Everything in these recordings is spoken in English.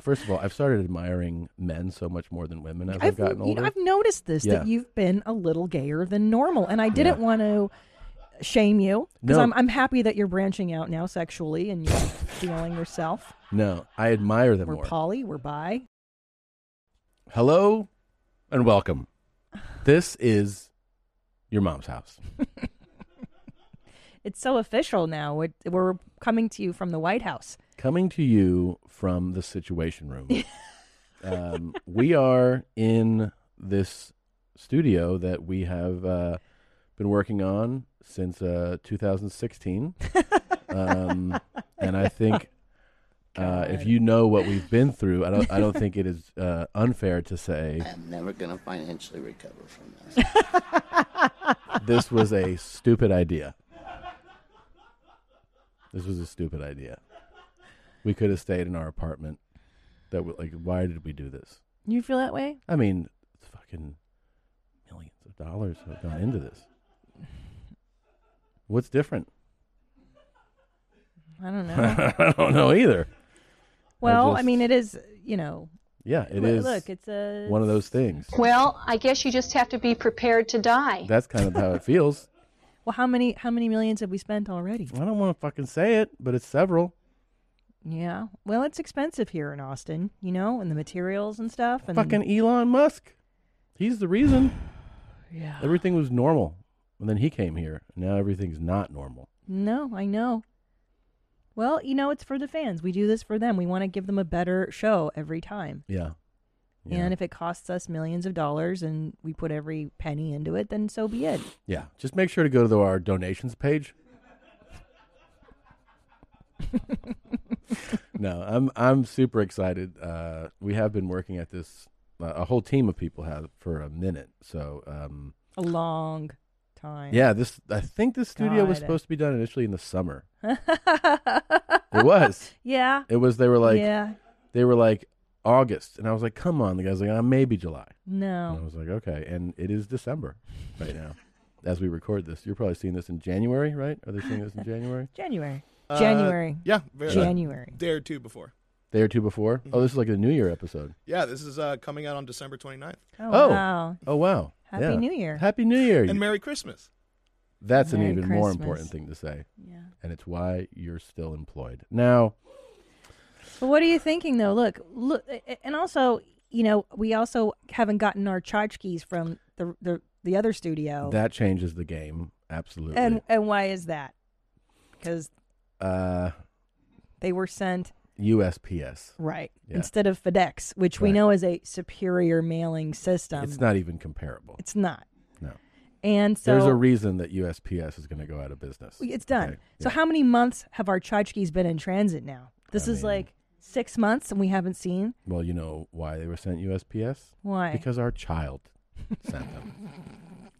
First of all, I've started admiring men so much more than women as I've, I've, gotten you older. know, I've noticed this Yeah. that you've been a little gayer than normal, and I didn't want to shame you because No. I'm, I'm happy that you're branching out now sexually and you're feeling yourself. no, I admire them We're more. poly, we're bi. Hello and welcome. This is your mom's house. It's so official now. It, we're coming to you from the White House. Coming to you from the Situation Room. um, we are in this studio that we have uh, been working on since uh, 2016. um, and I think. Uh, if you know what we've been through, I don't. I don't think it is uh, unfair to say I'm never going to financially recover from this. this was a stupid idea. This was a stupid idea. We could have stayed in our apartment. That was like, why did we do this? You feel that way? I mean, it's fucking millions of dollars have gone into this. What's different? I don't know. I don't know either. well, I just- mean, it is. You know, Yeah, it Look- is. look, it's a- one of those things. Well, I guess you just have to be prepared to die. That's kind of how it feels. well, how many how many millions have we spent already? I don't want to fucking say it, but it's several. Yeah. Well, it's expensive here in Austin, you know, and the materials and stuff. And Fucking Elon Musk. He's the reason. Yeah. Everything was normal. And then he came here. and Now everything's not normal. No, I know. Well, you know, it's for the fans. We do this for them. We want to give them a better show every time. Yeah. And if it costs us millions of dollars and we put every penny into it, then so be it. Yeah. Just make sure to go to our donations page. no, I'm I'm super excited. Uh, we have been working at this. Uh, a whole team of people have for a minute. So um, A long time. yeah, this I think this studio was God. supposed to be done initially in the summer. It was. Yeah. It was. They were like. Yeah. They were like August, and I was like, "Come on!" The guy's like, uh, "Maybe July." And I No. was like, okay. And it is December right now as we record this. You're probably seeing this in January, right? Are they seeing this in January? January. Uh, January. yeah, very- January. Day or two before. Day or two before? Mm-hmm. Oh, this is like a New Year episode. Yeah, this is uh, coming out on December 29th. Oh, Oh. wow. Oh, wow. Happy Yeah. New Year. Happy New Year. And Merry Christmas. That's an Merry even more Christmas. important thing to say. Yeah. And it's why you're still employed. Now, But what are you thinking though? Look, look, and also, you know, we also haven't gotten our tchotchkes from the the, the other studio. that changes the game. Absolutely. Oh. and and why is that? Because uh, they were sent USPS. right Yeah. instead of FedEx, which we Right. know is a superior mailing system. it's not even comparable. It's not. No. And so There's a reason that USPS is going to go out of business. it's done. Okay. So how many months have our tchotchkes been in transit now? This I is mean- like six months, and we haven't seen Well, you know why they were sent USPS? why. Because our child sent them.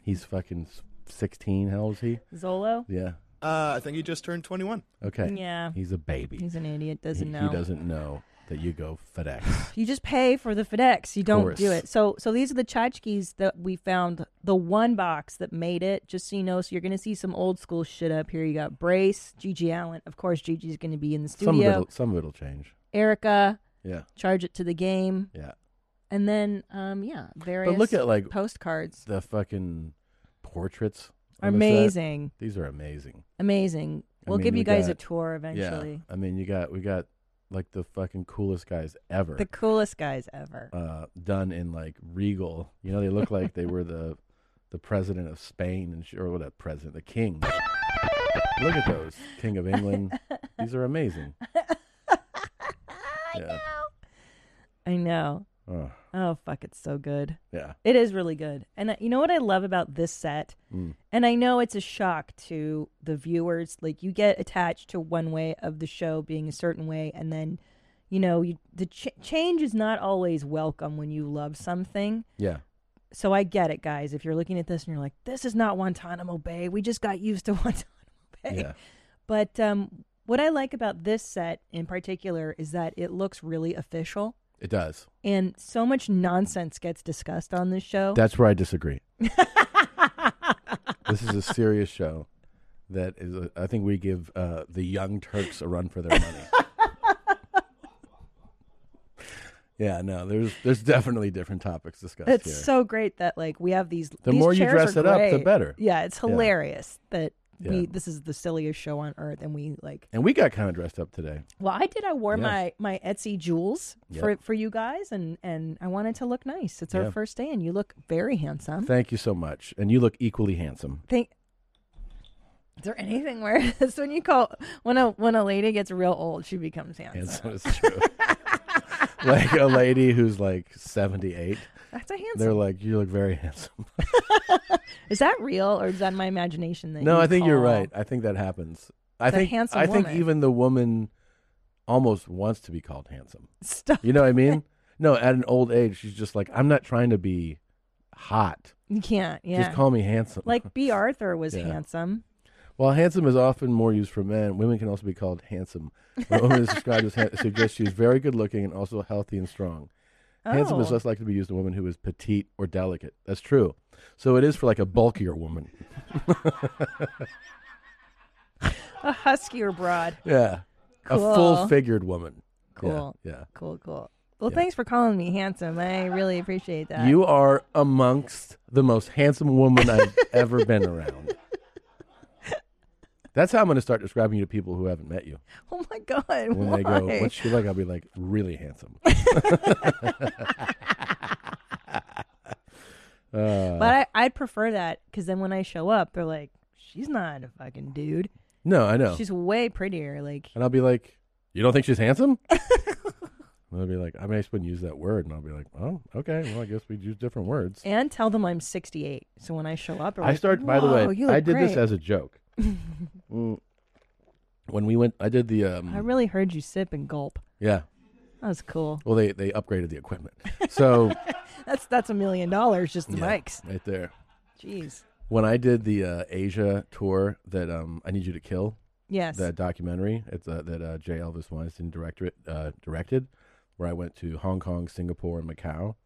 He's fucking s- 16. How old is he? Zolo. Yeah. Uh, I think he just turned 21. Okay. Yeah. He's a baby. He's an idiot. Doesn't he, know. he doesn't know that you go FedEx. You just pay for the FedEx. You don't do course. it. So so these are the tchotchkes that we found. The one box that made it. Just so you know, so you're gonna see some old school shit up here. You got Brace, Gigi Allen. Of course, Gigi's gonna be in the some, of studio. it'll, some of it'll change. Erica, Yeah. charge it to the game, Yeah. and then um yeah, various. But look at like postcards. the fucking portraits. on the set. Amazing, These are amazing. amazing. I We'll mean, give we you guys a got- tour eventually. Yeah. I mean, you got, we got like the fucking coolest guys ever. The coolest guys ever. uh, done in like regal. You know, they look like they were the the president of Spain and sh- or what a president, the king. Look at those, king of England. These are amazing. yeah, I know. Oh, Oh fuck, it's so good. yeah. It is really good. And uh, you know what I love about this set? And I know it's a shock to the viewers. Like, you get attached to one way of the show being a certain way, and then, you know, you, the ch- change is not always welcome when you love something. yeah. So I get it, guys. If you're looking at this and you're like, this is not Guantanamo Bay, we just got used to Guantanamo Bay. Yeah. But um, what I like about this set in particular is that it looks really official. It does. And so much nonsense gets discussed on this show. That's where I disagree. this is a serious show. That is, a, I think we give uh, the Young Turks a run for their money. Yeah, no, there's there's definitely different topics discussed It's here. so great that like we have these. The these more you chairs dress are it up, the great. better. Yeah, it's Yeah. hilarious that Yeah. we this is the silliest show on earth, and we like. and we got kind of dressed up today. Well, I did. I wore Yeah. my my Etsy jewels Yep. for for you guys, and and I wanted to look nice. It's our Yeah. first day, and you look very handsome. Thank you so much, and you look equally handsome. Think. Is there anything where it's when you call when a when a lady gets real old, she becomes handsome. Handsome is true. like a lady who's like seventy eight, That's a handsome. they're like, "You look very handsome." Is that real or is that my imagination? That no, you I think you're call- right. I think that happens. I The think handsome I think woman. even the woman almost wants to be called handsome. Stop. You know what I mean? no, at an old age, she's just like, "I'm not trying to be hot. You can't. Yeah. Just call me handsome." like B. Arthur was Yeah. handsome. While handsome is often more used for men, women can also be called handsome. When a woman is described as handsome, suggests she is very good looking and also healthy and strong. Handsome is Oh. less likely to be used in a woman who is petite or delicate. That's true. So it is for like a bulkier woman. A husky or broad. Yeah. A Cool. full figured woman. Yeah, Cool. Yeah. Cool, cool. Well, Yeah. thanks for calling me handsome. I really appreciate that. You are amongst the most handsome woman I've ever been around. That's how I'm going to start describing you to people who haven't met you. Oh my god. When why? they go, "What's she like?" I'll be like, "Really handsome." Uh, But I, I'd prefer that because then when I show up, they're like, "She's not a fucking dude. no, I know. She's way prettier." Like, And I'll be like, "You don't think she's handsome?" and they'll be like, "I mean, I just wouldn't use that word." And I'll be like, "Well, okay. Well, I guess we'd use different words." and tell them I'm 68. So when I show up, they're I like, start. By the way, "Whoa, you I look did this great." as a joke. Mm. When we went, I did the. Um, I really heard you sip and gulp. yeah. That was cool. Well, they they upgraded the equipment, so That's that's a million dollars just the yeah, mics. right there. Jeez. When I did the uh, Asia tour that um, I need you to kill, Yes. that documentary it's, uh, that uh, J. Elvis Weinstein director, uh, directed, where I went to Hong Kong, Singapore, and Macau.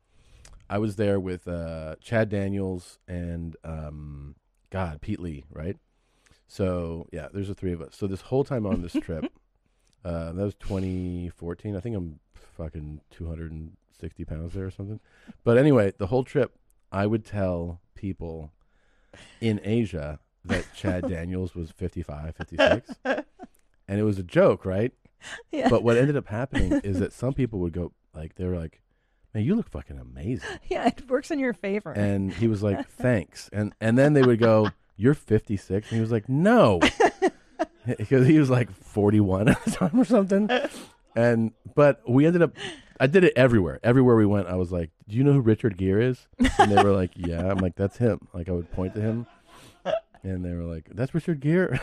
I was there with uh, Chad Daniels and um, God Pete Lee, right? So yeah, there's the three of us. So this whole time on this trip, uh, that was 2014. I think I'm fucking 260 pounds there or something. But anyway, the whole trip, I would tell people in Asia that Chad Daniels was 55, 56. and it was a joke, right? Yeah. But what ended up happening is that some people would go, like, they were like, man, you look fucking amazing. yeah, it works in your favor. And he was like, thanks. And, and then they would go, you're 56. And he was like, no. Because he was like 41 at the time or something. And, but we ended up, I did it everywhere. Everywhere we went, I was like, do you know who Richard Gere is? And they were like, yeah. I'm like, that's him. Like, I would point to him. And they were like, that's Richard Gere.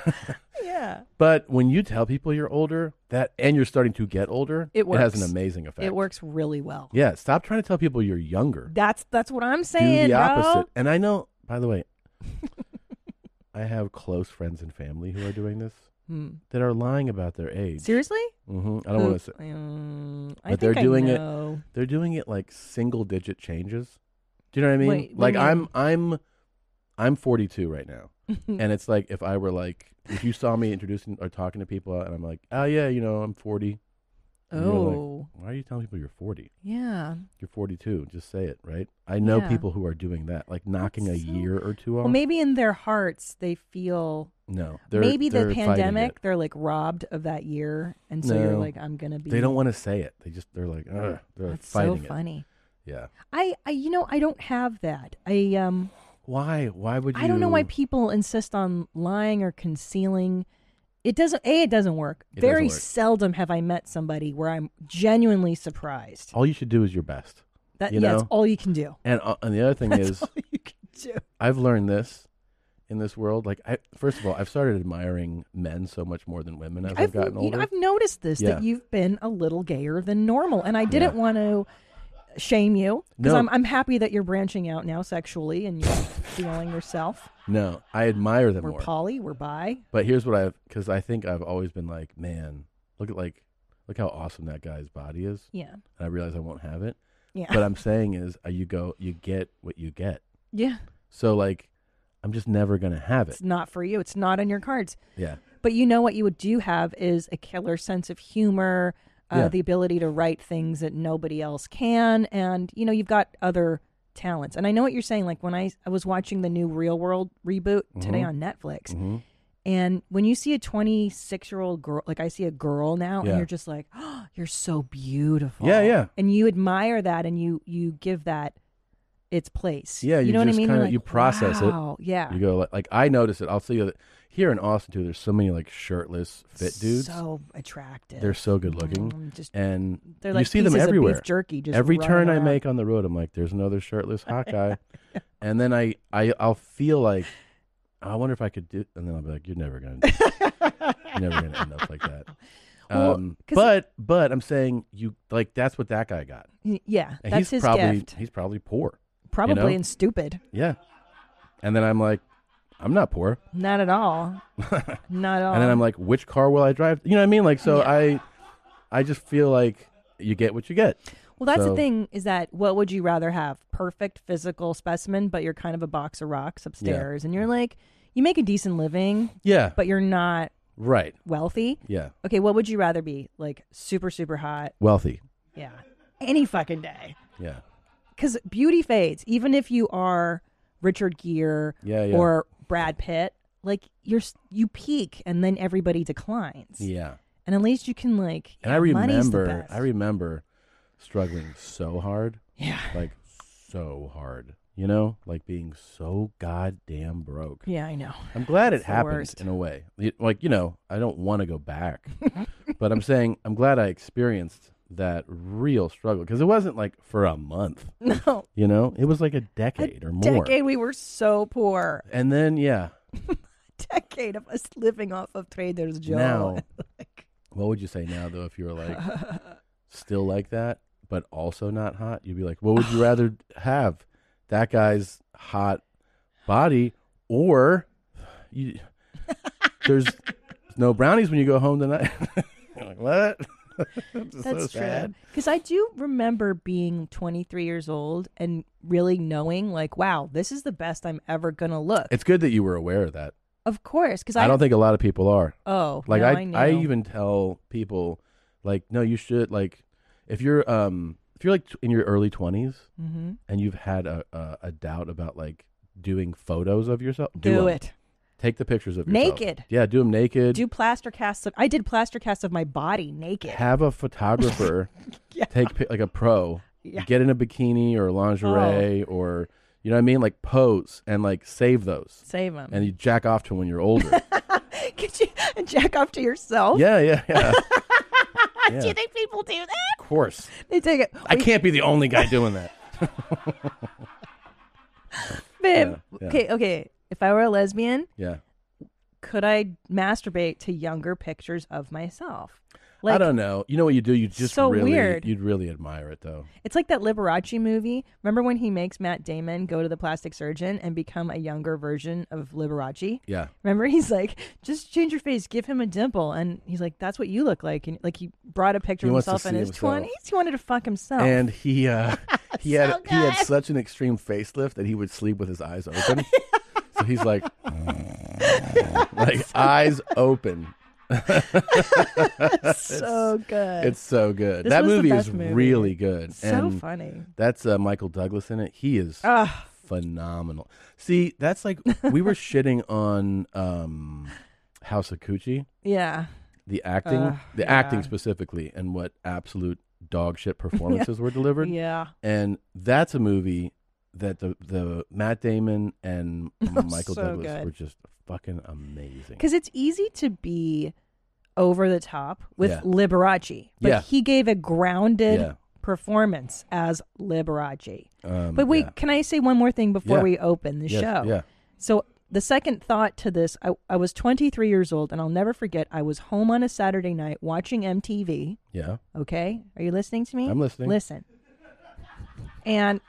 yeah. But when you tell people you're older, that and you're starting to get older, It has works. an amazing effect. It works really well. Yeah, stop trying to tell people you're younger. That's that's what I'm Do saying, the bro. opposite. And I know, by the way, I have close friends and family who are doing this Hmm. that are lying about their age. Seriously? Mm. hmm I don't want to say Um, I think But they're doing I it- know. they're doing it like single digit changes. Do you know what I mean? Wait, what like do you mean? I'm I'm I'm 42 right now. and it's like if I were like if you saw me introducing or talking to people and I'm like, "Oh yeah, you know, I'm 40." And you're like, Oh, Why are you telling people you're 40? yeah. You're 42. Just say it, right? I know Yeah. people who are doing that, like knocking a so- year or two off. Well, maybe in their hearts they feel no, they're, maybe they're the fighting pandemic it. they're like robbed of that year, and so you're No. like, I'm gonna be. They don't want to say it. They just they're like, Ugh, they're That's so fighting it. funny. Yeah. I, I, you know, I don't have that. I um, Why? Why would you? I don't know why people insist on lying or concealing. It doesn't. A, it doesn't work. It doesn't Very work. seldom have I met somebody where I'm genuinely surprised. All you should do is your best. That you yeah, that's know? all you can do. And uh, and the other thing That's is, all you can do. I've learned this in this world. Like, I first of all, I've started admiring men so much more than women as I've, I've, gotten you older. know, I've noticed this Yeah. that you've been a little gayer than normal, and I didn't want to shame you because No. I'm I'm happy that you're branching out now sexually and you're feeling yourself. no, I admire them We're more. poly, we're bi. But here's what I've because I think I've always been like, man, look at like look how awesome that guy's body is. Yeah, And I realize I won't have it. yeah, But I'm saying is uh, you go you get what you get. yeah. So like I'm just never gonna have it. It's not for you. It's not in your cards. Yeah. But you know what you would do have is a killer sense of humor, uh, Yeah. the ability to write things that nobody else can, and you know you've got other talents. And I know what you're saying. Like when I I was watching the new Real World reboot today Mm-hmm. on Netflix, and when you see a 26 year old girl, like I see a girl now, Yeah. and you're just like, oh, you're so beautiful. Yeah, yeah. And you admire that, and you you give that its place. Yeah, you, you know what I just mean. You're kinda- like, you process it. wow. Yeah, You go like, like I notice it. I'll see you here in Austin too. There's so many like shirtless fit dudes. so attractive. They're so good looking, Mm, just and They're you like see them pieces of beef everywhere. jerky just every running turn I around. make on the road, I'm like, there's another shirtless Hawkeye, and then I, I I'll feel like I wonder if I could do, and then I'll be like, you're never gonna, you're never gonna end up like that. Well, um, 'cause- but but I'm saying you like that's what that guy got. Y- yeah, And that's he's his probably gift. he's probably poor. Probably know? and stupid. Yeah, and then I'm like, I'm not poor. Not at all. Not at all. and then I'm like, which car will I drive? You know what I mean? Like, so I, I just feel like you get what you get. well, that's so- the thing is that what would you rather have? Perfect physical specimen, but you're kind of a box of rocks upstairs, and you're like, you make a decent living, Yeah, but you're not right. wealthy. Yeah, Okay, what would you rather be? Like super, super hot? wealthy. Yeah, any fucking day. Yeah, because beauty fades. Even if you are Richard Gere Yeah, yeah. or Brad Pitt, like you're s- you peak and then everybody declines. yeah. And at least you can like. And yeah, I money's the remember, best. I remember struggling so hard, Yeah, like so hard. You know, like being so goddamn broke. yeah, I know. I'm glad it It's the happens worst. in a way. Y- Like you know, I don't want to go back, but I'm saying I'm glad I experienced that real struggle because it wasn't like for a month. No, You know, it was like a decade or more. decade we were so poor. And then yeah, Decade of us living off of Trader's Joe. Now- Like, what would you say now though if you were like still like that but also not hot? You'd be like, what would you rather have? That guy's hot body or you there's no brownies when you go home tonight. You're like, what? That's that's true. Because I do remember being 23 years old and really knowing, like, wow, this is the best I'm ever gonna look. It's good that you were aware of that. of course, because I don't think a lot of people are. Oh, Like no, I, I, knew. I, even tell people, like, no, you should like, if you're um, if you're like t- in your early 20s Mm-hmm. and you've had a, a a doubt about like doing photos of yourself, do, 'em. it. Take the pictures of yourself. Naked. Yeah, do them naked. Do plaster casts of. I did plaster casts of my body naked. Have a photographer take pi- like a pro. Yeah. Oh. Get in a bikini or lingerie or you know what I mean, like pose and like save those, Save them. and you jack off to when you're older. Could you jack off to yourself? yeah, yeah, yeah. Do you think people do that? Of course. They take it. I can't be the only guy doing that. Babe. yeah. Okay, okay. If I were a lesbian, Yeah. could I masturbate to younger pictures of myself? I Like don't know. You know what you do? You just So really, weird. You'd really admire it though. it's like that Liberace movie. Remember when he makes Matt Damon go to the plastic surgeon and become a younger version of Liberace? Yeah. Remember, he's like, just change your face, give him a dimple, and he's like, that's what you look like, and like he brought a picture He of wants to himself in see his himself. twenties. He wanted to fuck himself. And he uh, he had Oh. So he had good. such an extreme facelift that he would sleep with his eyes open. so he's like, like eyes open. so good. It's so good. This that was the movie is best movie. really good. so Oh. and funny. That's uh, Michael Douglas in it. He is Ugh. phenomenal. See, that's like we were shitting on um, House of Gucci. Yeah, the acting, Ugh, the acting specifically, and what absolute dog shit performances were delivered. yeah. And that's a movie that the the Matt Damon and Michael so Douglas good. were just fucking amazing. Because it's easy to be over the top with Yeah. Liberace, but Yeah. he gave a grounded Yeah. performance as Liberace. Um, But wait, yeah. can I say one more thing before Yeah. we open the Yes, show? yeah. So the second thought to this, I, I was 23 years old, and I'll never forget. I was home on a Saturday night watching MTV. yeah, Okay, are you listening to me? I'm listening. Listen, and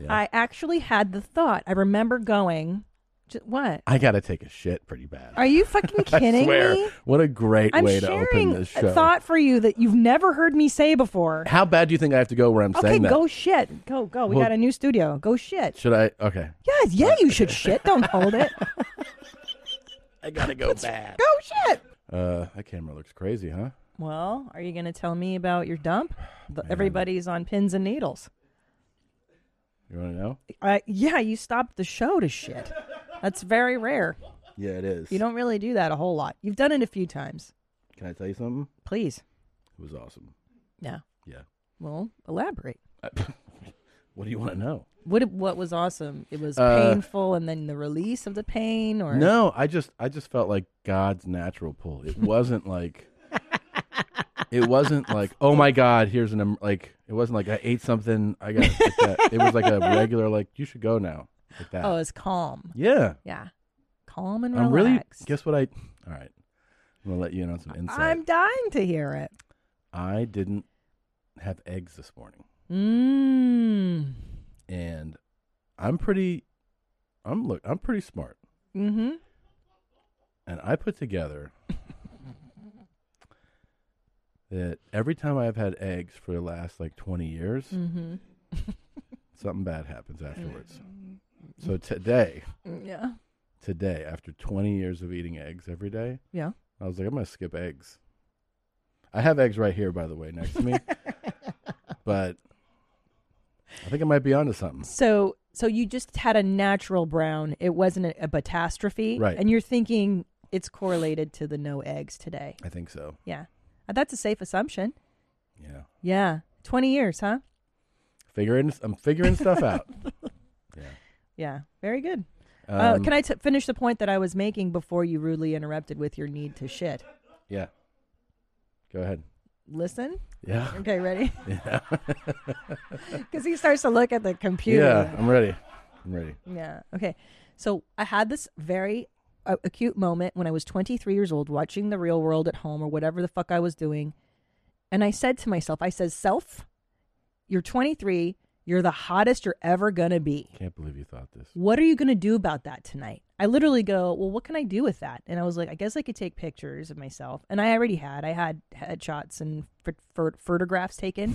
Yeah. I actually had the thought. I remember going, "J- "What? I gotta take a shit pretty bad. Are you fucking kidding I swear, me?" what a great I'm way to sharing open this a show. thought for you that you've never heard me say before. How bad do you think I have to go where I'm Okay, saying that? go shit. Go, go. We Well- got a new studio. Go shit. Should I? Okay, Yes, yeah, you should shit. Don't hold it. I gotta go bad. Go shit. Uh, that camera looks crazy, huh? Well, are you going to tell me about your dump? The, everybody's on pins and needles. You want to know? Uh, yeah, you stopped the show to shit. That's very rare. Yeah, it is. You don't really do that a whole lot. You've done it a few times. Can I tell you something? Please. It was awesome. Yeah. Yeah. Well, elaborate. What do you want to know? What what was awesome? It was Uh, painful, and then the release of the pain, or No, I just I just felt like God's natural pull. It wasn't like it wasn't like oh my God, here's an em- like it wasn't like I ate something. I got like that. it was like a regular like you should go now like that. Oh, it's calm. yeah, Yeah, calm and I'm really. relaxed. Guess what I? All right, I'm gonna let you in on some insight. I'm dying to hear it. I didn't have eggs this morning, Mm. and I'm pretty. I'm look. I'm pretty smart. Mm-hmm. and I put together that every time I've had eggs for the last like 20 years, Mm-hmm. something bad happens afterwards. Mm. So today, Yeah. today, after 20 years of eating eggs every day, Yeah. I was like, I'm going to skip eggs. I have eggs right here, by the way, next to me. but I think I might be onto something. So so you just had a natural brown. It wasn't a, a catastrophe, Right. And you're thinking it's correlated to the no eggs today. I think so. Yeah, Uh, that's a safe assumption. Yeah. Yeah, twenty years, huh? Figuring, I'm figuring stuff out. Yeah, very good. Um, oh, can I t- finish the point that I was making before you rudely interrupted with your need to shit? Yeah. Go ahead. Listen. Yeah. Okay, ready? Because he starts to look at the computer. Yeah, I'm ready. I'm ready. Yeah. Okay. So I had this very uh, acute moment when I was 23 years old watching The Real World at home or whatever the fuck I was doing. And I said to myself, I says, self, you're 23. You're the hottest you're ever going to be. Can't believe you thought this. What are you going to do about that tonight? I literally go, well, what can I do with that? And I was like, I guess I could take pictures of myself. And I already had, I had headshots and ph- ph- photographs taken.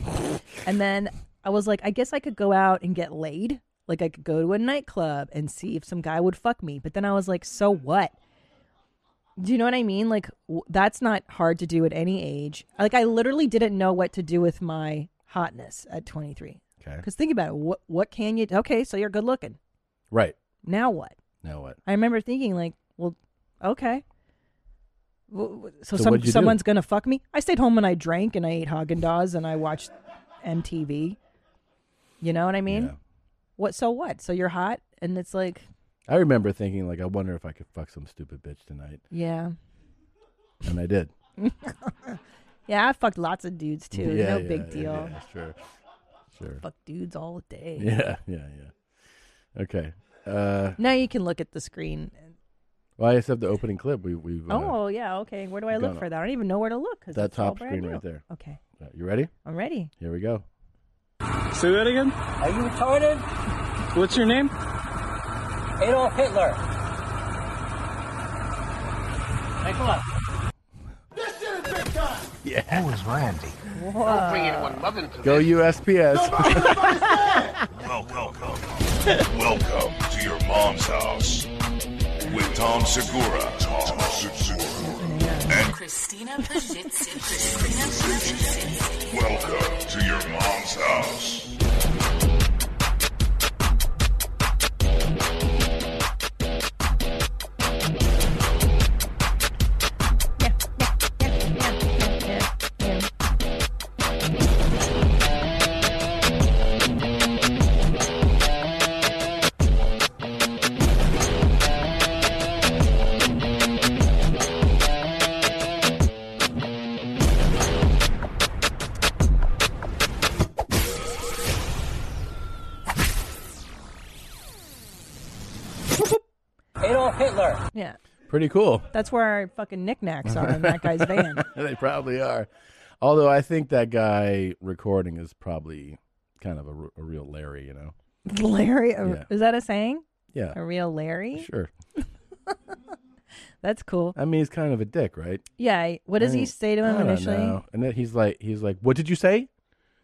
and then I was like, I guess I could go out and get laid. Like I could go to a nightclub and see if some guy would fuck me. But then I was like, so what? Do you know what I mean? Like w- that's not hard to do at any age. Like I literally didn't know what to do with my hotness at 23. Okay. Because think about it. What what can you? Okay, so you're good looking. Right. Now what? Now what? I remember thinking like, well, okay. W- w- So, So some, what'd you do? someone's gonna fuck me. I stayed home and I drank and I ate Haagen Dazs and I watched MTV. You know what I mean? Yeah. What? So what? So you're hot, and it's like, I remember thinking like, I wonder if I could fuck some stupid bitch tonight, yeah, and I did. yeah. I fucked lots of dudes too. yeah, no yeah, big yeah, deal. Yeah, sure. Sure. Fuck dudes all day. Yeah. Yeah. Yeah. Okay. Uh, Now you can look at the screen. and- well, I just have the opening clip. We we. Uh, oh yeah, okay. Where do I Got look it. for that? I don't even know where to look. 'cause That it's all top brand screen right new. there. Okay, uh, you ready? I'm ready. Here we go. Say that again? Are you retarded? What's your name? Adolf Hitler. Nicola. Yeah. Who is Randy? Go USPS. Welcome, welcome, welcome to your mom's house with Tom Segura. Tom Segura. Christina Pajitsin. Christina Pajitsin. Welcome to your mom's house. Adolf Hitler. Yeah. Pretty cool. That's where our fucking knickknacks are in that guy's van. they probably are. Although I think that guy recording is probably kind of a, r- a real Larry. You know. Larry, a- Yeah. Uh, is that a saying? Yeah. A real Larry? Sure. That's cool. I mean, he's kind of a dick, right? Yeah. I- What does he Right. say to him I don't initially? know. And then he's like, he's like, what did you say?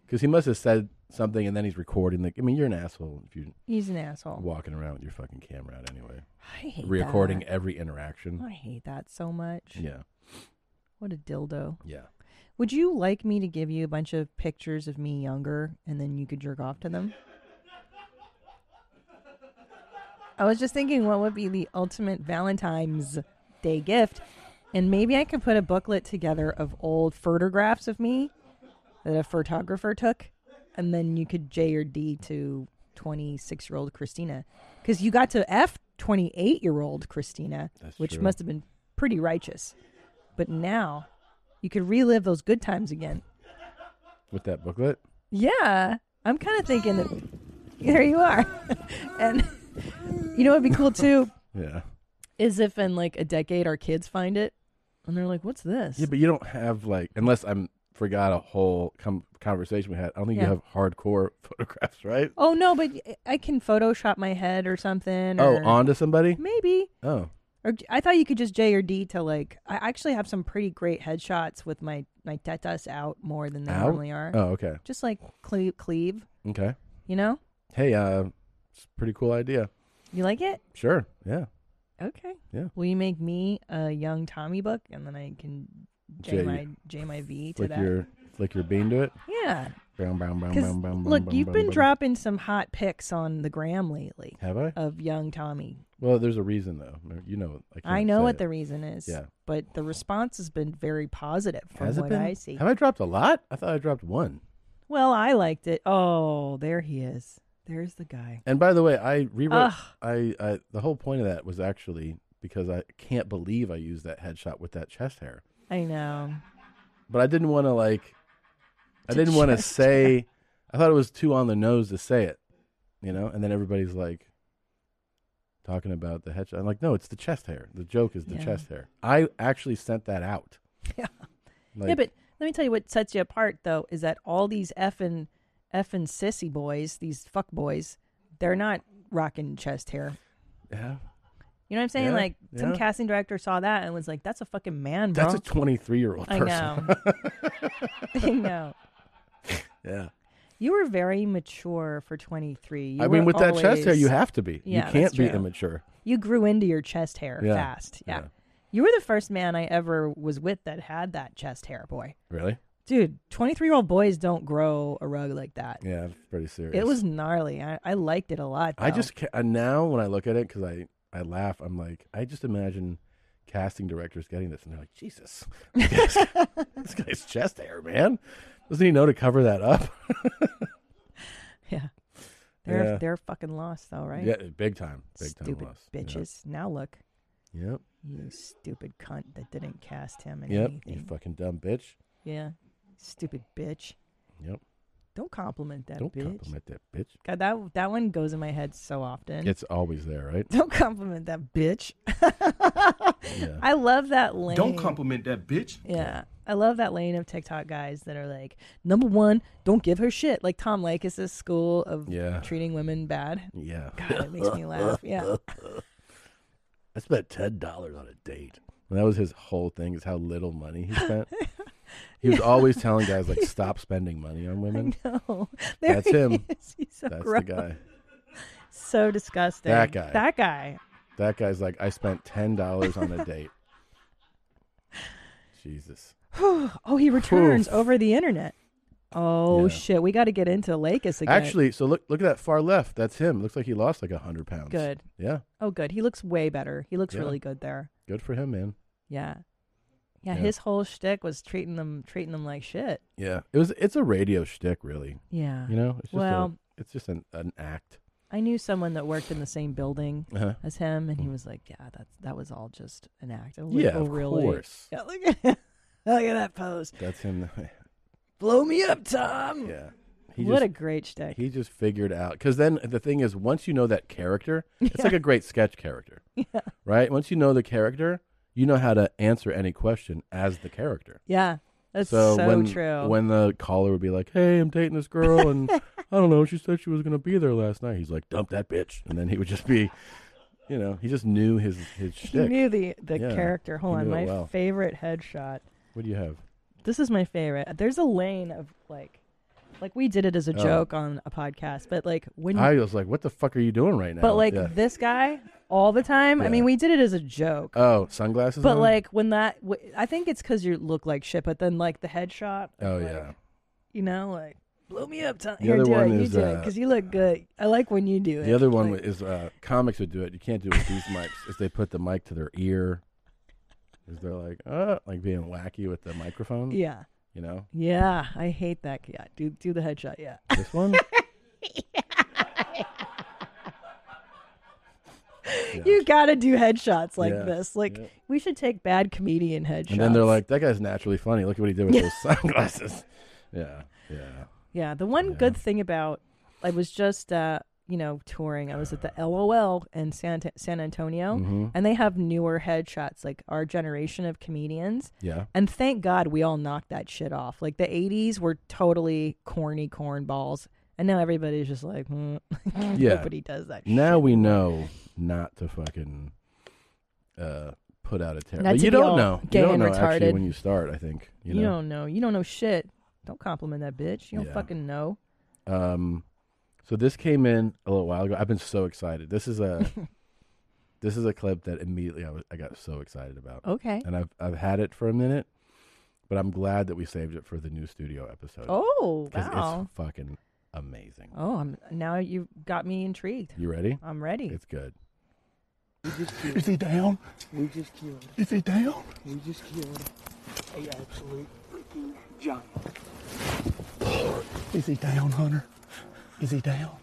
Because he must have said something, and then he's recording. The, I mean, you're an asshole if you're He's an asshole. walking around with your fucking camera out anyway, I Oh. hate Oh, recording that. every interaction. I hate that so much. Yeah, What a dildo. yeah. Would you like me to give you a bunch of pictures of me younger and then you could jerk off to them? I was just thinking what would be the ultimate Valentine's Day gift. And maybe I could put a booklet together of old photographs of me that a photographer took. And then you could J or D to 26 year old Christina. Because you got to F 28 year old Christina, That's which true. must have been pretty righteous. But now you could relive those good times again. with that booklet. Yeah, I'm kind of thinking that there you are, and you know what'd be cool too Yeah. is if in like a decade our kids find it and they're like, "What's this?" Yeah, but you don't have like unless I'm forgot a whole com- conversation we had. I don't think Yeah. you have hardcore photographs, right? oh no, but I can Photoshop my head or something. Oh, or onto somebody. maybe. Oh, Or I thought you could just J or D to like. I actually have some pretty great headshots with my my tetas out more than they Out? normally are. oh, okay, Just like cle- cleave, okay. you know? Hey, uh, it's a pretty cool idea. You like it? Sure, yeah. Okay. Yeah. Will you make me a young Tommy book, and then I can J, J- my J my V to Flick that? your flick your bean to it. Yeah. Brown, brown, brown, Because brown, brown. look, brown, you've brown, been brown. dropping some hot pics on the gram lately Have I? of young Tommy. Well, there's a reason though. You know, I, I can't know say what it. the reason is. Yeah. But the response has been very positive from Has it what been? I see. Have I dropped a lot? I thought I dropped one. Well, I liked it. Oh, there he is. There's the guy. And by the way, I Ugh. rewrote. I, I the whole point of that was actually because I can't believe I used that headshot with that chest hair. I know. but I didn't want to like. I didn't want to say. I thought it was too on the nose to say it, you know. And then everybody's like talking about the headshot. I'm like, no, it's the chest hair. The joke is the Yeah. chest hair. I actually sent that out. Yeah. Like, yeah, but let me tell you what sets you apart though is that all these effing effing sissy boys, these fuck boys, they're not rocking chest hair. yeah, You know what I'm saying? Yeah, like some yeah. casting director saw that and was like, "That's a fucking man, bro." that's a 23 year old I person. know. I know. yeah, You were very mature for 23. You I mean, were with that chest hair, always- you have to be. Yeah, you can't that's be true. immature. you grew into your chest hair Yeah, fast. Yeah. yeah. You were the first man I ever was with that had that chest hair, boy. Really? Dude, 23 year old boys don't grow a rug like that. Yeah, I'm pretty serious. It was gnarly. I, I liked it a lot. I though. just ca- uh, now when I look at it because I I laugh. I'm like I just imagine casting directors getting this and they're like Jesus, this, this guy's chest hair, man. Doesn't he know to cover that up? yeah. They're Yeah. they're fucking lost though, right? Yeah, big time, big stupid time loss. Yeah. bitches. Now look, Yep, you stupid cunt that didn't cast him in yep. You anything. fucking dumb bitch. yeah. Stupid bitch. Yep. Don't compliment that Don't bitch. compliment that bitch. God, that that one goes in my head so often. It's always there, right? Don't compliment that bitch. Yeah. I love that lane. compliment that bitch. Yeah. I love that lane of TikTok guys that are like, number one, don't give her shit. Like Tom Lake is this school of Yeah. treating women bad. Yeah. God, it makes me laugh. Yeah. I spent ten dollars on a date. And that was his whole thing is how little money he spent. He was always telling guys like stop spending money on women. No. There That's he him. is. He's so That's gross. the guy. So disgusting. That guy. That guy. That guy's like, I spent ten dollars on a date. Jesus. Oh, he returns over the internet. Oh Yeah. shit. We gotta get into Lakis again. Actually, so look look at that far left. That's him. Looks like he lost like a hundred pounds. Good. Yeah. Oh good. He looks way better. He looks Yeah. really good there. Good for him, man. Yeah. Yeah, Yeah. his whole shtick was treating them treating them like shit. Yeah. It was it's a radio shtick, really. Yeah. You know? It's just Well- a, it's just an, an act. I knew someone that worked in the same building Uh-huh. as him, and he was like, "Yeah, that's that was all just an act." I'm like, Yeah, oh, of really? course. Yeah, look at look at that pose. That's him. Blow me up, Tom. yeah. He Hmm. what just a great shtick. he just figured out because then the thing is once you know that character, it's like a great sketch character. Yeah. Right? Once you know the character, you know how to answer any question as the character. yeah, that's so so, when, true. When the caller would be like, "Hey, I'm dating this girl, and I don't know, she said she was gonna be there last night." He's like, "Dump that bitch," and then he would just be, you know, he just knew his his he shtick. knew the the Yeah, character. Hold he on, knew it my well. favorite headshot. What do you have? This is my favorite. There's a lane of like Like we did it as a Oh. joke on a podcast, but like when I was like, "What the fuck are you doing right now?" but like Yeah. this guy all the time. I Yeah. mean, we did it as a joke. oh, sunglasses. But on? like when that, w- I think it's because you look like shit. But then like the headshot, oh yeah, you know, like blow me up. Tom. The Here, other do one it. You is, do it uh, because you look good. I like when you do it. the other one Like, is uh, comics would do it. You can't do it with these mics. Is they put the mic to their ear, is they're like, uh, like being wacky with the microphone. yeah, you know yeah. I hate that. Yeah, do do the headshot. Yeah. this one. You gotta do headshots like Yeah, this. Like yeah. we should take bad comedian headshots. And then they're like, that guy's naturally funny. Look at what he did with those sunglasses. Yeah, yeah. Yeah, the one good thing about I was just uh, you know touring. I was at the LOL in San San Antonio, Mm-hmm. and they have newer headshots, like our generation of comedians. Yeah. And thank God we all knocked that shit off. Like the '80s were totally corny cornballs, and now everybody's just like, hmm. Yeah. nobody does that. shit. Now we know not to fucking uh, put out a terror. Not But to you be don't all know. gay you don't and know actually retarded. when you start. I think you you, know. don't know. You don't know shit. Don't compliment that bitch. You don't Yeah. fucking know. Um, so this came in a little while ago. I've been so excited. This is a this is a clip that immediately I, was, I got so excited about. Okay. And I've I've had it for a minute, but I'm glad that we saved it for the new studio episode. Oh because wow. it's fucking amazing. Oh, I'm, now you got me intrigued. You ready? I'm ready. It's good. Is he down? We just killed. Is he down? We just killed a absolute freaking giant. Is he down, Hunter? Is he down?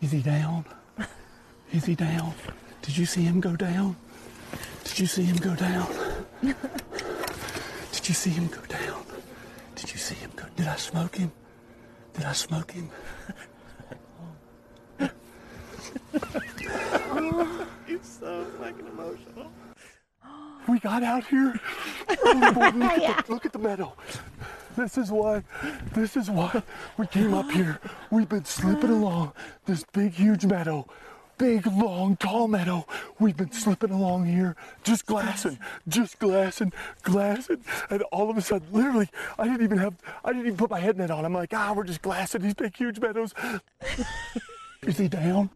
Is he down? Is he down? Did you see him go down? Did you see him go down? Did you see him go down? Did you see him go? Did I smoke him? Did I smoke him? we got out here. Oh, boy, look, at the, look at the meadow. This is why, this is why we came up here. We've been slipping along this big, huge meadow, big, long, tall meadow. We've been slipping along here, just glassing, just glassing, glassing, and all of a sudden, literally, I didn't even have, I didn't even put my head net on. I'm like, ah, we're just glassing these big, huge meadows. is he down?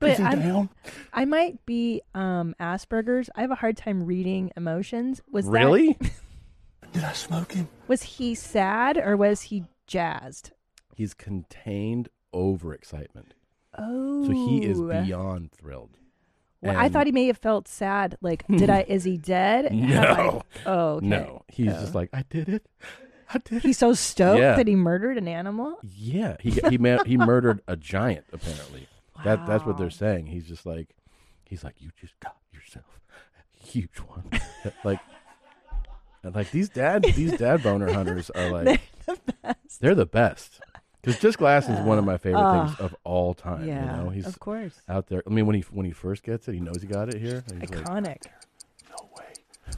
But Is he I'm- down? I might be um, Asperger's. I have a hard time reading emotions. Was that- Really? Did I smoke him? was he sad or was he jazzed? He's contained overexcitement. Oh, So he is beyond thrilled. Well, I and- thought he may have felt sad. Like, did I? Is he dead? Have I- No. oh okay. No, he's just like, I did it. I did it. He's so stoked Yeah. that he murdered an animal. Yeah, he he ma- he murdered a giant apparently. That that's what they're saying. He's just like, he's like, you just got yourself a huge one. like, and like these dad these dad boner hunters are like, they're the best. Because just glass is one of my favorite things of all time. Uh, yeah, you know, he's of course, out there. I mean, when he when he first gets it, he knows he got it here. and he's like, iconic. No way.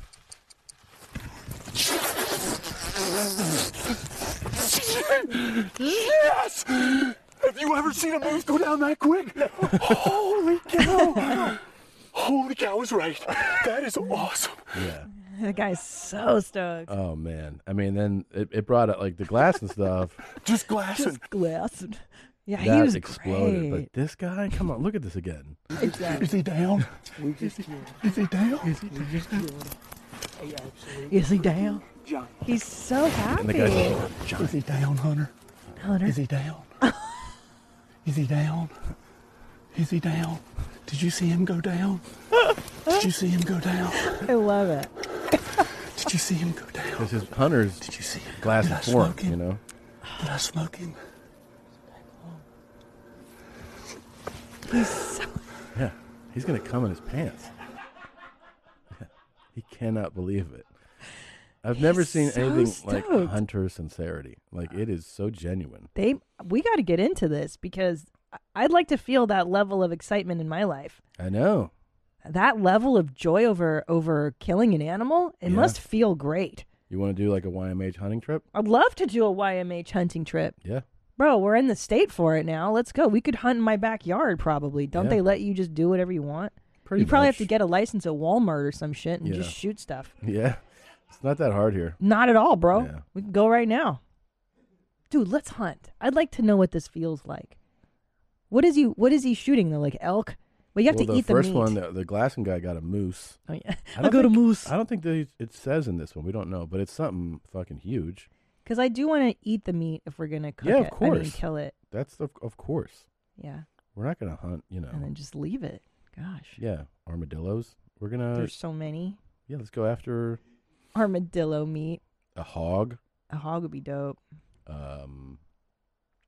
yes! Have you ever seen a moose go down that quick? Holy cow! Holy cow is right. That is awesome. yeah. That guy's so stoked. Oh man. I mean, then it, it brought up like the glass and stuff. Just glassing. Just glass. Yeah, he that was exploded. Great. But this guy, come on, look at this again. Is he down? We just killed. Is he down? Is he We just killed a absolute Is he down? giant. He's so happy. And the guy's like, "Oh, Is he down, Hunter? Hunter. Is he down? Is he down? Is he down? Did you see him go down? Did you see him go down? I love it. Did you see him go down? this is Hunter's Did you see him? glass Did I of form, smoke him? you know? Did I smoke him? Yeah. He's going to come in his pants. Yeah. He cannot believe it. I've never He's seen so anything like stoked. Hunter's sincerity. Like, it is so genuine. they we got to get into this because I- I'd like to feel that level of excitement in my life. I know. That level of joy over over killing an animal, it Yeah. must feel great. You want to do like a YMH hunting trip? I'd love to do a YMH hunting trip. Yeah. Bro, we're in the state for it now. Let's go. We could hunt in my backyard probably. Don't Yeah. they let you just do whatever you want? Pretty you probably much. have to get a license at Walmart or some shit and Yeah. just shoot stuff. Yeah. It's not that hard here. Not at all, bro. Yeah. We can go right now. Dude, let's hunt. I'd like to know what this feels like. What is he what is he shooting though? Like elk? Well you have Well, to the eat the first meat. one, the, the Glasson guy got a moose. Oh yeah, I, I don't got a think- moose. I don't think they, it says in this one. We don't know, but it's something fucking huge. Because I do want to eat the meat if we're gonna cook yeah, it. of course. I mean, kill it. That's of, of course. Yeah. We're not gonna hunt, you know. And then just leave it. Gosh. yeah, armadillos. We're gonna. There's so many. Yeah, let's go after Armadillo meat. a hog. A hog would be dope. Um,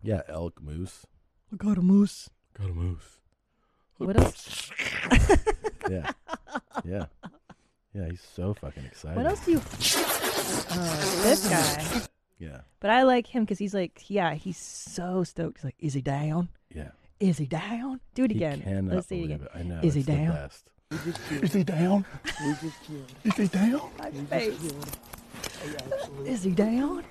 yeah, elk, moose. I got a moose. Got a moose. What else? Yeah, yeah, yeah. He's so fucking excited. What else do you? Oh, this guy. Yeah. But I like him because he's like, yeah, he's so stoked. He's like, is he down? Yeah. Is he down? Do it He again. cannot Let's see it believe again. it. I know, Is he it's the down? best. Is he down? Is he down? Face. Is he down?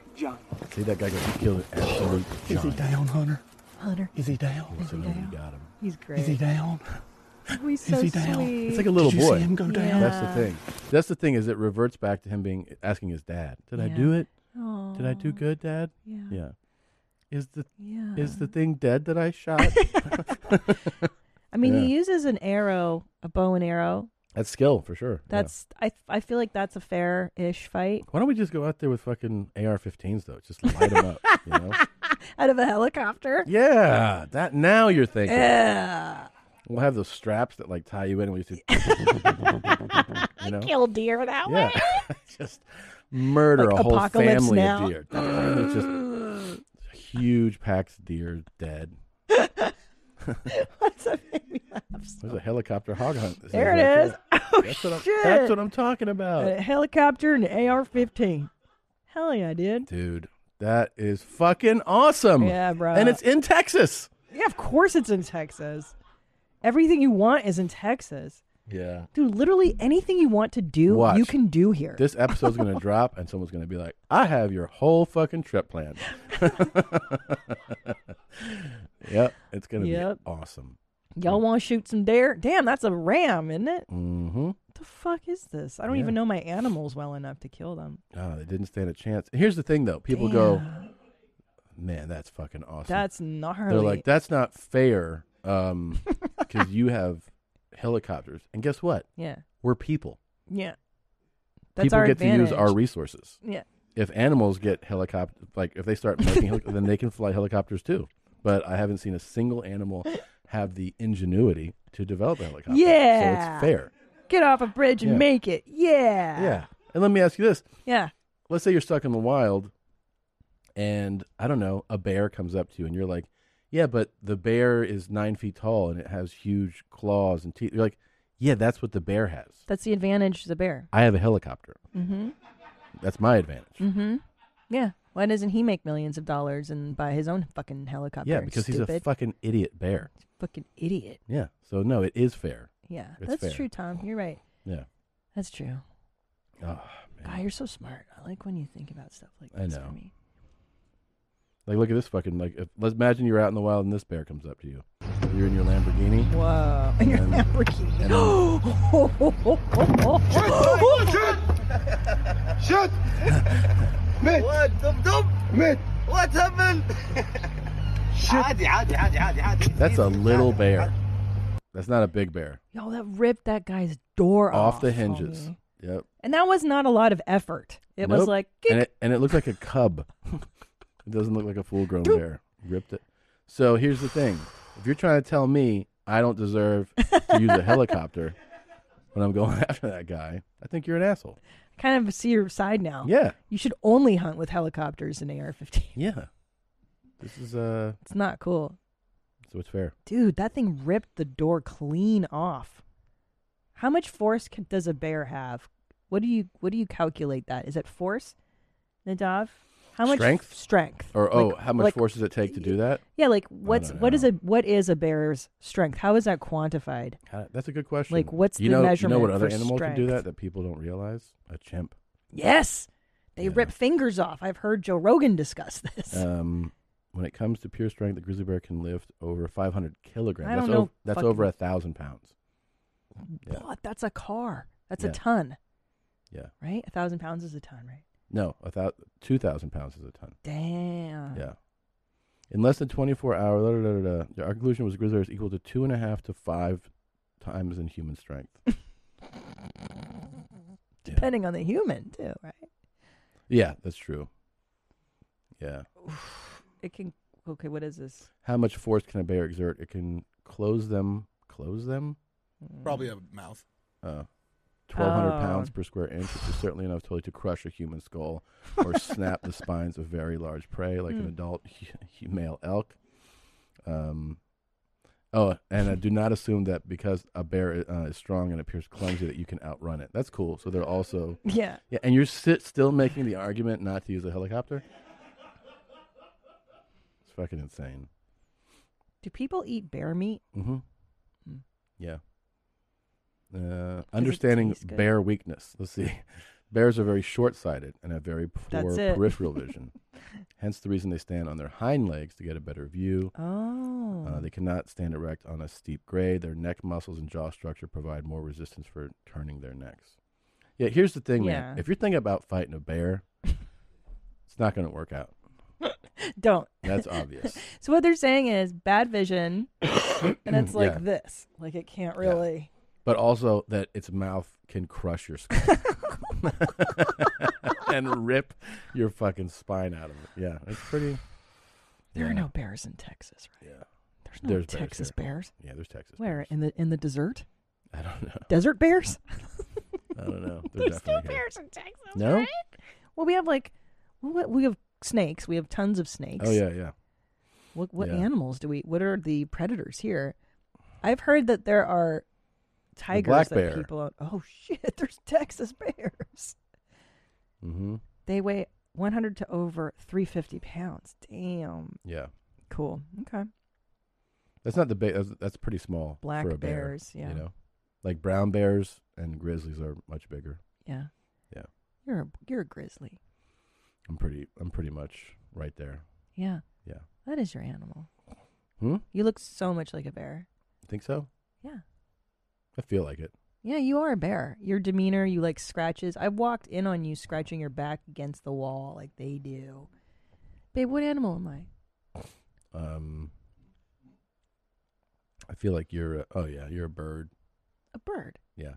See that guy got killed an absolute Is he giant. down, Hunter? Hunter. Is he down? Is he You down? got him. He's Is he great. down? Oh, He's so he down? sweet. It's like a little Did you boy. see him go down? That's the Yeah. thing. That's the thing is it reverts back to him being asking his dad, "Did I Yeah. do it? Aw, Did I do good, Dad?" Yeah. Yeah. Is the Yeah. is the thing dead that I shot? I mean, Yeah. he uses an arrow, a bow and arrow. that's skill for sure. Yeah. That's I. I feel like that's a fair-ish fight Why don't we just go out there with fucking AR-15s though? Just light them up. You know? out of a helicopter. Yeah. That now you're thinking. Eh. Yeah. We'll have those straps that like tie you in and we just do- you know? Kill deer that way. Yeah. just murder Like a whole Apocalypse family Now. of deer. It's just huge packs of deer dead. That's what made me laugh. There's a helicopter hog hunt. This There right it is. Oh That's what, I'm, shit! that's what I'm talking about. a helicopter and an AR-15. Hell yeah, I did. Dude, that is fucking awesome. Yeah, bro. And it's in Texas. Yeah, of course it's in Texas. Everything you want is in Texas, Yeah. dude. Literally anything you want to do, Watch. you can do here. This episode's going to drop and someone's going to be like, I have your whole fucking trip planned. yep. It's going to Yep. be awesome. Y'all want to shoot some deer? Damn, that's a ram, isn't it? Mm-hmm. What the fuck is this? I don't even know my animals well enough to kill them. Oh, they didn't stand a chance. Here's the thing, though. People go, man, that's fucking awesome. That's gnarly. They're like, that's not fair because you have helicopters. And guess what? yeah, We're people. yeah. That's people our get advantage. to use our resources. yeah. If animals get helicopter, like if they start making, heli- then they can fly helicopters too. But I haven't seen a single animal have the ingenuity to develop a helicopter. so Yeah. it's fair. Get off a bridge and Yeah. make it. Yeah. Yeah, and let me ask you this: Yeah. Let's say you're stuck in the wild, and I don't know, a bear comes up to you, and you're like, "Yeah, but the bear is nine feet tall and it has huge claws and teeth." You're like, "Yeah, that's what the bear has. That's the advantage to the bear. I have a helicopter. Mm-hmm. That's my advantage." Mm-hmm. Yeah. Why doesn't he make millions of dollars and buy his own fucking helicopter? Yeah, because Stupid. he's a fucking idiot bear. fucking idiot. Yeah. So no, it is fair. Yeah, It's that's fair. true, Tom. You're right. Yeah. That's true. Oh, God, man. you're so smart. I like when you think about stuff like I this know. for me. Like look at this fucking like if, let's imagine you're out in the wild and this bear comes up to you. You're in your Lamborghini. Whoa. And your And- Lamborghini. and- Shut! Mate! What? Mate! What happened? That's a little bear. That's not a big bear. Yo, that ripped that guy's door off. Off the hinges. homie. Yep. And that was not a lot of effort. It was Nope. like, and it, and it looked like a cub. it doesn't look like a full grown bear. Ripped it. So here's the thing: if you're trying to tell me I don't deserve to use a helicopter when I'm going after that guy, I think you're an asshole. kind of see your side now. Yeah, You should only hunt with helicopters and AR-15. yeah. This is uh, It's not cool. so it's fair. Dude, that thing ripped the door clean off. How much force can, does a bear have? What do you what do you calculate that? Is it force, Nadav? How much Strength? Strength. Or oh, Like- how much like- force does it take to do that? Yeah, like what's don't what is know. a what is a bear's strength? How is that quantified? How- That's a good question. Like, what's you the know, You know measurement what other for animal can do that strength? that people don't realize? A chimp. Yes, they Yeah. rip fingers off. I've heard Joe Rogan discuss this. Um, when it comes to pure strength, the grizzly bear can lift over 500 kilograms. I that's don't know ov- that's fucking- over a thousand pounds. yeah. What? That's a car. That's Yeah. a ton. Yeah. Right? A thousand pounds is a ton, right? No, a thou- 2,000 pounds is a ton. Damn. Yeah. In less than 24 hours, da, da, da, da, da, our conclusion was grizzly bears equal to two and a half to five times in human strength. Depending on the human too, right? yeah, that's true. Yeah. It can okay, what is this? How much force can a bear exert? It can close them. Close them? Probably a mouth. Uh, 1,200 Oh. pounds per square inch, which is certainly enough totally to crush a human skull or snap the spines of very large prey, like an Mm. adult hu- male elk. Um, oh, and uh, do not assume that because a bear uh, is strong and appears clumsy that you can outrun it. That's cool. So they're also Yeah. yeah. And you're sit- still making the argument not to use a helicopter. It's fucking insane. Do people eat bear meat? Mm-hmm. Mm. Yeah. Uh, understanding taste good? bear weakness. Let's see. Bears are very short sighted and have very poor That's it. peripheral vision. Hence the reason they stand on their hind legs to get a better view. Oh. Uh, they cannot stand erect on a steep grade. Their neck muscles and jaw structure provide more resistance for turning their necks. Yeah, here's the thing, man. Yeah. If you're thinking about fighting a bear, it's not going to work out. Don't. That's obvious. so what they're saying is bad vision and it's like Yeah. this. Like it can't really but also that its mouth can crush your skull and rip your fucking spine out of it. Yeah, it's pretty. There are Yeah. no bears in Texas, right? Yeah. There's no There's bears Texas here. bears. Yeah, there's Texas Where? In the in the desert? I don't know. Desert bears? I don't know. They're There's no definitely here. bears in Texas. No? Right? Well, we have like what we have snakes. We have tons of snakes. Oh yeah, yeah. What what Yeah. animals do we? What are the predators here? I've heard that there are tigers black that bear. people. Oh shit! There's Texas bears. Mm-hmm. They weigh 100 to over 350 pounds. Damn. Yeah. Cool. Okay. That's not the big. That's, that's pretty small Black for a bear, bears, yeah. You know, like brown bears and grizzlies are much bigger. Yeah. Yeah, You're a, you're a grizzly. I'm pretty. I'm pretty much right there. Yeah. Yeah. That is your animal. Hmm. You look so much like a bear. Think so? Yeah. I feel like it. Yeah, you are a bear. Your demeanor, you like scratches. I've walked in on you scratching your back against the wall like they do. Babe, what animal am I? Um. I feel like you're. A, oh yeah, you're a bird. A bird. Yeah.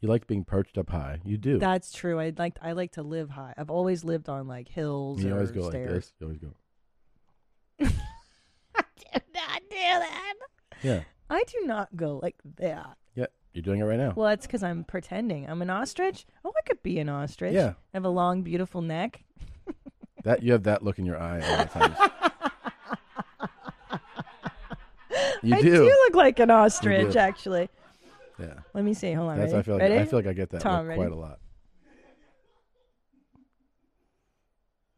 You like being perched up high. You do. That's true. I like I like to live high. I've always lived on like hills you or always go stairs. like this. You always go. Not do that. Yeah. I do not go like that. Yeah. You're doing it right now. Well, that's because I'm pretending. I'm an ostrich. Oh, I could be an ostrich. Yeah. I have a long, beautiful neck. That you have that look in your eye all the time. you I do. look like an You ostrich, do. actually. Yeah. Let me see. Hold on. That's ready? I feel like I Ready? feel like I get that Tom, look ready? quite a lot.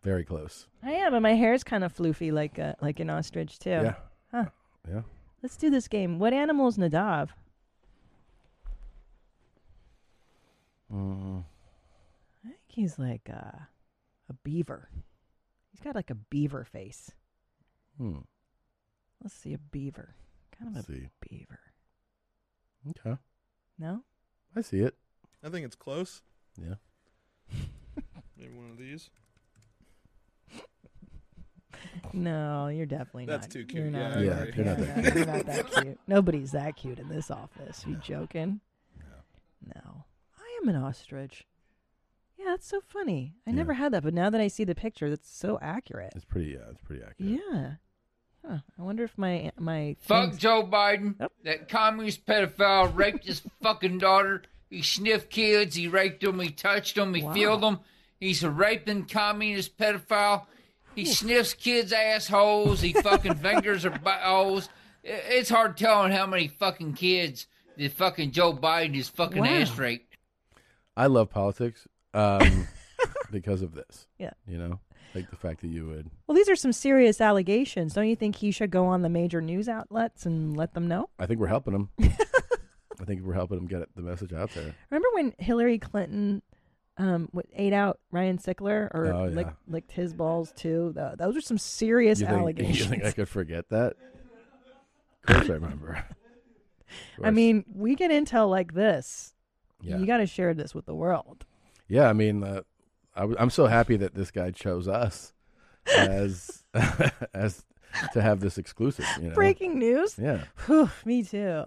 Very close. I am, and my hair is kind of floofy, like a, like an ostrich too. Yeah. Huh. Yeah. Let's do this game. What animal is Nadav? Mm. I think he's like a, a beaver. He's got like a beaver face. Hmm. Let's see a beaver. Kind of Let's a see. beaver. Okay. No? I see it. I think it's close. Yeah. Maybe one of these. No, you're definitely That's not. too You're cute. not, Yeah, you're I not, agree. you're You're not not- that you're not cute. that cute. Nobody's that cute in this office. You joking? No. I am an ostrich. Yeah, that's so funny. I never had that, but now that I see the picture, that's so accurate. It's pretty yeah, it's pretty accurate. Yeah. Huh. I wonder if my my Fuck things- Joe Biden. That communist pedophile raped his fucking daughter. He sniffed kids. He raped them. He touched them. He Wow. filled them. He's a raping communist pedophile. He sniffs kids' assholes. He fucking fingers their buttholes. I- It's hard telling how many fucking kids that fucking Joe Biden is fucking Wow. ass raped. I love politics um, because of this. Yeah. You know, like the fact that you would. Well, these are some serious allegations. Don't you think he should go on the major news outlets and let them know? I think we're helping them. I think we're helping them get the message out there. Remember when Hillary Clinton um, what, ate out Ryan Sickler or Oh, yeah. licked, licked his balls too? Tho- Those are some serious you think, allegations. You think I could forget that? Of course, I remember. I mean, we get intel like this. Yeah. You got to share this with the world. Yeah, I mean, uh, I w- I'm so happy that this guy chose us as as to have this exclusive. You know? Breaking news. Yeah. Whew, me too.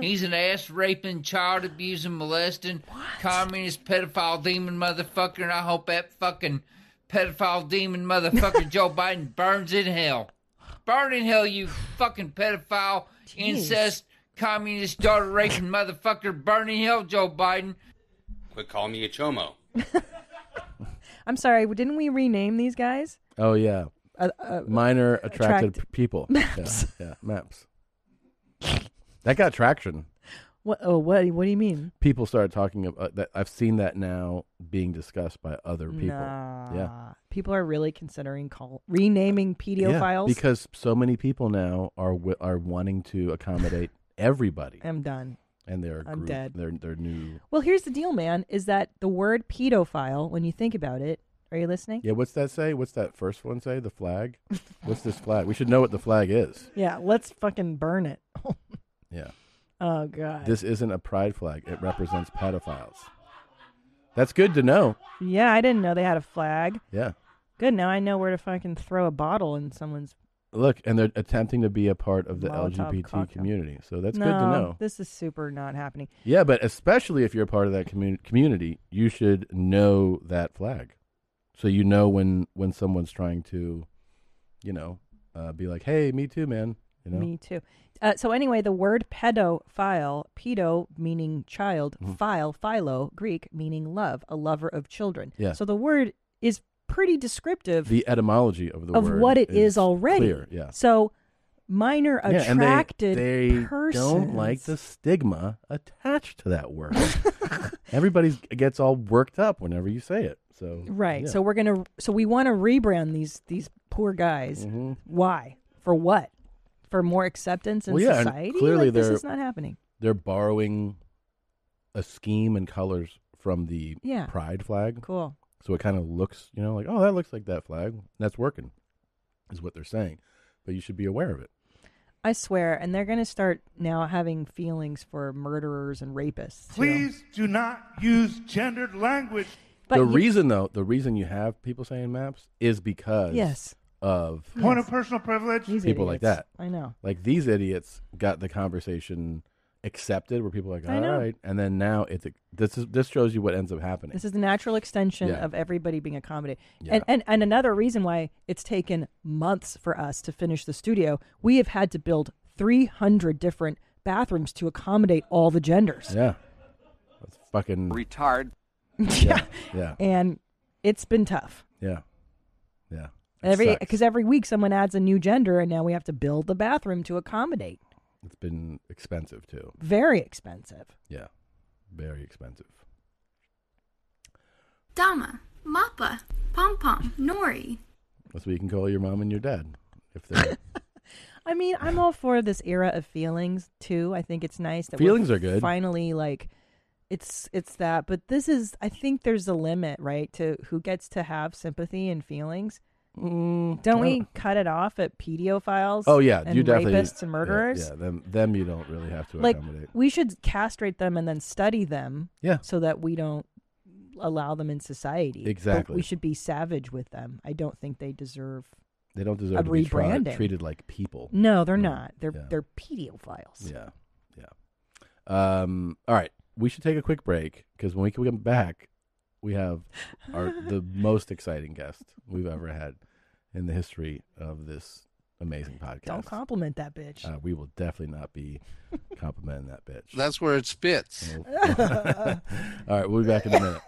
He's an ass raping, child abusing, molesting, communist, pedophile, demon motherfucker, and I hope that fucking pedophile, demon motherfucker Joe Biden burns in hell. Burn in hell, you fucking pedophile, incest, communist, daughter raping motherfucker. Burn in hell, Joe Biden. Quit calling me a chomo. I'm sorry. Didn't we rename these guys? Oh yeah. Uh, uh, Minor attracted attract- p- people. Maps. Yeah, yeah, maps. That got traction. What? Oh, what? What do you mean? People started talking about that. I've seen that now being discussed by other people. Yeah. Nah. People are really considering call renaming Yeah, pedophiles. because so many people now are wi- are wanting to accommodate everybody. I'm done. And they're I'm dead. They're they're new. Well, here's the deal, man. Is that the word pedophile? When you think about it, are you listening? Yeah, what's that say? What's that first one say? The flag? what's this flag? We should know what the flag is. Yeah. Let's fucking burn it. Yeah. oh God. This isn't a pride flag. It represents pedophiles. That's good to know. Yeah, I didn't know they had a flag. Yeah. Good. Now I know where to fucking throw a bottle in someone's. Look, and they're attempting to be a part of the Molotov LGBT cocktail. community. So that's no, good to know. This is super not happening. Yeah, but especially if you're a part of that commu- community, you should know that flag, so you know when when someone's trying to, you know, uh, be like, "Hey, me too, man." You know, Me too. Uh, so anyway, the word pedophile, pedo meaning child, Mhm. phile, philo, Greek meaning love, a lover of children. Yeah. So the word is pretty descriptive the etymology of the of word what it is, already. Clear, yeah. So minor Yeah, and they- attracted they, don't like persons. the stigma attached to that word. Everybody gets all worked up whenever you say it. So Right. yeah. So we're gonna. So we want to rebrand these these poor guys. Mhm. Why? For what? For more acceptance in Well, yeah, and society? clearly like, this they're- is not happening. they're borrowing a scheme and colors from the Yeah. pride flag. Cool. So it kind of looks, you know, like, oh, that looks like that flag. That's working, is what they're saying. But you should be aware of it. I swear. And they're gonna start now having feelings for murderers and rapists. too. Please do not use gendered language. But the you- reason, though, the reason you have people saying maps is because Yes. of Point of personal privilege. people like that. I know. Like these idiots got the conversation accepted, where people are like, I all know. right, and then now it's this is this shows you what ends up happening. This is the natural extension Yeah. of everybody being accommodated. Yeah. And, and and another reason why it's taken months for us to finish the studio, we have had to build 300 different bathrooms to accommodate all the genders. yeah, that's fucking retard. Yeah, yeah, And it's been tough. yeah, yeah. It Every sucks. because every week someone adds a new gender and now we have to build the bathroom to accommodate. it's been expensive too. Very expensive. Yeah, very expensive. Dama, Mappa, Pom Pom, Nori. That's what you can call your mom and your dad if they're I mean, I'm all for this era of feelings too. I think it's nice that we're Feelings are good. Finally, like it's it's that, but this is. I think there's a limit, right, to who gets to have sympathy and feelings. don't I we cut it off at pedophiles? Mm, Oh yeah, and you definitely rapists and yeah, murderers. Yeah, them them you don't really have to like accommodate. we should castrate them and then study them. Yeah. so that we don't allow them in society. But Exactly. we should be savage with them. I don't think they deserve. They don't deserve a to be tri- rebranding. treated like people. No, they're not. They're Yeah. they're pedophiles. Yeah, yeah. Um. All right, we should take a quick break because when we come back, we have our the most exciting guest we've ever had in the history of this amazing podcast. Don't compliment that bitch. Uh, we will definitely not be complimenting that bitch. That's where it spits. All right, we'll be back in a minute.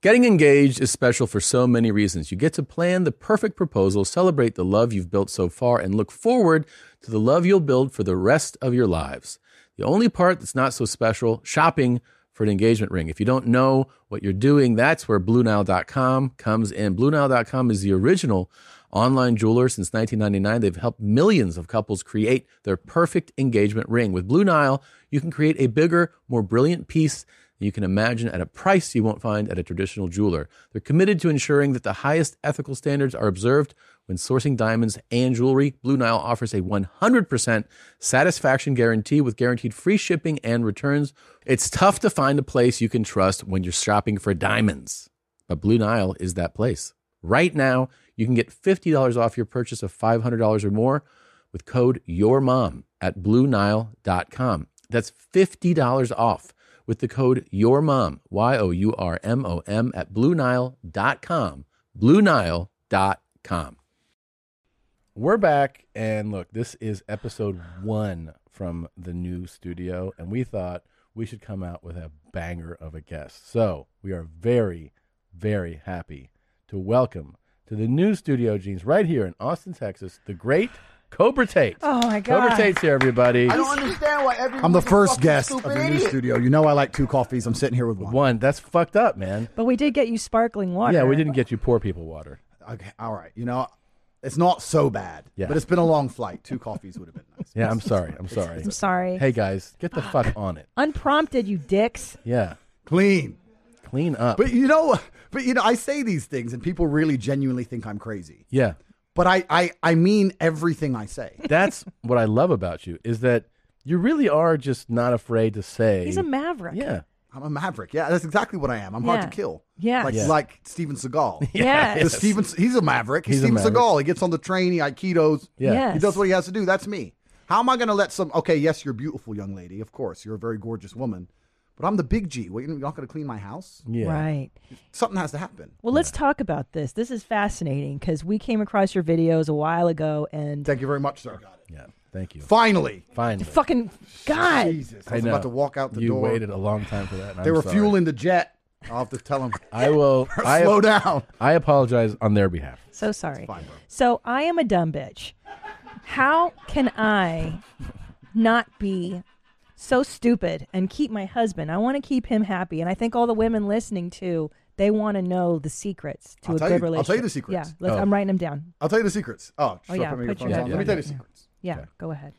Getting engaged is special for so many reasons. You get to plan the perfect proposal, celebrate the love you've built so far, and look forward to the love you'll build for the rest of your lives. The only part that's not so special shopping for an engagement ring. If you don't know what you're doing, that's where BlueNile.com comes in. BlueNile.com is the original online jeweler since 1999. They've helped millions of couples create their perfect engagement ring. With Blue Nile, you can create a bigger, more brilliant piece you can imagine at a price you won't find at a traditional jeweler. They're committed to ensuring that the highest ethical standards are observed when sourcing diamonds and jewelry. Blue Nile offers a 100% satisfaction guarantee with guaranteed free shipping and returns. It's tough to find a place you can trust when you're shopping for diamonds, but Blue Nile is that place. Right now, you can get $50 off your purchase of $500 or more with code YOURMOM at BlueNile.com. That's $50 off with the code YOURMOM, Y O U R M O M, at BlueNile.com. BlueNile.com. We're back, and look, this is episode one from the new studio, and we thought we should come out with a banger of a guest. So we are very, very happy to welcome to the new studio, Jeans, right here in Austin, Texas, the great Cobra Tate. Oh my Cobra Tate's here, everybody. I don't understand why everyone. I'm the first guest of the new studio. You know I like two coffees. I'm sitting here with one. One. That's fucked up, man. But we did get you sparkling water. Yeah, we didn't get you poor people water. Okay. All right. You know, it's not so bad. Yeah. But it's been a long flight. Two coffees would have been nice. Yeah, I'm sorry. I'm sorry. I'm sorry. Hey guys, get the fuck on it. Unprompted, you dicks. Yeah. Clean. Clean up. But you know, but you know, I say these things and people really genuinely think I'm crazy. Yeah. But I, I, I mean everything I say. That's what I love about you is that you really are just not afraid to say He's a maverick. Yeah. I'm a maverick. Yeah, that's exactly what I am. I'm hard Yeah. to kill. Yes. Like Yeah. like Steven Seagal. Yes. The Steven, he's a maverick. He's a Steven maverick. Seagal. He gets on the train. He aikidos. Yeah. Yes. He does what he has to do. That's me. How am I going to let some? Okay, yes, you're beautiful, young lady. Of course, you're a very gorgeous woman. But I'm the big G. What, you're not going to clean my house? Yeah. Right. Something has to happen. Well, let's talk about this. This is fascinating because we came across your videos a while ago, and thank you very much, sir. Yeah. Thank you. Finally. Finally. Fucking God. Jesus, I was about to walk out the you door. waited a long time for that. and they I'm were sorry. fueling the jet. I'll have to tell them. I will. I, Slow down. I apologize on their behalf. So sorry. so I am a dumb bitch. How can I not be so stupid and keep my husband? I want to keep him happy, and I think all the women listening too, they want to know the secrets to I'll a tell good you- relationship. I'll tell you the secrets. Yeah, let's, Oh. I'm writing them down. I'll tell you the secrets. Oh, Oh should I yeah, put my put your earphones head down. on? Let me tell you the yeah. secrets. Yeah, go ahead.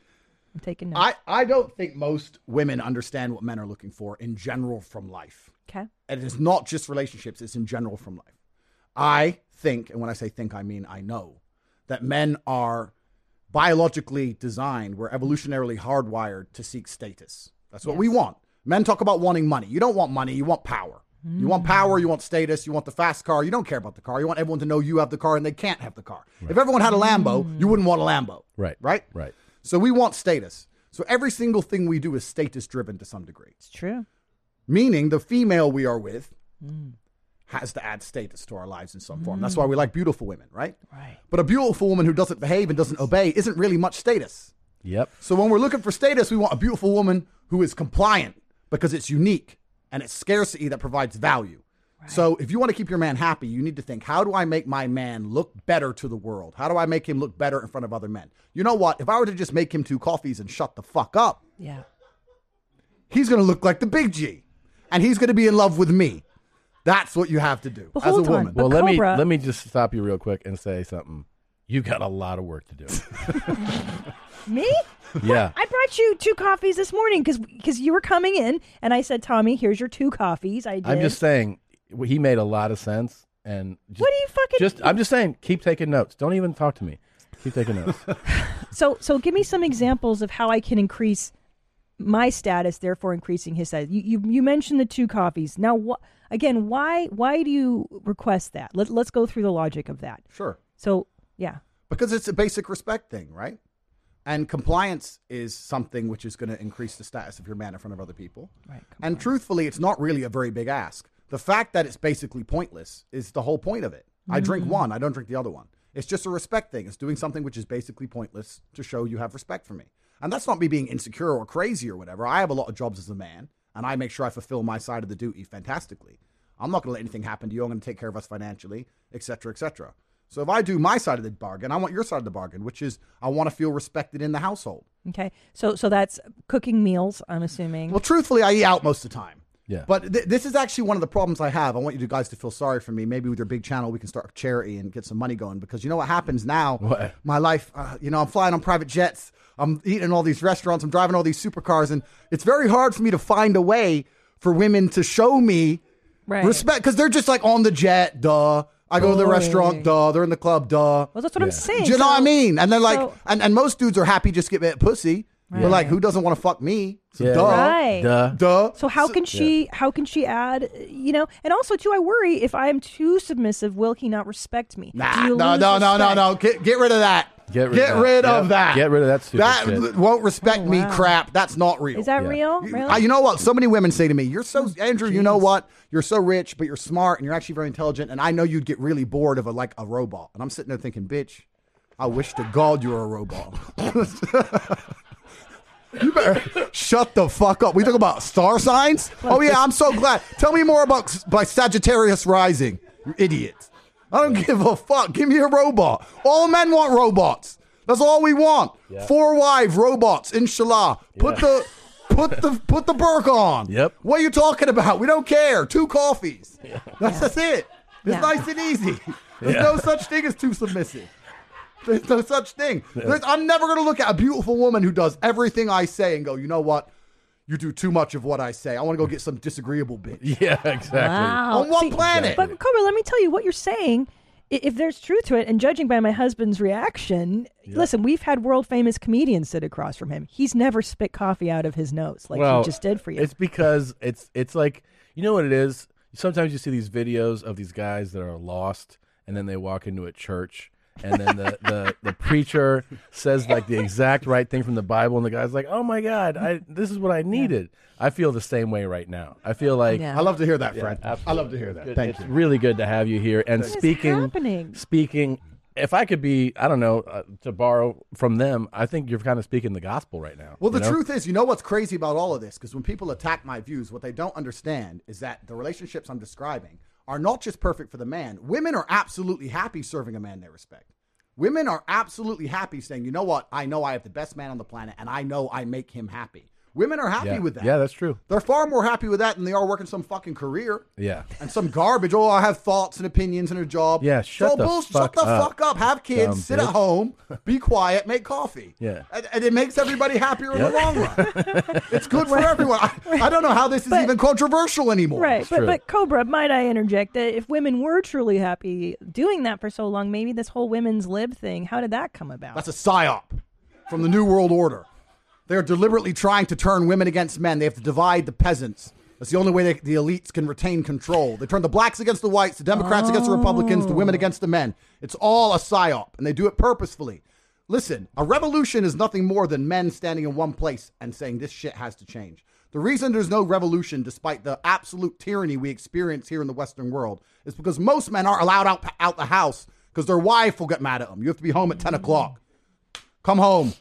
I'm taking notes. I, I don't think most women understand what men are looking for in general from life. okay. And it's not just relationships, it's in general from life. I think, and when I say think, I mean I know, that men are biologically designed, we're evolutionarily hardwired to seek status. That's what we want. Men talk about wanting money. You don't want money, you want power. You want power, you want status, you want the fast car, you don't care about the car. You want everyone to know you have the car and they can't have the car. If everyone had a Lambo, you wouldn't want a Lambo. Right. Right? Right. So we want status. So every single thing we do is status driven to some degree. It's true. Meaning the female we are with has to add status to our lives in some form. That's why we like beautiful women, right? Right. But a beautiful woman who doesn't behave and doesn't obey isn't really much status. Yep. So when we're looking for status, we want a beautiful woman who is compliant because it's unique and it's scarcity that provides value. So if you want to keep your man happy, you need to think, how do I make my man look better to the world? How do I make him look better in front of other men? You know what? If I were to just make him two coffees and shut the fuck up, Yeah. he's going to look like the big G and he's going to be in love with me. That's what you have to do as a woman. Well, let me let me just stop you real quick and say something. You got a lot of work to do. Me? Yeah. I brought you two coffees this morning because you were coming in, and I said, Tommy, here's your two coffees. I did. I'm just saying he made a lot of sense and just, What do you fucking- just I'm just saying keep taking notes. Don't even talk to me. Keep taking notes. So, so give me some examples of how I can increase my status, therefore increasing his status. You, you, you mentioned the two coffees. Now, what again? Why, why do you request that? Let, let's go through the logic of that. Sure. So, yeah, Because it's a basic respect thing, right? And compliance is something which is going to increase the status of your man in front of other people. Right. And truthfully, it's not really a very big ask. The fact that it's basically pointless is the whole point of it. I drink Mm. one, I don't drink the other one. It's just a respect thing. It's doing something which is basically pointless to show you have respect for me. And that's not me being insecure or crazy or whatever. I have a lot of jobs as a man, and I make sure I fulfill my side of the duty fantastically. I'm not going to let anything happen to you. I'm going to take care of us financially, et cetera, et cetera. So if I do my side of the bargain, I want your side of the bargain, which is I want to feel respected in the household. okay. So, so that's cooking meals. I'm assuming. Well, truthfully, I eat out most of the time. Yeah. But th- this is actually one of the problems I have. I want you guys to feel sorry for me. Maybe with your big channel, we can start a charity and get some money going. Because you know what happens now? What? My life, uh, you know, I'm flying on private jets. I'm eating in all these restaurants. I'm driving all these supercars, and it's very hard for me to find a way for women to show me Right. respect because they're just like on the jet, duh. I go to the Right. restaurant, duh. They're in the club, duh. Well, that's what I'm saying. Do you know what I So- mean? And they're like, so- and, and most dudes are happy just get at pussy. But Right. like, who doesn't want to fuck me? So Yeah. duh, Right. Duh. duh. So how can she? How can she add? You know, and also too, I worry if I am too submissive, will he not respect me? Do Nah, you no, lose no, no, no, respect? no. Get get rid of that. Get rid get of that. Yep. rid of that. Get rid of that stupid That shit. l- won't respect me crap. That's not real. Oh, Is that real? Really? Oh, I- you know what? So many women say to me, "You're so Andrew. You know what? You're so rich, but you're smart and you're actually very intelligent. And I know you'd get really bored of a like a robot." And I'm sitting there thinking, "Bitch, I wish to God you were a robot." you better shut the fuck up. We talk about star signs. Oh yeah, I'm so glad. Tell me more about by Sagittarius rising. You idiot. I don't give a fuck. Give me a robot. All men want robots. That's all we want. Yeah. Four wife robots. Inshallah. Put Yeah. the put the put the burk on. Yep. What are you talking about? We don't care. Two coffees. That's, that's it. It's Yeah. nice and easy. There's Yeah. no such thing as too submissive. There's no such thing. Yeah. There's- I'm never going to look at a beautiful woman who does everything I say and go, you know what? You do too much of what I say. I want to go get some disagreeable bitch. Yeah, exactly. Wow. On one Oh, See, planet. But Cobra, Uh, let me tell you what you're saying. i- If there's truth to it, and judging by my husband's reaction, listen, we've had world famous comedians sit across from him. He's never spit coffee out of his nose like Well, he just did for you. It's because it's it's like you know what it is. Sometimes you see these videos of these guys that are lost, and then they walk into a church, and then the the, the preacher says like the exact right thing from the Bible, and the guy's like, "Oh my God, I this is what I needed." I feel the same way right now. I feel like I love to hear that, Fred. I love absolutely. to hear that. Good. Thank it's you. really good to have you here. And What is speaking, happening? speaking. If I could be, I don't know, uh, to borrow from them, I think you're kind of speaking the gospel right now. Well, you the know? truth is, you know what's crazy about all of this? Because when people attack my views, what they don't understand is that the relationships I'm describing are not just perfect for the man. Women are absolutely happy serving a man they respect. Women are absolutely happy saying, you know what? I know I have the best man on the planet and I know I make him happy. Women are happy yeah. with that. Yeah, that's true. They're far more happy with that than they are working some fucking career Yeah. and some garbage. Oh, I have thoughts and opinions and a job. Yeah, shut so the bullshit. fuck shut the up, fuck up. Have dumb kids. Sit bitch. at home. Be quiet. Make coffee. Yeah. And, and it makes everybody happier in the Yep. long run. it's good for everyone. I, I don't know how this is even controversial anymore. Right, but, but Cobra, might I interject that if women were truly happy doing that for so long, maybe this whole women's lib thing, how did that come about? That's a psyop from the New World Order. They're deliberately trying to turn women against men. They have to divide the peasants. That's the only way they, the elites can retain control. They turn the blacks against the whites, the Democrats against the Republicans, the women against the men. It's all a psyop, and they do it purposefully. Listen, a revolution is nothing more than men standing in one place and saying this shit has to change. The reason there's no revolution, despite the absolute tyranny we experience here in the Western world, is because most men aren't allowed out, out the house because their wife will get mad at them. You have to be home at 10 o'clock. Come home.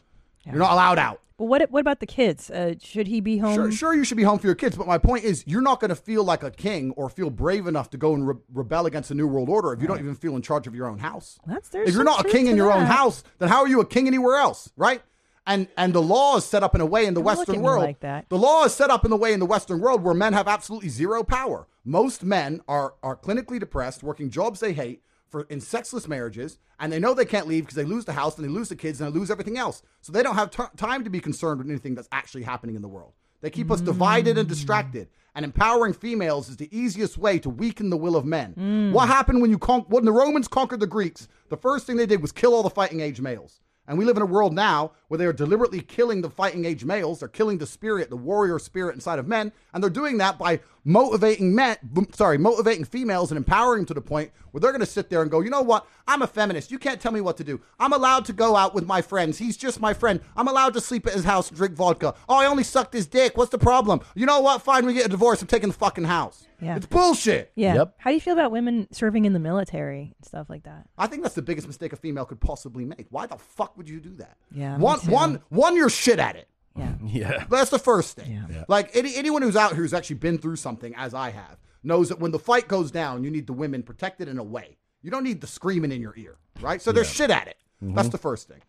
You're not allowed out. But what what about the kids? Uh, should he be home? Sure, sure, you should be home for your kids, but my point is, you're not going to feel like a king or feel brave enough to go and re- rebel against the new world order if you don't even feel in charge of your own house. That's there's If you're some not a truth king in to your own that. house, then how are you a king anywhere else, right? And and the law is set up in a way in the Don't look Western at me world. like that. The law is set up in the way in the Western world where men have absolutely zero power. Most men are are clinically depressed, working jobs they hate for in sexless marriages, and they know they can't leave because they lose the house and they lose the kids and they lose everything else. So they don't have t- time to be concerned with anything that's actually happening in the world. They keep us divided and distracted. And empowering females is the easiest way to weaken the will of men. What happened when you con- when the Romans conquered the Greeks? The first thing they did was kill all the fighting age males. And we live in a world now where they are deliberately killing the fighting age males. They're killing the spirit, the warrior spirit inside of men, and they're doing that by motivating men. b- Sorry, motivating females and empowering them to the point where they're going to sit there and go, you know what? I'm a feminist. You can't tell me what to do. I'm allowed to go out with my friends. He's just my friend. I'm allowed to sleep at his house and drink vodka. Oh, I only sucked his dick. What's the problem? You know what? Fine, we get a divorce. I'm taking the fucking house. Yeah. It's bullshit. Yeah. How do you feel about women serving in the military and stuff like that? I think that's the biggest mistake a female could possibly make. Why the fuck would you do that? Yeah, me One, too. one, one, you're shit at it. Yeah. That's the first thing. Like any, anyone who's out here who's actually been through something, as I have, knows that when the fight goes down, you need the women protected in a way. You don't need the screaming in your ear, right? So they're shit at it. That's Mhm. the first thing.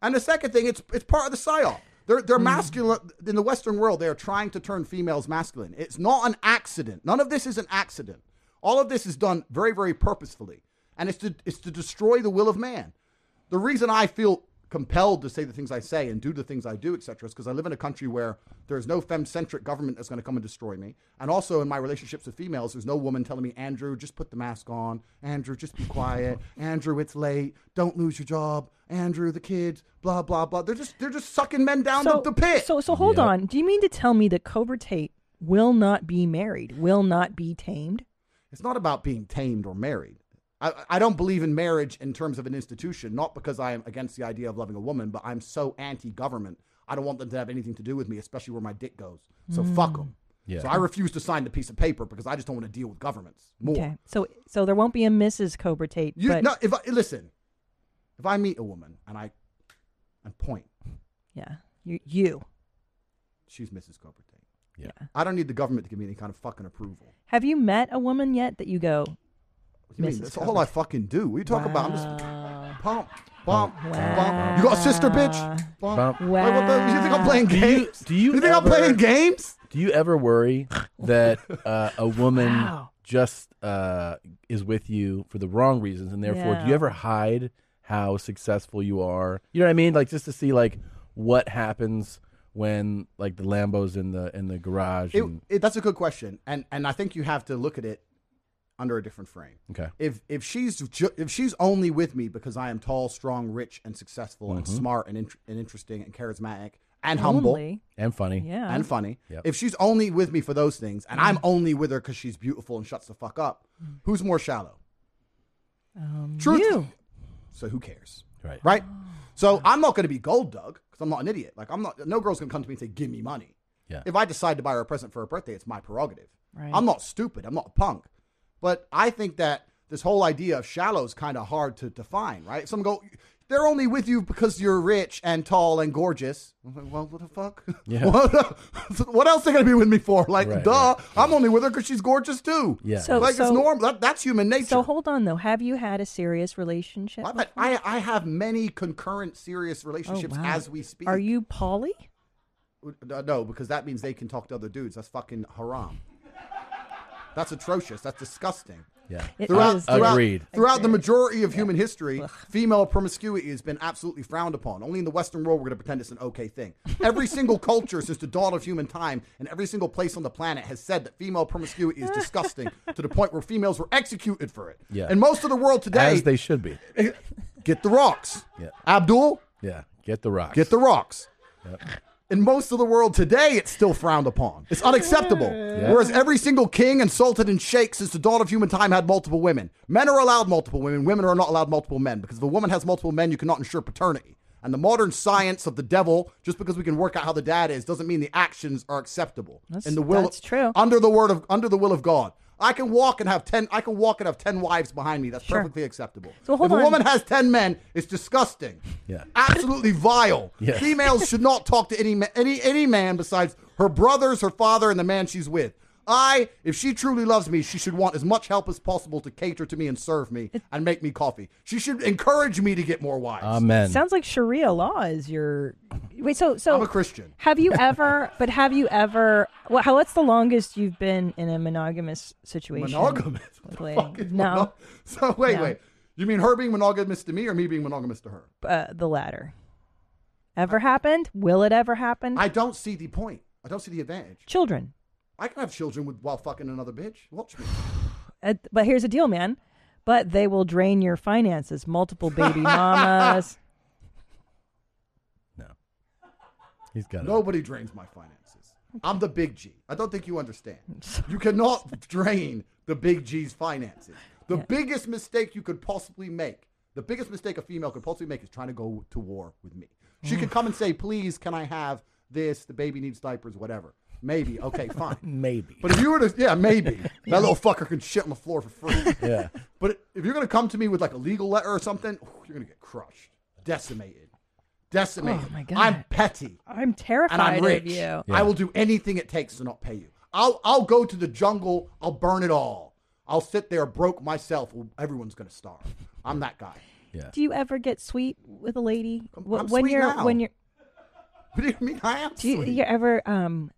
And the second thing, it's it's part of the psyop. They're they're masculine in the Western world. They are trying to turn females masculine. It's not an accident. None of this is an accident. All of this is done very very purposefully, and it's to it's to destroy the will of man. The reason I feel compelled to say the things I say and do the things I do, etc., is because I live in a country where there's no femme-centric government that's going to come and destroy me. And also in my relationships with females, there's no woman telling me, Andrew, just put the mask on. Andrew, just be quiet. Andrew, it's late. Don't lose your job. Andrew, the kids, blah blah blah. They're just they're just sucking men down so, the, the pit. So so hold on. Do you mean to tell me that Cobra Tate will not be married? Will not be tamed? It's not about being tamed or married. I, I don't believe in marriage in terms of an institution, not because I am against the idea of loving a woman, but I'm so anti government. I don't want them to have anything to do with me, especially where my dick goes. So Mm. fuck them. Yeah. So I refuse to sign the piece of paper because I just don't want to deal with governments more. Okay. So so there won't be a Mrs. Cobra Tate. You but no, if I, listen, if I meet a woman and I and point, yeah, you you she's Mrs. Cobra Tate. Yeah. I don't need the government to give me any kind of fucking approval. have you met a woman yet that you go? You mean Mrs. that's Cobra all I fucking do? We talk about I'm just pump, pump, Wow. pump. You got a sister, bitch. Oh, Bump. Wait, what the- you think I'm playing Do you- games? Do you, You think I'm playing games? Do you ever worry that uh, a woman Wow. just uh, is with you for the wrong reasons, and therefore, do Yeah. you ever hide how successful you are? You know what I mean? Like just to see like what happens when like the Lambo's in the in the garage. It, and, it, that's a good question, and and I think you have to look at it under a different frame. okay. If if she's ju- if she's only with me because I am tall, strong, rich, and successful, and Mhm. smart, and, int- and interesting, and charismatic, and humble, Only. And funny. Yeah. and funny. Yep. Mm. If she's only with me for those things, and I'm only with her because she's beautiful and shuts the fuck up, who's more shallow? Um, Truth. You. So who cares? Right. Right. So I'm not going to be gold dug because I'm not an idiot. Like I'm not. No girl's going to come to me and say, "Give me money." Yeah. If I decide to buy her a present for her birthday, it's my prerogative. Right. I'm not stupid. I'm not a punk. But I think that this whole idea of shallow is kind of hard to define, right? Some go, they're only with you because you're rich and tall and gorgeous. I'm like, well, what the fuck? Yeah. what, what else they going to be with me for? Like, Right, duh. I'm only with her because she's gorgeous too. Yeah. So- like, so- it's normal. That, that's human nature. So hold on though. Have you had a serious relationship? I've had- I, I have many concurrent serious relationships Oh, wow. as we speak. Are you poly? Uh, No, because that means they can talk to other dudes. That's fucking haram. That's atrocious. That's disgusting. Yeah. It is. throughout, Agreed. Throughout the majority of human history, female promiscuity has been absolutely frowned upon. Only in the Western world we're going to pretend it's an okay thing. Every single culture since the dawn of human time and every single place on the planet has said that female promiscuity is disgusting to the point where females were executed for it. Yeah. And most of the world today, As they should be. get the rocks. Yeah. Abdul, Yeah. Get the rock. get the rocks. Yep. In most of the world today, it's still frowned upon. It's unacceptable. Whereas every single king and sultan and sheikh since the dawn of human time had multiple women. Men are allowed multiple women. Women are not allowed multiple men because if a woman has multiple men, you cannot ensure paternity. And the modern science of the devil, just because we can work out how the dad is, doesn't mean the actions are acceptable. That's- in the will, that's true. Under the word of, under the will of God, I can walk and have ten. I can walk and have ten wives behind me. That's Sure. perfectly acceptable. So hold if on. a woman has ten men, it's disgusting. Yeah. Absolutely vile. Yeah. Females should not talk to any ma- any any man besides her brothers, her father, and the man she's with. I, if she truly loves me, she should want as much help as possible to cater to me and serve me and make me coffee. She should encourage me to get more wives. Amen. Sounds like Sharia law is your. Wait, so so I'm a Christian. Have you ever? but have you ever? Well, how, what's the longest you've been in a monogamous situation? Monogamous. What the Like, fuck is no, mono- So wait, No. wait. You mean her being monogamous to me or me being monogamous to her? uh, the latter. Ever happened? Will it ever happen? I don't see the point. I don't see the advantage. Children. I can have children with while fucking another bitch. Watch me. Uh, but here's the deal, man. But they will drain your finances. Multiple baby mamas. He's got it. Nobody drains my finances. I'm the big G. I don't think you understand. You cannot drain the big G's finances. The biggest mistake you could possibly make, the biggest mistake a female could possibly make is trying to go to war with me. She could come and say, please, can I have this? The baby needs diapers, whatever. Maybe. Okay, fine. Maybe. But if you were to, yeah, maybe. That little fucker can shit on the floor for free. Yeah. But if you're going to come to me with like a legal letter or something, you're going to get crushed, decimated, decimated. Oh, my God. I'm petty I'm terrified and I'm rich. of you. I will do anything it takes to not pay you. I'll I'll go to the jungle. I'll burn it all. I'll sit there broke myself. Everyone's gonna starve. I'm that guy. Yeah. Do you ever get sweet with a lady? Wh- I'm when sweet you're now. when you're What do you mean? I am do you, sweet. you ever um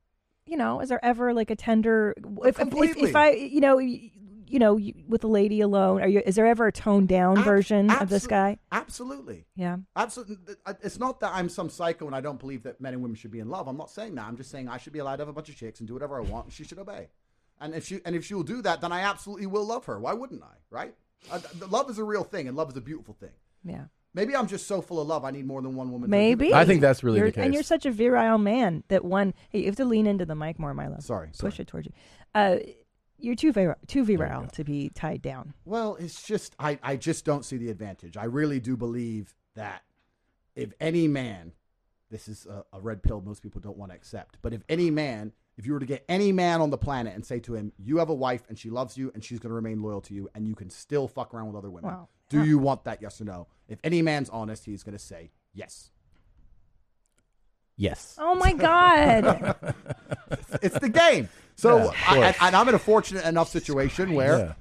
you know is there ever like a tender if, if, if, Oh, Completely. if I you know y- you know, you, with a lady alone? Are you? Is there ever a toned down version of this guy? Absolutely. Yeah. Absolutely. It's not that I'm some psycho and I don't believe that men and women should be in love. I'm not saying that. I'm just saying I should be allowed to have a bunch of chicks and do whatever I want and she should obey. And if she and if she will do that, then I absolutely will love her. Why wouldn't I? Right? Uh, th- love is a real thing and love is a beautiful thing. Yeah. Maybe I'm just so full of love I need more than one woman. to do Maybe. that. You're- And you're such a virile man that one. Hey, you have to lean into the mic more, Milo. Sorry, Push it towards you. Uh, you're too virile, too virile to be tied down. Well, it's just I, I just don't see the advantage. I really do believe that if any man, this is a, a red pill most people don't want to accept, but if any man, if you were to get any man on the planet and say to him, "You have a wife and she loves you and she's going to remain loyal to you and you can still fuck around with other women," Wow. do you want that? Yes or no? If any man's honest, he's going to say yes. Yes. Oh my God. it's the game. So, Yeah, of I, course. and, and I'm in a fortunate enough situation where Yeah.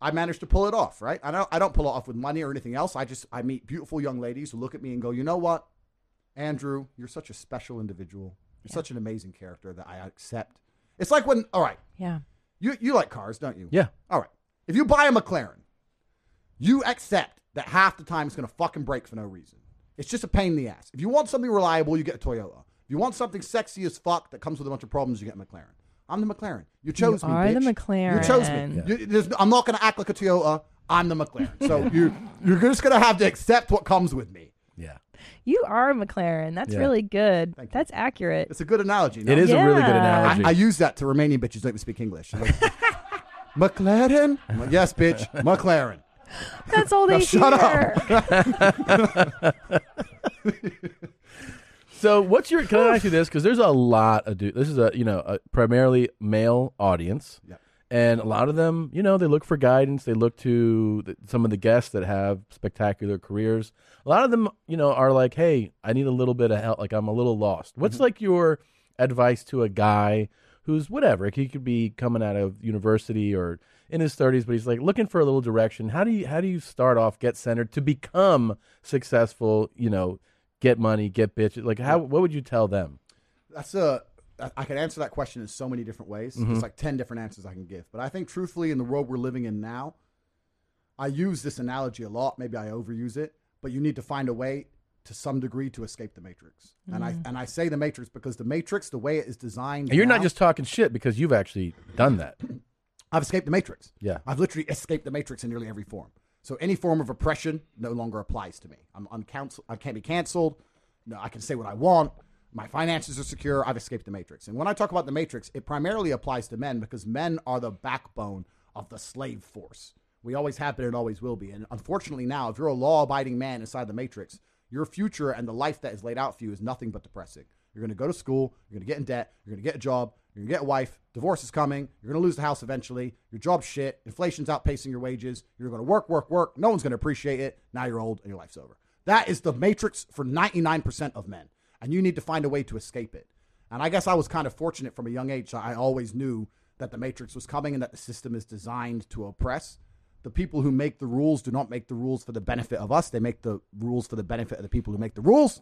I managed to pull it off. Right? I don't. I don't pull it off with money or anything else. I just I meet beautiful young ladies who look at me and go, you know what, Andrew, you're such a special individual. You're such an amazing character that I accept. It's like when, all right, yeah, you you like cars, don't you? Yeah. All right. If you buy a McLaren, you accept that half the time it's going to fucking break for no reason. It's just a pain in the ass. If you want something reliable, you get a Toyota. If you want something sexy as fuck that comes with a bunch of problems, you get a McLaren. I'm the McLaren. You chose me. are the bitch. McLaren. You chose me. Yeah. You- there's- I'm not going to act like a Toyota. I'm the McLaren. So you you're just going to have to accept what comes with me. Yeah. You are a McLaren. That's Yeah. really good. That's accurate. It's a good analogy. no? It is a really good Yeah. analogy. I, I use that to Romanian bitches don't even speak English. They're like, McLaren? I'm like, yes, bitch. McLaren. That's all Now they shut hear. up. So what's your? Can I ask you this? Because there's a lot of dude. This is a you know a primarily male audience, and a lot of them you know they look for guidance. They look to the, some of the guests that have spectacular careers. A lot of them you know are like, hey, I need a little bit of help. Like I'm a little lost. What's like your advice to a guy who's whatever? He could be coming out of university or in his 30s, but he's like looking for a little direction. How do you how do you start off, get centered to become successful? You know get money, get bitches. Like, how? What would you tell them? That's a. I- I can answer that question in so many different ways. Mhm. There's like ten different answers I can give, but I think truthfully, in the world we're living in now, I use this analogy a lot. Maybe I overuse it, but you need to find a way to some degree to escape the matrix. And I Mm. and I say the matrix because the matrix, the way it is designed, And you're not now- just talking shit because you've actually done that. I've escaped the matrix. Yeah. I've literally escaped the matrix in nearly every form. So any form of oppression no longer applies to me. I'm uncounsel- I can't be canceled. No, I can say what I want. My finances are secure. I've escaped the matrix. And when I talk about the matrix, it primarily applies to men because men are the backbone of the slave force. We always have been and always will be. And unfortunately, now, if you're a law abiding man inside the matrix, your future and the life that is laid out for you is nothing but depressing. You're going to go to school. You're going to get in debt. You're going to get a job. You're going to get a wife. Divorce is coming. You're going to lose the house eventually. Your job's shit. Inflation's outpacing your wages. You're going to work, work, work. No one's going to appreciate it. Now you're old and your life's over. That is the matrix for 99% of men. And you need to find a way to escape it. And I guess I was kind of fortunate from a young age. I always knew that the matrix was coming and that the system is designed to oppress. The people who make the rules do not make the rules for the benefit of us. They make the rules for the benefit of the people who make the rules.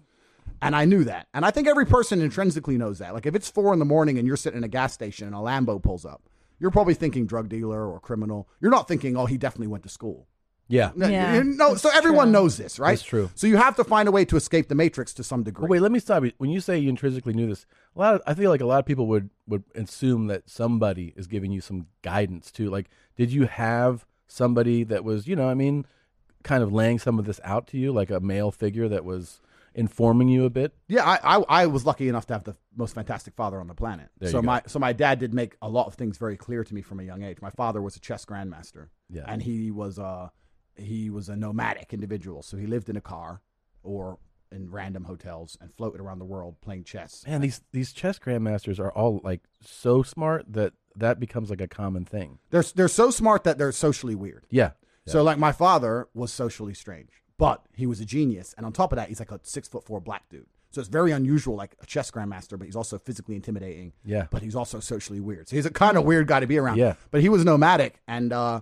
And I knew that. And I think every person intrinsically knows that. Like if it's four in the morning and you're sitting in a gas station and a Lambo pulls up, you're probably thinking drug dealer or criminal. You're not thinking, oh, he definitely went to school. Yeah. No, you- no so everyone knows this, right? That's true. So you have to find a way to escape the matrix to some degree. But wait, let me stop you. When you say you intrinsically knew this, a lot of, I feel like a lot of people would would assume that somebody is giving you some guidance too. Like, did you have somebody that was, you know, I mean, kind of laying some of this out to you, like a male figure that was informing you a bit? Yeah, I, I I was lucky enough to have the most fantastic father on the planet. There so you go. my so my dad did make a lot of things very clear to me from a young age. My father was a chess grandmaster. Yeah. And he was uh he was a nomadic individual. So he lived in a car or in random hotels and floated around the world playing chess. Man, these these chess grandmasters are all like so smart that that becomes like a common thing. They're they're so smart that they're socially weird. Yeah. So like my father was socially strange, but he was a genius, and on top of that, he's like a six foot four black dude. So it's very unusual, like a chess grandmaster, but he's also physically intimidating. Yeah. But he's also socially weird. So he's a kind of weird guy to be around. Yeah. But he was nomadic, and uh,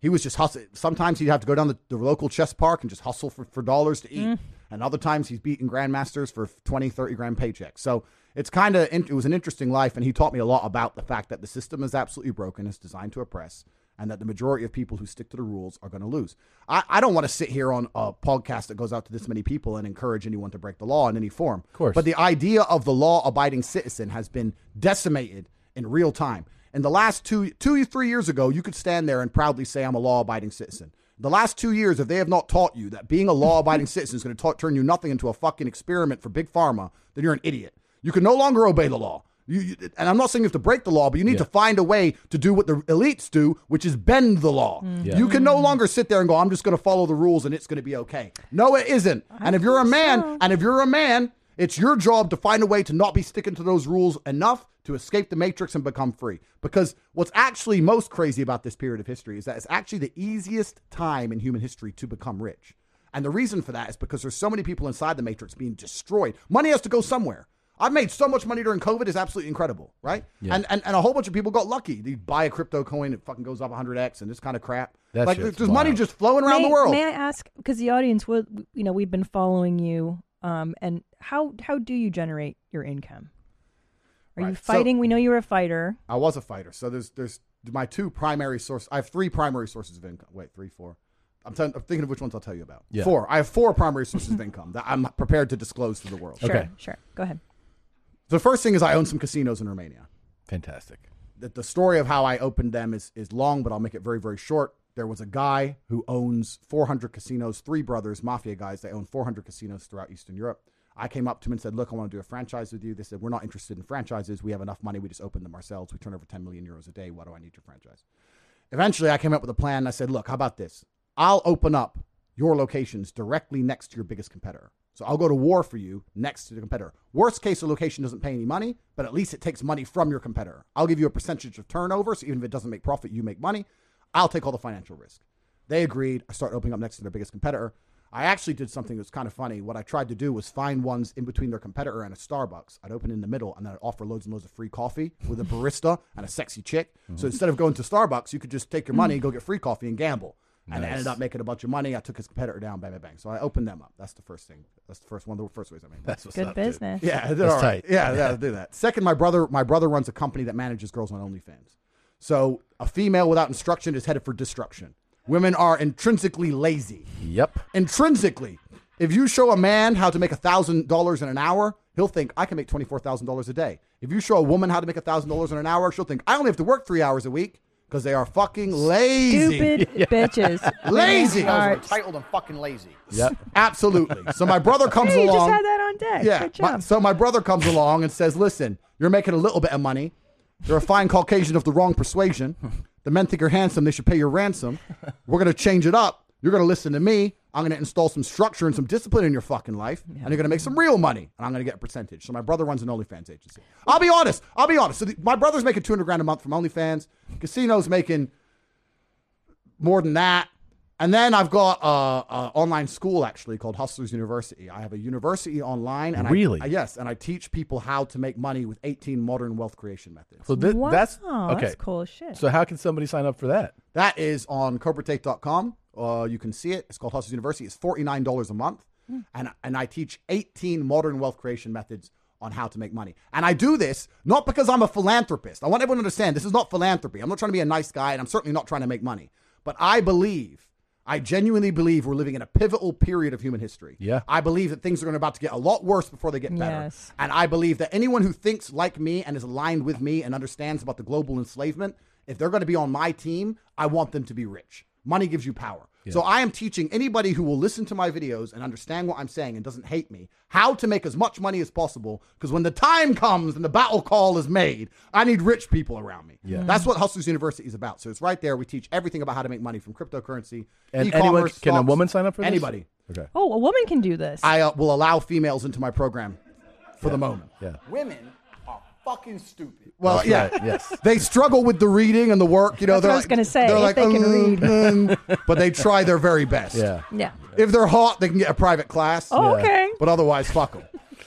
he was just hustling. Sometimes he'd have to go down the, the local chess park and just hustle for, for dollars to eat. And other times he's beating grandmasters for 20, 30 grand paychecks. So it's kind of, it was an interesting life. And he taught me a lot about the fact that the system is absolutely broken. It's designed to oppress and that the majority of people who stick to the rules are going to lose. I, I don't want to sit here on a podcast that goes out to this many people and encourage anyone to break the law in any form. Of course. But the idea of the law abiding citizen has been decimated in real time. In the last two, two, three years ago, you could stand there and proudly say, I'm a law abiding citizen. The last two years, if they have not taught you that being a law abiding citizen is going to ta- turn you nothing into a fucking experiment for Big Pharma, then you're an idiot. You can no longer obey the law. You, you- and I'm not saying you have to break the law, but you need to find a way to do what the elites do, which is bend the law. Yeah. You can no longer sit there and go, I'm just going to follow the rules and it's going to be okay. No, it isn't. and if you're a man, and if you're a man, it's your job to find a way to not be sticking to those rules enough to escape the matrix and become free. Because what's actually most crazy about this period of history is that it's actually the easiest time in human history to become rich. And the reason for that is because there's so many people inside the matrix being destroyed. Money has to go somewhere. I've made so much money during COVID is absolutely incredible, right? Yeah. And, and and a whole bunch of people got lucky. They buy a crypto coin, it fucking goes up 100x, and this kind of crap. That like shit's there's money wild. just flowing around may, the world. May I ask, because the audience, would you know, we've been following you, um, and how how do you generate your income? Are you Right, so- fighting? we know you're a fighter. I was a fighter. So there's there's my two primary sources. I have three primary sources of income. Wait, three, four. I'm, i I'm thinking of which ones I'll tell you about. Yeah. Four. I have four primary sources of income that I'm prepared to disclose to the world. Sure, sure. Go ahead. The first thing is I own some casinos in Romania. Fantastic. The, the story of how I opened them is, is long, but I'll make it very, very short. There was a guy who owns 400 casinos, three brothers, mafia guys. They own 400 casinos throughout Eastern Europe. I came up to him and said, Look, I want to do a franchise with you. They said, We're not interested in franchises. We have enough money. We just open them ourselves. We turn over 10 million euros a day. Why do I need your franchise? Eventually, I came up with a plan. and I said, look, how about this? I'll open up your locations directly next to your biggest competitor. So I'll go to war for you next to the competitor. Worst case, the location doesn't pay any money, but at least it takes money from your competitor. I'll give you a percentage of turnover. So even if it doesn't make profit, you make money. I'll take all the financial risk. They agreed. I started opening up next to their biggest competitor. I actually did something that's kind of funny. What I tried to do was find ones in between their competitor and a Starbucks. I'd open in the middle and then I'd offer loads and loads of free coffee with a barista and a sexy chick. Mm-hmm. So instead of going to Starbucks, you could just take your money and go get free coffee and gamble. And I Nice. ended up making a bunch of money. I took his competitor down, bang, bang, bang. So I opened them up. That's the first thing. That's the first one of the first ways I made. money. That's what's Good up, dude. business. Yeah, I did That's all tight. right. Yeah, yeah, I'll do that. Second, my brother, my brother runs a company that manages girls on OnlyFans. So a female without instruction is headed for destruction. Women are intrinsically lazy. Yep. Intrinsically. If you show a man how to make $1,000 in an hour, he'll think, I can make $24,000 a day. If you show a woman how to make $1,000 in an hour, she'll think, I only have to work three hours a week because they are fucking lazy. Stupid bitches. lazy. Women are entitled and fucking lazy. Yep. Absolutely. So my brother comes Hey, you along. just had that on deck. Yeah. Good my- job. so my brother comes along and says, "Listen, you're making a little bit of money. You're a fine Caucasian of the wrong persuasion. The men think you're handsome. They should pay your ransom. We're gonna change it up. You're gonna listen to me. I'm gonna install some structure and some discipline in your fucking life, and you're gonna make some real money. And I'm gonna get a percentage. So my brother runs an OnlyFans agency. I'll be honest. I'll be honest. So the, my brother's making 200 grand a month from OnlyFans. Casino's making more than that. And then I've got uh, uh, online school actually called Hustlers University. I have a university online, and I- Really? I, yes, and I teach people how to make money with 18 modern wealth creation methods. So thi- that's Wow, okay. that's cool as shit. So how can somebody sign up for that? That is on cobratape.com. Uh, you can see it. It's called Hustlers University. It's $49 a month. And, and I teach 18 modern wealth creation methods on how to make money. And I do this not because I'm a philanthropist. I want everyone to understand this is not philanthropy. I'm not trying to be a nice guy, and I'm certainly not trying to make money. But I believe, I genuinely believe we're living in a pivotal period of human history. Yeah. I believe that things are going about to get a lot worse before they get better. Yes. And I believe that anyone who thinks like me and is aligned with me and understands about the global enslavement, if they're going to be on my team, I want them to be rich. Money gives you power. So I am teaching anybody who will listen to my videos and understand what I'm saying and doesn't hate me how to make as much money as possible. Because when the time comes and the battle call is made, I need rich people around me. Yeah. That's what Hustlers University is about. So it's right there. We teach everything about how to make money from cryptocurrency, And e-commerce, anyone can a stocks, woman sign up for this? anybody. Okay. Oh, a woman can do this. I uh, will allow females into my program for the moment. Yeah. Women are fucking stupid. Well, That's yeah, right, yes. They struggle with the reading and the work. You know, That's what I was they're gonna say, They're if like, they can read. "Mm, mm," but they try their very best. Yeah. yeah. If they're hot, they can get a private class. Oh, Yeah. okay. But otherwise, fuck them.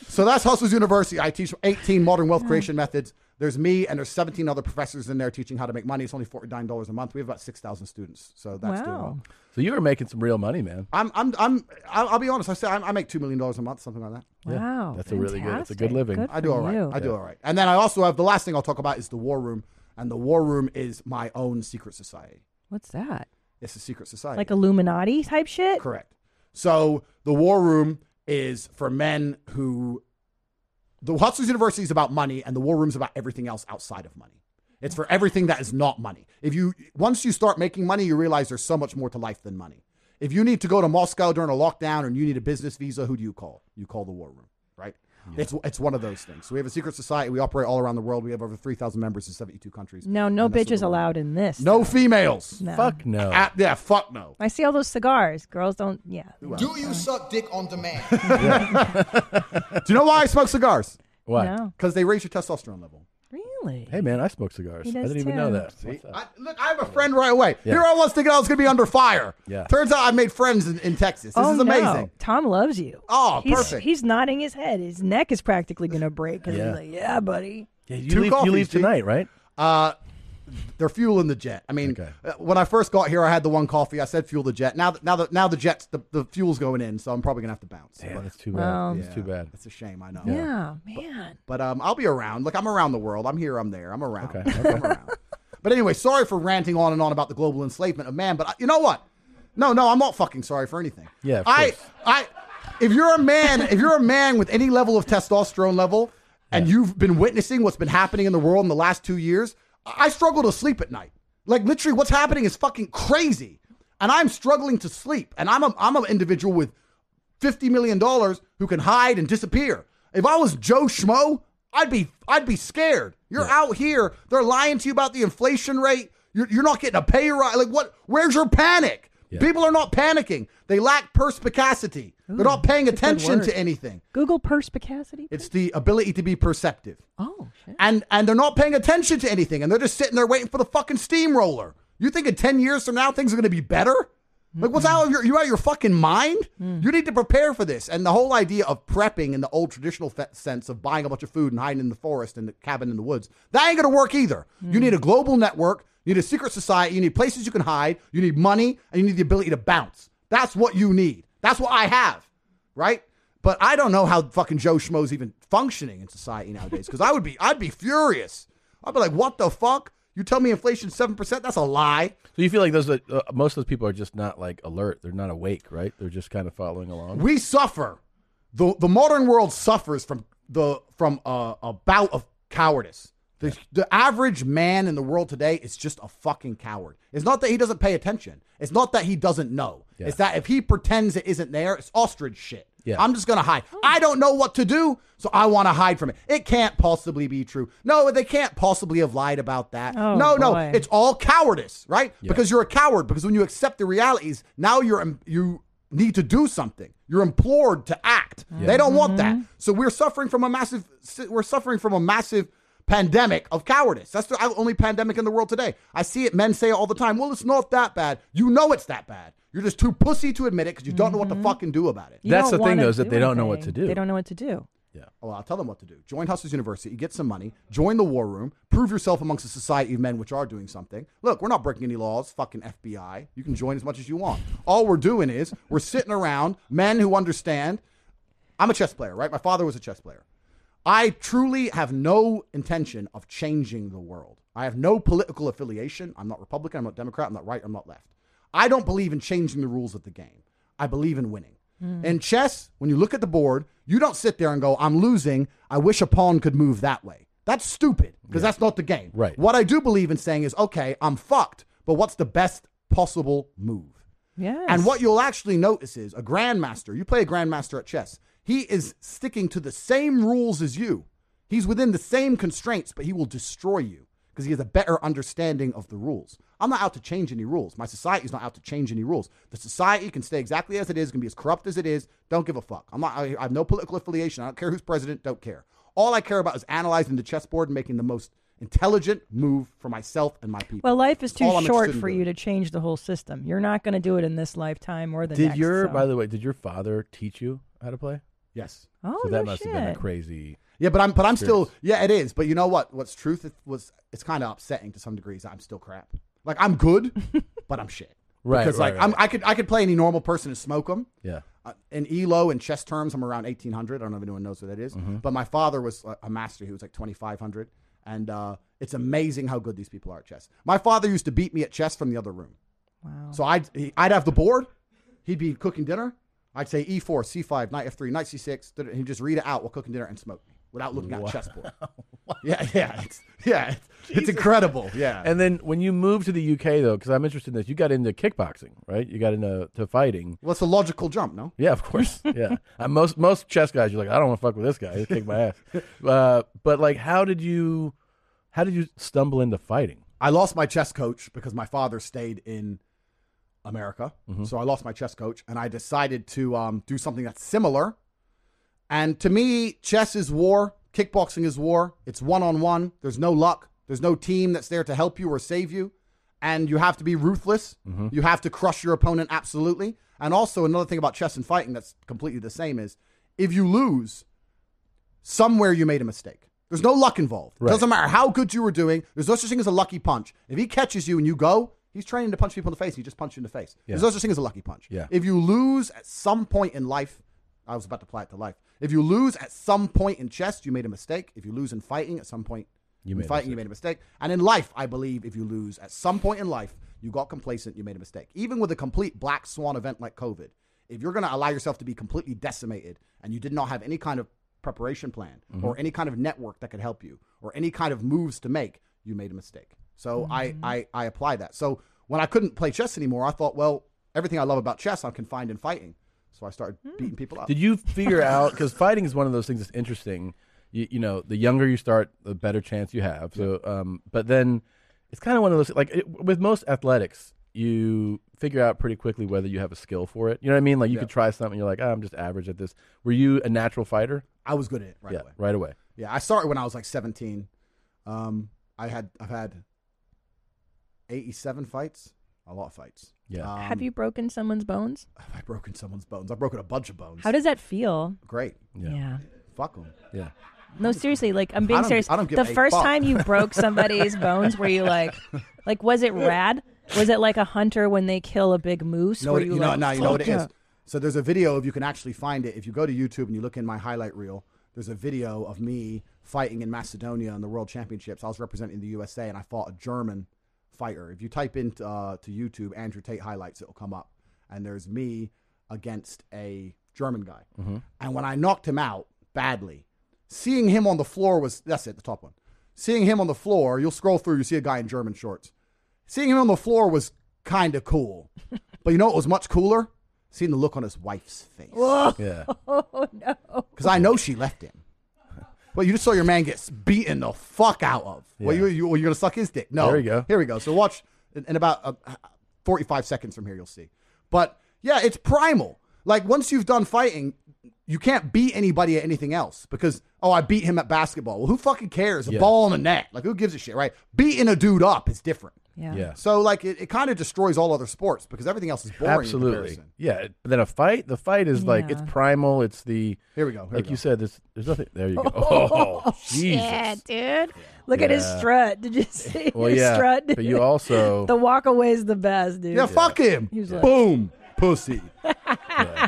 So that's Hustlers University. I teach 18 modern wealth creation methods. There's me and there's 17 other professors in there teaching how to make money. It's only $49 a month. We have about 6,000 students. So that's doing well. So you are making some real money, man. I'm, I'm, I'm, I'll I'll be honest. I say I'm, I make $2 million a month, something like that. Wow. That's a really good. That's a fantastic. good living. Good I do for all right. you. I do all right. And then I also have the last thing I'll talk about is the War Room, and the War Room is my own secret society. What's that? It's a secret society. Like Illuminati type shit? Correct. So the war room is for men who. The Huxley's University is about money, and the war room's about everything else outside of money. It's for everything that is not money. If you once you start making money, you realize there's so much more to life than money. If you need to go to Moscow during a lockdown and you need a business visa, who do you call? You call the war room, right? It's it's one of those things. So we have a secret society. We operate all around the world. We have over three thousand members in seventy two countries. No, no And that's bitches allowed in this. No females. No. Fuck no. Ah, yeah, fuck no. I see all those cigars. Girls don't. Yeah. Do you suck dick on demand? Do you know why I smoke cigars? Why? No. Because they raise your testosterone level. Really? Hey man, I smoke cigars. I He didn't does even know too. that. See? What's up? I, look, I have a friend right away. Yeah. You're almost thinking I was going to be under fire. Yeah. Turns out I made friends in, in Texas. This Oh, is no. amazing. Tom loves you. Oh, he's, perfect. He's nodding his head. His neck is practically going to break. 'cause Yeah. he's like, yeah, buddy. Yeah, you leave- you leave tonight, right? Uh, they're fueling the jet. I mean, uh, when I first got here, I had the one coffee. I said fuel the jet. Now, th- now the now the jet's the, the fuel's going in, so I'm probably gonna have to bounce. Damn, But- that's too bad. Well- That's too bad. It's a shame. I know. Yeah, man. But um, I'll be around. Like I'm around the world. I'm here. I'm there. I'm around. I'm around. But anyway, sorry for ranting on and on about the global enslavement of man. But I, you know what? No, no, I'm not fucking sorry for anything. Yeah, of I, I, if you're a man, if you're a man with any level of testosterone level, and you've been witnessing what's been happening in the world in the last two years, I I struggle to sleep at night. Like literally, what's happening is fucking crazy, and I'm struggling to sleep. And I'm a, I'm an individual with fifty million dollars who can hide and disappear. If I was Joe Schmo, I'd be I'd be scared. You're out here. They're lying to you about the inflation rate. You're, you're not getting a pay rise. Like what? Where's your panic? People are not panicking. They lack perspicacity. They're not paying that's a good attention word. to anything. Google perspicacity. It's the ability to be perceptive. Oh, And and they're not paying attention to anything, and they're just sitting there waiting for the fucking steamroller. You think in ten years from now things are going to be better? Like what's out of your you out of your fucking mind? You need to prepare for this. And the whole idea of prepping in the old traditional fe- sense of buying a bunch of food and hiding in the forest and the cabin in the woods that ain't going to work either. You need a global network. You need a secret society. You need places you can hide. You need money, and you need the ability to bounce. That's what you need. That's what I have right? But I don't know how fucking Joe Schmo's even functioning in society nowadays because I would be I'd be furious. I'd be like, what the fuck? You tell me inflation's seven percent? That's a lie. So you feel like those uh, most of those people are just not like alert. They're not awake, right? They're just kind of following along. We suffer. the The modern world suffers from the from a, a bout of cowardice. The, the average man in the world today is just a fucking coward. It's not that he doesn't pay attention. It's not that he doesn't know. Yeah. It's that if he pretends it isn't there, it's ostrich shit. Yeah. I'm just gonna hide. I don't know what to do, so I want to hide from it. It can't possibly be true. No, they can't possibly have lied about that. Oh, no, no, boy. it's all cowardice, right? Yeah. Because you're a coward. Because when you accept the realities, now you're you need to do something. You're implored to act. Yeah. They don't want that. So we're suffering from a massive. We're suffering from a massive pandemic of cowardice. That's the only pandemic in the world today. I see it. Men say it all the time. Well, it's not that bad. You know, it's that bad. You're just too pussy to admit it because you don't know what to fucking do about it. You don't wanna do anything. They don't know what to do. Yeah. Well, I'll tell them what to do. Join Hustlers University, get some money, join the war room, prove yourself amongst a society of men which are doing something. Look, we're not breaking any laws, fucking FBI. You can join as much as you want. All we're doing is we're sitting around men who understand. I'm a chess player, right? My father was a chess player. I truly have no intention of changing the world. I have no political affiliation. I'm not Republican, I'm not Democrat, I'm not right, I'm not left. I don't believe in changing the rules of the game. I believe in winning. In chess, when you look at the board, you don't sit there and go, I'm losing. I wish a pawn could move that way. That's stupid because that's not the game. Right. What I do believe in saying is, okay, I'm fucked, but what's the best possible move? Yeah. And what you'll actually notice is a grandmaster, you play a grandmaster at chess, he is sticking to the same rules as you. He's within the same constraints, but he will destroy you because he has a better understanding of the rules. I'm not out to change any rules. My society's not out to change any rules. The society can stay exactly as it is, can be as corrupt as it is. Don't give a fuck. I'm not, I I have no political affiliation. I don't care who's president. Don't care. All I care about is analyzing the chessboard and making the most intelligent move for myself and my people. Well, life is That's all too I'm short interested in for doing. you to change the whole system. You're not going to do it in this lifetime or the did next. your, so- by the way, did your father teach you how to play? Yes. Oh, so that no must have been a shit. crazy. Yeah, but I'm but I'm experience. still yeah, it is. But you know what? What's truth is- was it's kind of upsetting to some degrees. that I'm still crap. Like I'm good, but I'm shit. Right, Because right, like I'm, I could I could play any normal person and smoke them. Yeah. Uh, in Elo and chess terms, I'm around 1800. I don't know if anyone knows what that is. But my father was a- a master. He was like 2500, and uh, it's amazing how good these people are at chess. My father used to beat me at chess from the other room. Wow. So I'd I'd have the board. He'd be cooking dinner. I'd say E E4, C5, knight F3, knight C6. da- da- He'd just read it out while cooking dinner and smoke without looking at a chessboard. Yeah, yeah, it's, yeah. It's, it's incredible. Yeah. And then when you moved to the UK though, because I'm interested in this, you got into kickboxing, right? You got into to fighting. Well, it's a logical jump, no? Yeah, of course. yeah, Uh, most most chess guys, you're like, I don't want to fuck with this guy. He'll kick my ass. Uh, but like, how did you, how did you stumble into fighting? I lost my chess coach because my father stayed in America. So I lost my chess coach and I decided to um, do something that's similar. And to me, chess is war, kickboxing is war. It's one on one. There's no luck, there's no team that's there to help you or save you. And you have to be ruthless. You have to crush your opponent absolutely. And also, another thing about chess and fighting that's completely the same is if you lose, somewhere you made a mistake. There's no luck involved. Right. Doesn't matter how good you were doing. There's no such thing as a lucky punch. If he catches you and you go, he's training to punch people in the face. And he just punches you in the face. Yeah. There's no such thing as a lucky punch. Yeah. If you lose at some point in life, I was about to apply it to life. If you lose at some point in chess, you made a mistake. If you lose in fighting, at some point You in made a fighting, you made a mistake. And in life, I believe if you lose at some point in life, you got complacent, you made a mistake. Even with a complete black swan event like COVID, if you're going to allow yourself to be completely decimated and you did not have any kind of preparation plan or Mhm. any kind of network that could help you or any kind of moves to make, you made a mistake. So I, Mm-hmm. I, I apply that. So when I couldn't play chess anymore, I thought, well, everything I love about chess, I'm confined in fighting. So I started beating people up. Hmm. Did you figure out because fighting is one of those things that's interesting. You, you know, the younger you start, the better chance you have. So, um, but then it's kind of one of those like it, with most athletics, you figure out pretty quickly whether you have a skill for it. You know what I mean? Like you Yeah. could try something, you're like, oh, I'm just average at this. Were you a natural fighter? I was good at it right yeah, away. right away. Yeah, I started when I was like 17. Um, I had I've had 87 fights, a lot of fights. Yeah. Um, Have you broken someone's bones? I've broken someone's bones. I've broken a bunch of bones. How does that feel? Great. Yeah. Yeah. Fuck them. Yeah. No, seriously. Like I'm being I don't- serious. I don't give the a first fuck. time you broke somebody's bones, were you like, like was it rad? Was it like a hunter when they kill a big moose? No, were you, you, know, like, no, you know what it "Fuck is. So there's a video of you can actually find it if you go to YouTube and you look in my highlight reel. There's a video of me fighting in Macedonia in the World Championships. I was representing the USA and I fought a German fighter. If you type into uh, to YouTube Andrew Tate highlights, it'll come up. And there's me against a German guy. And when I knocked him out badly, seeing him on the floor was that's it, the top one. Seeing him on the floor, you'll scroll through, you see a guy in German shorts. Seeing him on the floor was kind of cool. but you know what was much cooler? Seeing the look on his wife's face. Whoa. Yeah. Oh no. Because I know she left him. Well, you just saw your man get beaten the fuck out of. Well, you, you, well, you're going to suck his dick. No. There you go. Here we go. So watch in, in about uh, 45 seconds from here, you'll see. But yeah, it's primal. Like once you've done fighting, you can't beat anybody at anything else because, oh, I beat him at basketball. Well, who fucking cares? A Yeah. ball in the net. Like, who gives a shit, right? Beating a dude up is different. Yeah. Yeah. So, like, it, it kind of destroys all other sports because everything else is boring. in Absolutely. comparison. Yeah. it- But then a fight, the fight is like it's Yeah. primal. It's the Here we go, here like we you go. said, there's there's nothing. There you go. Oh, Jesus. Yeah, dude. Look at his Yeah. strut. Did you see Well, his yeah, strut? but you also- the walk away is the best, dude. Yeah, fuck him. He was like, Boom, pussy.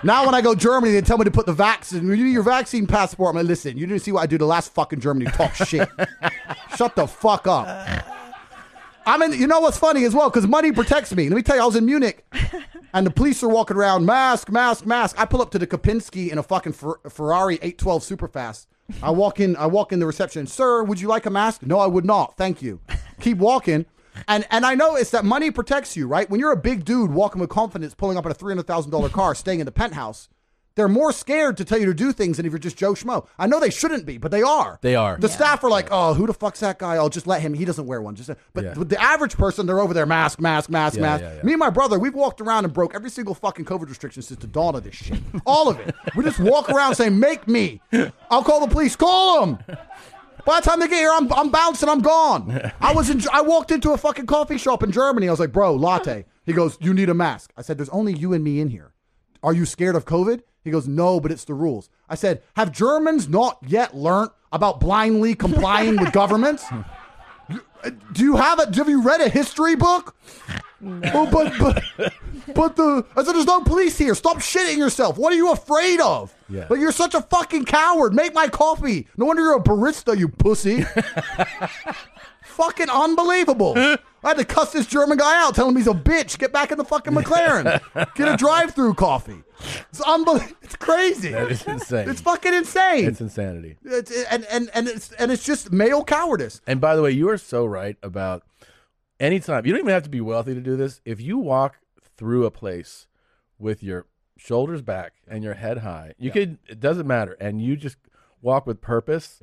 Now when I go Germany, they tell me to put the vaccine. You need your vaccine passport. I'm like, listen, you didn't see what I do to last fucking Germany. Talk shit. Shut the fuck up. I mean, you know what's funny as well? Because money protects me. Let me tell you, I was in Munich, and the police are walking around, mask, mask, mask. I pull up to the Kopinski in a fucking Fer- Ferrari 812 Superfast. I walk in. I walk in the reception. Sir, would you like a mask? No, I would not. Thank you. Keep walking. And and I noticed that money protects you, right? When you're a big dude walking with confidence, pulling up in a three hundred thousand dollar car, staying in the penthouse, they're more scared to tell you to do things than if you're just Joe Schmo. I know they shouldn't be, but they are. They are. The staff are like, "Oh, who the fuck's that guy? I'll just let him. He doesn't wear one." Just but Yeah. with the average person, they're over there mask, mask, mask, Yeah, mask. yeah, yeah. Me and my brother, we've walked around and broke every single fucking COVID restriction since the dawn of this shit. All of it. We just walk around saying, "Make me." I'll call the police. Call them. By the time they get here, I'm, I'm bouncing. I'm gone. I was in, I walked into a fucking coffee shop in Germany. I was like, "Bro, latte." He goes, "You need a mask." I said, "There's only you and me in here." Are you scared of COVID? He goes, No, but it's the rules. I said, Have Germans not yet learnt about blindly complying with governments? You- uh, Do you have a Have you read a history book? Oh, but but but the I said, There's no police here. Stop shitting yourself. What are you afraid of? Yeah. But you're such a fucking coward. Make my coffee. No wonder you're a barista, you pussy. fucking unbelievable. I had to cuss this German guy out, tell him he's a bitch. Get back in the fucking McLaren. Get a drive-through coffee. It's unbelievable. It's crazy. That is insane. It's fucking insane. It's insanity. It's, and and and it's and it's just male cowardice. And by the way, you are so right about anytime. You don't even have to be wealthy to do this. If you walk through a place with your shoulders back and your head high, you could. It doesn't matter, and you just walk with purpose.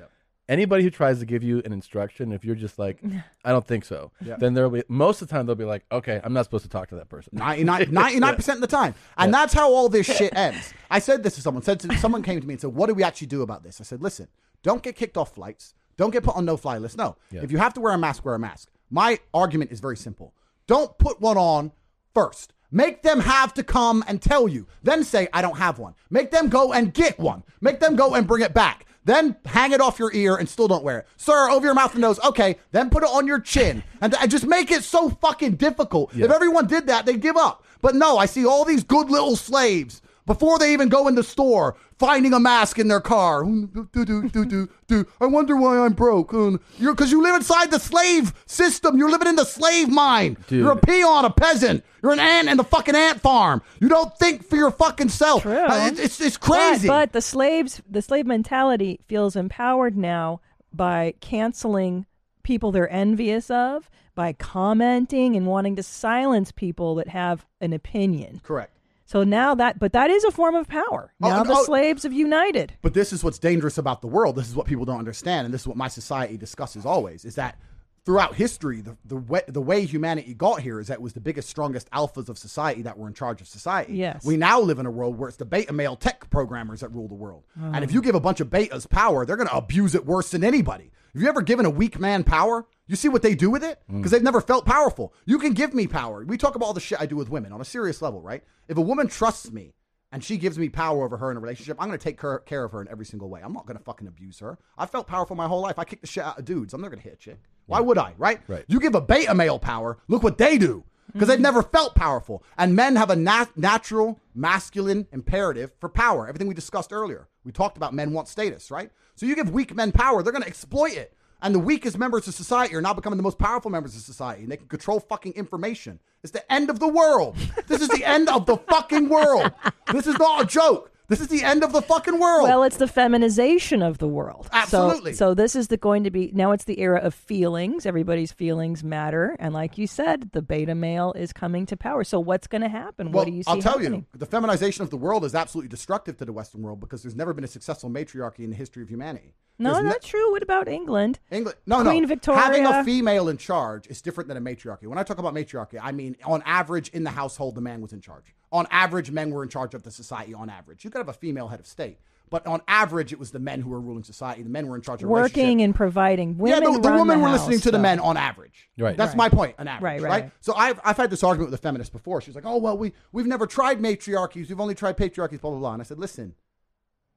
Anybody who tries to give you an instruction, if you're just like, I don't think so, Yeah. then there'll be most of the time they'll be like, okay, I'm not supposed to talk to that person. 99 percent of the time, and that's how all this shit ends. I said this to someone. Said to, someone came to me and said, "What do we actually do about this?" I said, "Listen, don't get kicked off flights. Don't get put on no-fly list. No, Yeah. if you have to wear a mask, wear a mask." My argument is very simple. Don't put one on first. Make them have to come and tell you. Then say, "I don't have one." Make them go and get one. Make them go and bring it back. Then hang it off your ear and still don't wear it. Sir, over your mouth and nose. Okay. Then put it on your chin and, and just make it so fucking difficult. If everyone did that, they'd give up. But no, I see all these good little slaves before they even go in the store finding a mask in their car. Do, do, do, do, do, do. I wonder why I'm broke. Um, You're because you live inside the slave system. You're living in the slave mine. Dude. You're a peon, a peasant. You're an ant in the fucking ant farm. You don't think for your fucking self. Uh, it- It's, it's crazy. But, but the slaves, the slave mentality feels empowered now by canceling people they're envious of, by commenting and wanting to silence people that have an opinion. Correct. So now that, but that is a form of power. Oh, Now and- the oh- slaves have united. But this is what's dangerous about the world. This is what people don't understand, and this is what my society discusses always: is that throughout history, the the way, the way humanity got here is that it was the biggest, strongest alphas of society that were in charge of society. Yes. We now live in a world where it's the beta male tech programmers that rule the world, and if Oh. you give a bunch of betas power, they're going to abuse it worse than anybody. Have you ever given a weak man power? You see what they do with it? Because they've never felt powerful. You can give me power. We talk about all the shit I do with women on a serious level, right? If a woman trusts me and she gives me power over her in a relationship, I'm going to take care, care of her in every single way. I'm not going to fucking abuse her. I felt powerful my whole life. I kicked the shit out of dudes. I'm never going to hit a chick. Why would I, right? Right. You give a beta male power, look what they do. Because they've never felt powerful. And men have a nat- natural masculine imperative for power. Everything we discussed earlier. We talked about men want status, right? So you give weak men power, they're going to exploit it. And the weakest members of society are now becoming the most powerful members of society, and they can control fucking information. It's the end of the world. This is the end of the fucking world. This is not a joke. This is the end of the fucking world. Well, it's the feminization of the world. So- Absolutely. So, this is the going to be now. It's the era of feelings. Everybody's feelings matter, and like you said, the beta male is coming to power. So what's going to happen? what do you see? I'll tell happening? you, the feminization of the world is absolutely destructive to the Western world because there's never been a successful matriarchy in the history of humanity. No, There's not true. What about England? England, no, Queen no. Victoria. Having a female in charge is different than a matriarchy. When I talk about matriarchy, I mean on average in the household, the man was in charge. On average, men were in charge of the society. On average, you could have a female head of state, but on average, it was the men who were ruling society. The men were in charge of relationship. working and providing. Women yeah, the, the run women the were listening house, to the though. men on average. Right. That's Right. my point on average. Right, Right, right, right. So I've, I've had this argument with a feminist before. She's like, oh, well, we, we've never tried matriarchies. We've only tried patriarchies, blah, blah, blah. And I said, listen,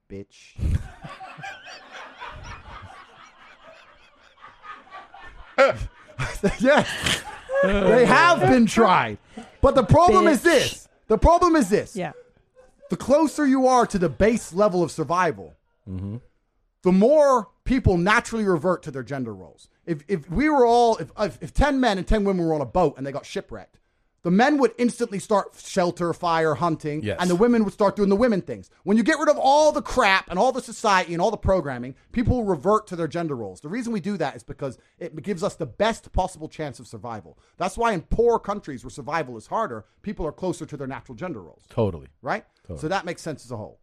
bitch. I said, yes. they have been tried. But the problem is Bitch. this. The problem is this. Yeah. The closer you are to the base level of survival, the more people naturally revert to their gender roles. If, if we were all, if, if, if 10 men and 10 women were on a boat and they got shipwrecked, the men would instantly start shelter, fire, hunting, Yes. and the women would start doing the women things. When you get rid of all the crap and all the society and all the programming, people revert to their gender roles. The reason we do that is because it gives us the best possible chance of survival. That's why in poor countries where survival is harder, people are closer to their natural gender roles Totally. right? Totally. So that makes sense as a whole.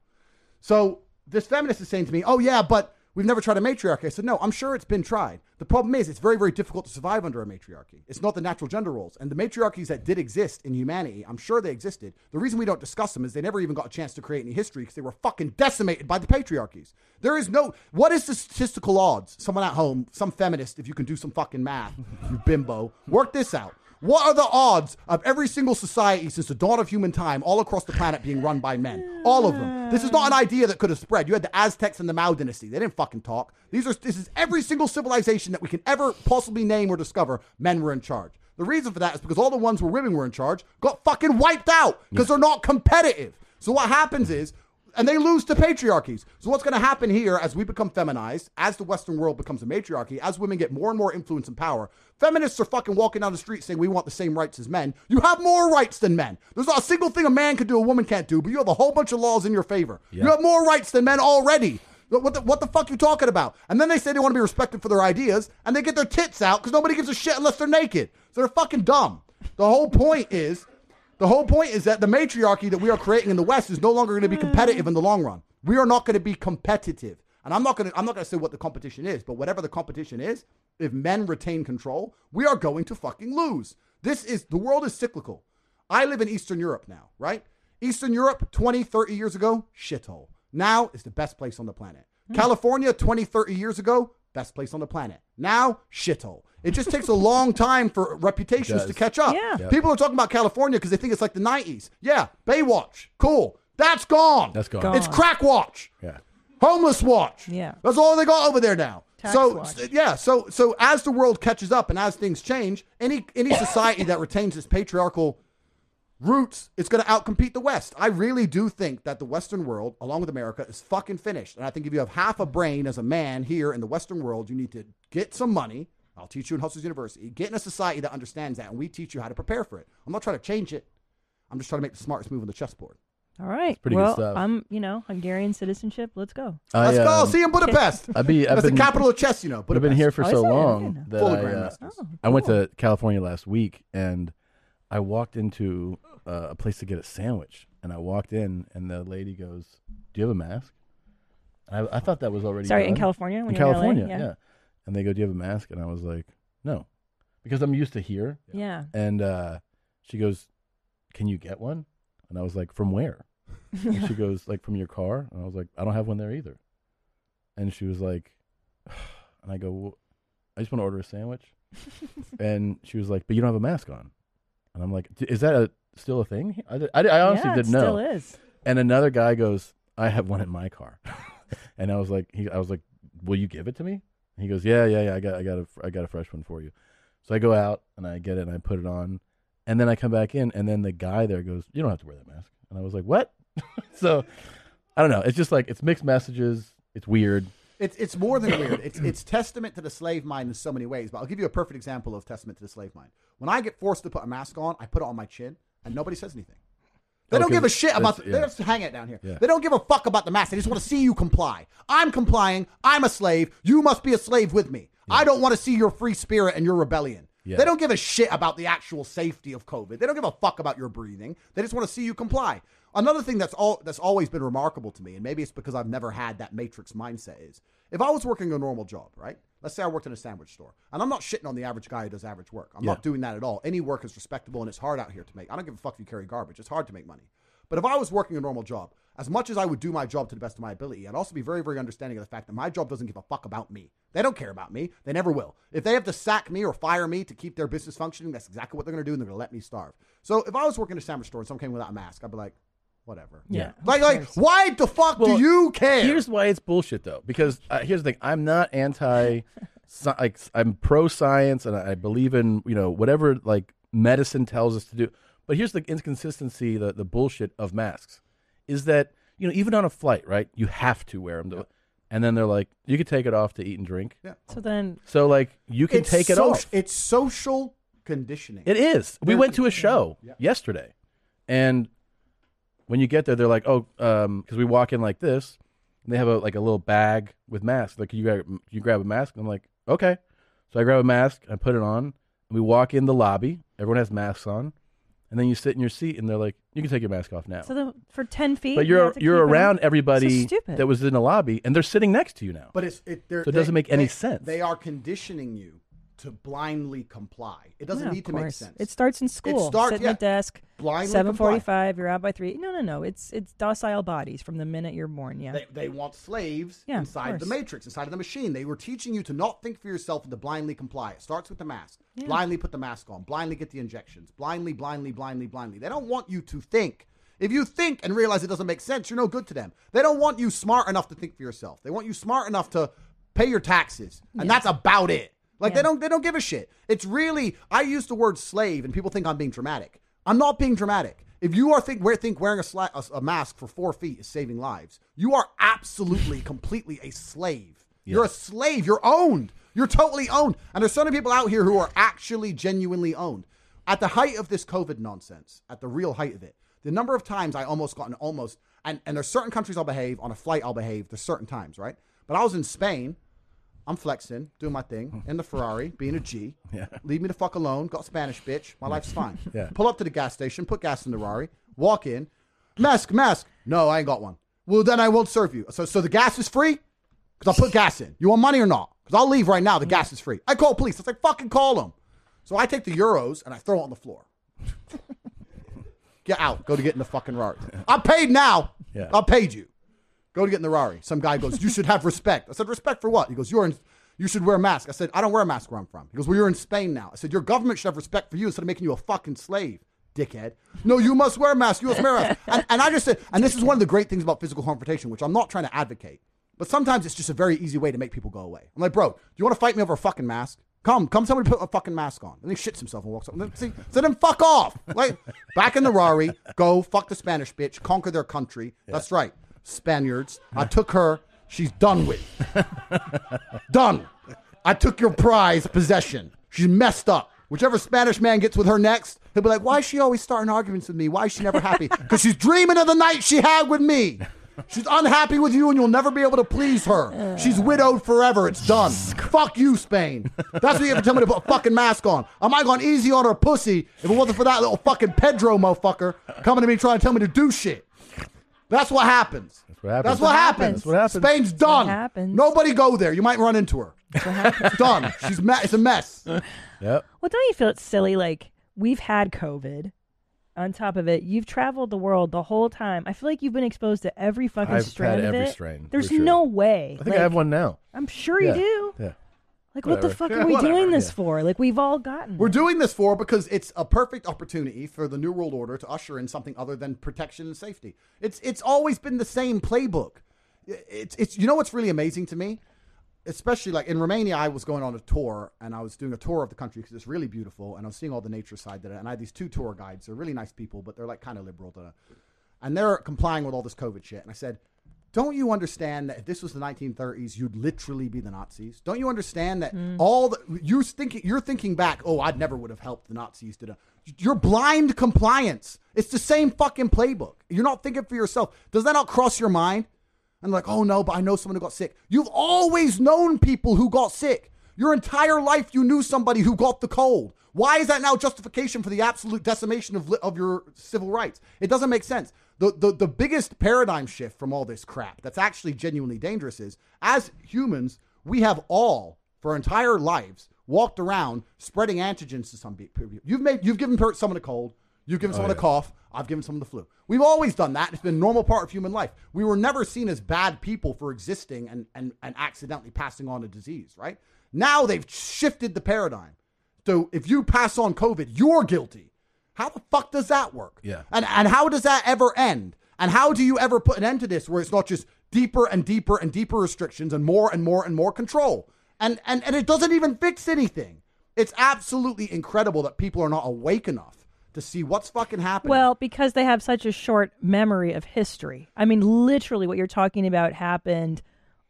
So this feminist is saying to me, "Oh yeah, but we've never tried a matriarchy." I said, "No, I'm sure it's been tried. The problem is, it's very, very difficult to survive under a matriarchy. It's not the natural gender roles, and the matriarchies that did exist in humanity, I'm sure they existed. The reason we don't discuss them is they never even got a chance to create any history because they were fucking decimated by the patriarchies. There is no what is the statistical odds? Someone at home, some feminist, if you can do some fucking math, you bimbo, work this out." What are the odds of every single society since the dawn of human time all across the planet being run by men? All of them. This is not an idea that could have spread. You had the Aztecs and the Mao dynasty. They didn't fucking talk. These are this is every single civilization that we can ever possibly name or discover, men were in charge. The reason for that is because all the ones where women were in charge got fucking wiped out because they're not competitive. So what happens is and they lose to patriarchies. So what's going to happen here as we become feminized, as the Western world becomes a matriarchy, as women get more and more influence and power, feminists are fucking walking down the street saying we want the same rights as men. You have more rights than men. There's not a single thing a man can do a woman can't do, but you have a whole bunch of laws in your favor. You have more rights than men already. What what the, what the fuck you talking about? And then they say they want to be respected for their ideas, and they get their tits out because nobody gives a shit unless they're naked. So they're fucking dumb. The whole point is the whole point is that the matriarchy that we are creating in the West is no longer going to be competitive in the long run. We are not going to be competitive. And I'm not going to I'm not going to say what the competition is, but whatever the competition is, if men retain control, we are going to fucking lose. This is the world is cyclical. I live in Eastern Europe now, right? Eastern Europe 20, 30 years ago, shithole. Now is the best place on the planet. California 20, 30 years ago, best place on the planet. Now, shithole. It just takes a long time for reputations It to does. catch up. Yeah. Yep. People are talking about California because they think it's like the 90s. Yeah, Baywatch, cool. That's gone. That's gone. It's crack watch. Yeah. Homeless watch. Yeah. That's all they got over there now. Tax so watch. s- yeah, so so as the world catches up and as things change, any any society that retains its patriarchal roots is going to outcompete the West. I really do think that the Western world, along with America, is fucking finished. And I think if you have half a brain as a man here in the Western world, you need to get some money. I'll teach you in Hustlers University. Get in a society that understands that, and we teach you how to prepare for it. I'm not trying to change it. I'm just trying to make the smartest move on the chessboard. All right. pretty good well, stuff. I'm, you know, Hungarian citizenship. Let's go. I, Let's go. um, See you in Budapest. I be, I've That's been- the capital of chess, you know. I've been Budapest. here for so Full long of that I, uh, grandmasters. I went to California last week and I walked into uh, a place to get a sandwich. And I walked in and the lady goes, "Do you have a mask?" And I, I thought that was already Sorry, in done. California, when In you're in LA? California, Yeah. yeah. And they go, "Do you have a mask?" And I was like, "No," because I'm used to here. Yeah. And uh, she goes, "Can you get one?" And I was like, "From where?" and she goes, "Like from your car." And I was like, "I don't have one there either." And she was like, and I go, well, "I just want to order a sandwich." and she was like, "But you don't have a mask on." And I'm like, "D- "Is that a, still a thing?" I, di- I, di- I honestly Yeah, it didn't know. still is. And another guy goes, "I have one in my car," and I was like, "He," I was like, "Will you give it to me?" And he goes, "Yeah, yeah, yeah. I got, I got a, I got a fresh one for you." So I go out and I get it and I put it on, and then I come back in, and then the guy there goes, "You don't have to wear that mask." And I was like, "What?" so I don't know. It's just like it's mixed messages. It's weird. It's it's more than weird. It's it's testament to the slave mind in so many ways. But I'll give you a perfect example of testament to the slave mind. When I get forced to put a mask on, I put it on my chin, and nobody says anything. They Oh, don't 'cause give a shit about. The, that's- They yeah. just hang it down here. Yeah. They don't give a fuck about the mask. They just want to see you comply. I'm complying. I'm a slave. You must be a slave with me. I don't want to see your free spirit and your rebellion. Yeah. They don't give a shit about the actual safety of COVID. They don't give a fuck about your breathing. They just want to see you comply. Another thing that's all that's always been remarkable to me, and maybe it's because I've never had that matrix mindset, is if I was working a normal job, right? Let's say I worked in a sandwich store, and I'm not shitting on the average guy who does average work. I'm Yeah. not doing that at all. Any work is respectable, and it's hard out here to make. I don't give a fuck if you carry garbage. It's hard to make money. But if I was working a normal job, as much as I would do my job to the best of my ability, I'd also be very, very understanding of the fact that my job doesn't give a fuck about me. They don't care about me. They never will. If they have to sack me or fire me to keep their business functioning, that's exactly what they're going to do, and they're going to let me starve. So if I was working at a sandwich store and someone came without a mask, I'd be like, whatever. Yeah. Like, like why the fuck Well, do you care? Here's why it's bullshit though, because uh, here's the thing: I'm not anti, sci- like I'm pro science, and I I believe in you know whatever like medicine tells us to do. But here's the inconsistency, the the bullshit of masks, is that you know even on a flight, right? You have to wear them, to, and then they're like, you could take it off to eat and drink. Yeah. So then, So like you can It's take it soc- off. It's social conditioning. It is. We went to a show yesterday, and when you get there, they're like, "Oh, because we walk in like this, and they have a like a little bag with masks. Like, can you grab, can you grab a mask?" And I'm like, "Okay." So I grab a mask, I put it on, and we walk in the lobby. Everyone has masks on, and then you sit in your seat, and they're like, "You can take your mask off now." so then for 10 feet. but you you're have to you're keep it around on? everybody So stupid. that was in the lobby, and they're sitting next to you now. But it's it. they're- So it doesn't they- make any they- sense. They are conditioning you to blindly comply. It doesn't Yeah, need of to make course. sense. It starts in school. start- Sitting yeah. at desk. Blindly Seven forty-five. You're out by three. No, no, no. It's it's docile bodies from the minute you're born. Yeah. They, they want slaves Yeah, of inside the course. matrix, inside of the machine. They were teaching you to not think for yourself and to blindly comply. It starts with the mask. Blindly put the mask on. Blindly get the injections. Blindly, blindly, blindly, blindly. They don't want you to think. If you think and realize it doesn't make sense, you're no good to them. They don't want you smart enough to think for yourself. They want you smart enough to pay your taxes, and that's about it. Like they don't they don't give a shit. It's really I use the word slave and people think I'm being dramatic. I'm not being dramatic. If you are think wear think wearing a, sla- a, a mask for four feet is saving lives, you are absolutely completely a slave. You're a slave. You're owned. You're totally owned. And there's so many people out here who are actually genuinely owned. At the height of this COVID nonsense, at the real height of it, the number of times I almost got an almost and, and there's certain countries I'll behave, on a flight I'll behave, there's certain times, right? But I was in Spain, I'm flexing, doing my thing, in the Ferrari, being a G. Yeah. Leave me the fuck alone, got Spanish bitch, my life's fine. Yeah. Pull up to the gas station, put gas in the Ferrari, walk in, mask, mask. No, I ain't got one. Well, then I won't serve you. So, so the gas is free? Because I put gas in. You want money or not? Because I'll leave right now. The gas is free. I call police. I say, fucking call them. So I take the euros and I throw it on the floor. get out. Go to get in the fucking Rari. I'm paid now. Yeah. I paid you. Go to get in the Rari. Some guy goes, you should have respect. I said, respect for what? He goes, you're in, you should wear a mask. I said, I don't wear a mask where I'm from. He goes, well, you're in Spain now. I said, your government should have respect for you instead of making you a fucking slave. Dickhead. No, you must wear a mask. You must wear a mask. And, and I just said, and this is one of the great things about physical confrontation, which I'm not trying to advocate, but sometimes it's just a very easy way to make people go away. I'm like, bro, do you want to fight me over a fucking mask? Come, come, somebody put a fucking mask on. And he shits himself and walks up. And then, see, so then fuck off. Like, back in the Rari, go fuck the Spanish bitch, conquer their country. That's right, Spaniards. I took her. She's done with. done. I took your prize possession. She's messed up. Whichever Spanish man gets with her next, he'll be like, why is she always starting arguments with me? Why is she never happy? Because she's dreaming of the night she had with me. She's unhappy with you and you'll never be able to please her. She's widowed forever. It's done. Fuck you, Spain. That's what you have to tell me to put a fucking mask on. I might have gone easy on her pussy if it wasn't for that little fucking Pedro motherfucker coming to me trying to tell me to do shit. That's what happens. what happens. That's That's what happens. That's what happens. Spain's That's what done. happens. Nobody go there. You might run into her. It's done. She's me- it's a mess. Yep. Well, don't you feel it's silly? Like we've had COVID. On top of it, you've traveled the world the whole time. I feel like you've been exposed to every fucking I've strain had of every it. strain, for There's sure. no way. I think I have one now. I'm sure you Yeah. do. Yeah. Like, what the Whatever. fuck Yeah, are we whatever. doing this Yeah. for? Like, we've all gotten. We're doing this for because it's a perfect opportunity for the New World Order to usher in something other than protection and safety. It's it's always been the same playbook. It's it's you know what's really amazing to me, especially like in Romania, I was going on a tour and I was doing a tour of the country because it's really beautiful and I was seeing all the nature side of it. And I had these two tour guides. They're really nice people, but they're like kind of liberal, duh. and they're complying with all this COVID shit. And I said. Don't you understand that if this was the 1930s, you'd literally be the Nazis? Don't you understand that all the, you thinking you're thinking back? Oh, I never would have helped the Nazis. Did you're blind compliance? It's the same fucking playbook. You're not thinking for yourself. Does that not cross your mind? And like, oh no, but I know someone who got sick. You've always known people who got sick. Your entire life, you knew somebody who got the cold. Why is that now justification for the absolute decimation of, li- of your civil rights? It doesn't make sense. The, the, the biggest paradigm shift from all this crap that's actually genuinely dangerous is as humans, we have all, for our entire lives, walked around spreading antigens to some people. You've, made, you've given per- someone a cold, you've given Oh, someone yeah. a cough, I've given someone the flu. We've always done that. It's been a normal part of human life. We were never seen as bad people for existing and, and, and accidentally passing on a disease, right? Now they've shifted the paradigm. So if you pass on COVID, you're guilty. How the fuck does that work? Yeah. And and how does that ever end? And how do you ever put an end to this where it's not just deeper and deeper and deeper restrictions and more and more and more control? And and and it doesn't even fix anything. It's absolutely incredible that people are not awake enough to see what's fucking happening. Well, because they have such a short memory of history. I mean, literally, what you're talking about happened.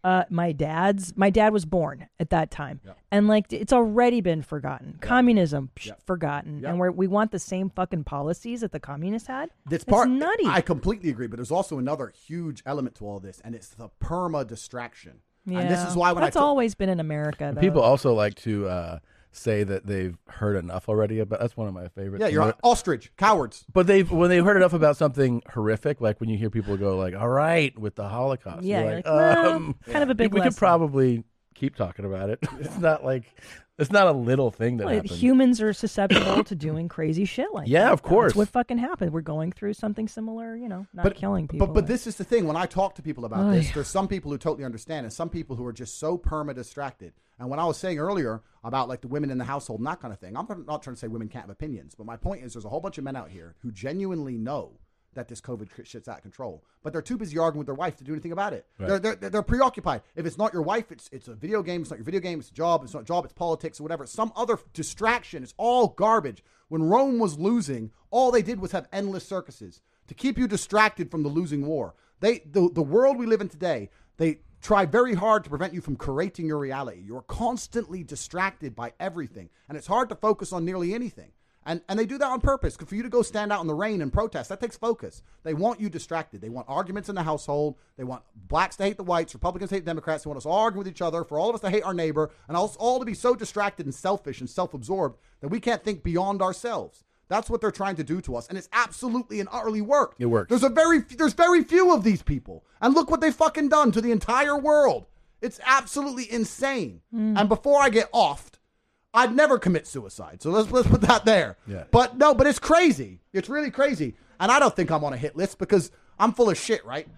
Uh, my dad's my dad was born at that time, and like it's already been forgotten. Communism psh, forgotten, and we we want the same fucking policies that the communists had. That's part nutty. I completely agree, but there's also another huge element to all this, and it's the perma distraction. Yeah. And this is why when that's I took- always been in America. And Though. People also like to uh, say that they've heard enough already about. That's one of my favorites. yeah, you're an But- ostrich, cowards. But they've when they've heard enough about something horrific, like when you hear people go like, "All right," with the Holocaust. Yeah, you're you're like, like, well, um, kind of a big We lesson. could probably keep talking about it. it's not like it's not a little thing that Well, happens. humans are susceptiable to doing crazy shit like Yeah, that. of course. That's what fucking happened. We're going through something similar, you know, not killing people. But, but this is the thing. When I talk to people about Oh, this, yeah. there's some people who totally understand and some people who are just so perma distracted. And when I was saying earlier about like the women in the household and that kind of thing, I'm not trying to say women can't have opinions, but my point is there's a whole bunch of men out here who genuinely know that this COVID shit- shit's out of control. But they're too busy arguing with their wife to do anything about it. Right. They're, they're, they're preoccupied. If it's not your wife, it's it's a video game. It's not your video game. It's a job. It's not a job. It's politics or whatever. It's some other distraction. It's all garbage. When Rome was losing, all they did was have endless circuses to keep you distracted from the losing war. They the, the world we live in today. They try very hard to prevent you from creating your reality. You're constantly distracted by everything, and it's hard to focus on nearly anything. And, and they do that on purpose. 'cause For you to go stand out in the rain and protest, that takes focus. They want you distracted. They want arguments in the household. They want blacks to hate the whites, Republicans to hate Democrats. They want us all arguing with each other, for all of us to hate our neighbor, and us all to be so distracted and selfish and self absorbed that we can't think beyond ourselves. That's what they're trying to do to us, and it's absolutely and utterly worked. It works. There's a very there's very few of these people, and look what they fucking done to the entire world. It's absolutely insane. And before I get offed, I'd never commit suicide. So let's let's put that there. Yeah. But no, but it's crazy. It's really crazy, and I don't think I'm on a hit list because I'm full of shit, right?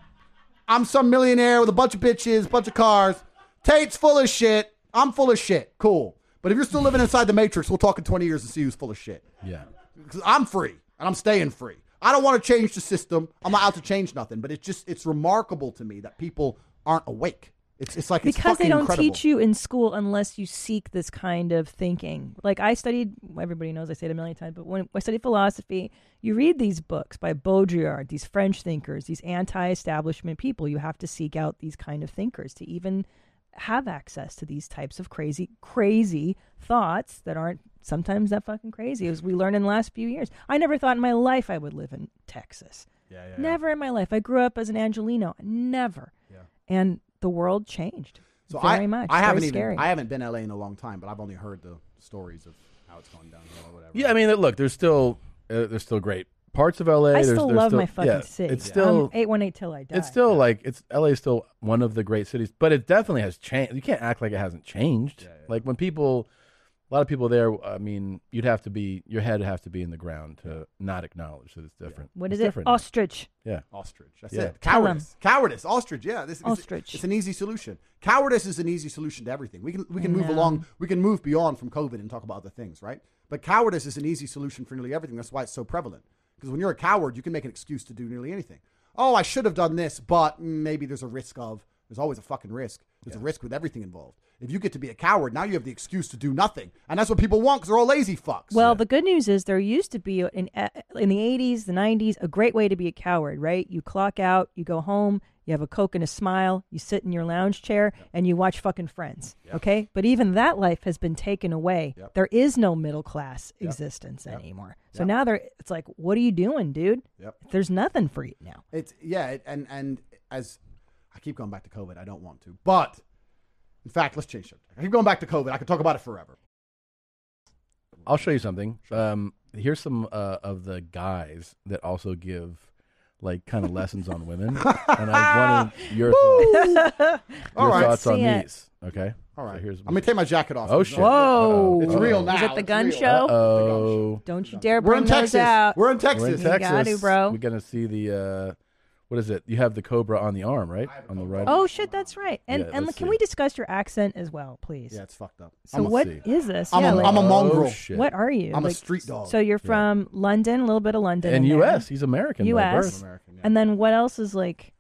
I'm some millionaire with a bunch of bitches, bunch of cars. Tate's full of shit. I'm full of shit. Cool. But if you're still living inside the matrix, we'll talk in 20 years and see who's full of shit. Yeah. 'Cause I'm free and I'm staying free. I don't want to change the system. I'm not out to change nothing, but it's just it's remarkable to me that people aren't awake. It's it's like it's because they fucking don't incredible. teach you in school unless you seek this kind of thinking. Like I studied, everybody knows I say it a million times, but when I studied philosophy, you read these books by Baudrillard, these French thinkers, these anti-establishment people. You have to seek out these kind of thinkers to even have access to these types of crazy, crazy thoughts that aren't sometimes that fucking crazy. As we learned in the last few years, I never thought in my life I would live in Texas. Yeah, yeah. Never in my life. I grew up as an Angelino. Never. Yeah. And the world changed. So very I, much. I Very haven't scary. even I haven't been LA in a long time, but I've only heard the stories of how it's going down here or whatever. Yeah, I mean, look, there's still uh, there's still great parts of LA. I There's- still there's love my fucking yeah, city. Um, It's still I'm 818 till I die. It's still like it's LA is still one of the great cities, but it definitely has changed. You can't act like it hasn't changed. Like when people, a lot of people there. I mean, you'd have to be your head would have to be in the ground to not acknowledge that it's different. What It's is it? different. Ostrich. Yeah, ostrich. That's Yeah. it. Cowardice. Cowardice. Ostrich. Yeah. This, ostrich. It's, an easy solution. Cowardice is an easy solution to everything. We can we can move No. along. We can move beyond from COVID and talk about other things, right? But cowardice is an easy solution for nearly everything. That's why it's so prevalent. Because when you're a coward, you can make an excuse to do nearly anything. Oh, I should have done this, but maybe there's a risk of. There's always a fucking risk. There's a risk with everything involved. If you get to be a coward, now you have the excuse to do nothing, and that's what people want because they're all lazy fucks. Well, the good news is there used to be in in the 80s, the 90s, a great way to be a coward, right? You clock out, you go home, you have a coke and a smile, you sit in your lounge chair and you watch fucking Friends, okay? But even that life has been taken away. There is no middle class existence anymore. So Yep. now there it's like what are you doing, dude? Yep. There's nothing for you now. It's yeah, it, and and as I keep going back to COVID, I don't want to, but in fact, let's change subject. I keep going back to COVID. I could talk about it forever. I'll show you something. Um, here's some uh, of the guys that also give like kind of lessons on women, and I wanted your thoughts. Your All right. thoughts on See it. these. Okay. All right. here's- I'm gonna take my jacket off. Oh It's shit! real. Uh-oh. It's real now. Is it the It's gun real. show? Oh. Don't you dare We're bring in those Texas. out. We're in Texas. We're in You Texas. gotta, bro. We're gonna see the uh, what is it? You have the cobra on the arm, right? On the right. Oh shit, that's right. And Yeah, and let's can see. we discuss your accent as well, please? Yeah, it's fucked up. So I'm a- what is see. this? I'm yeah, a- like- I'm a Oh, mongrel. shit. What are you? I'm a Like, street dog. So you're Yeah. from London, a little bit of London, And in there. US. He's American by U.S. birth. American, And then what else is like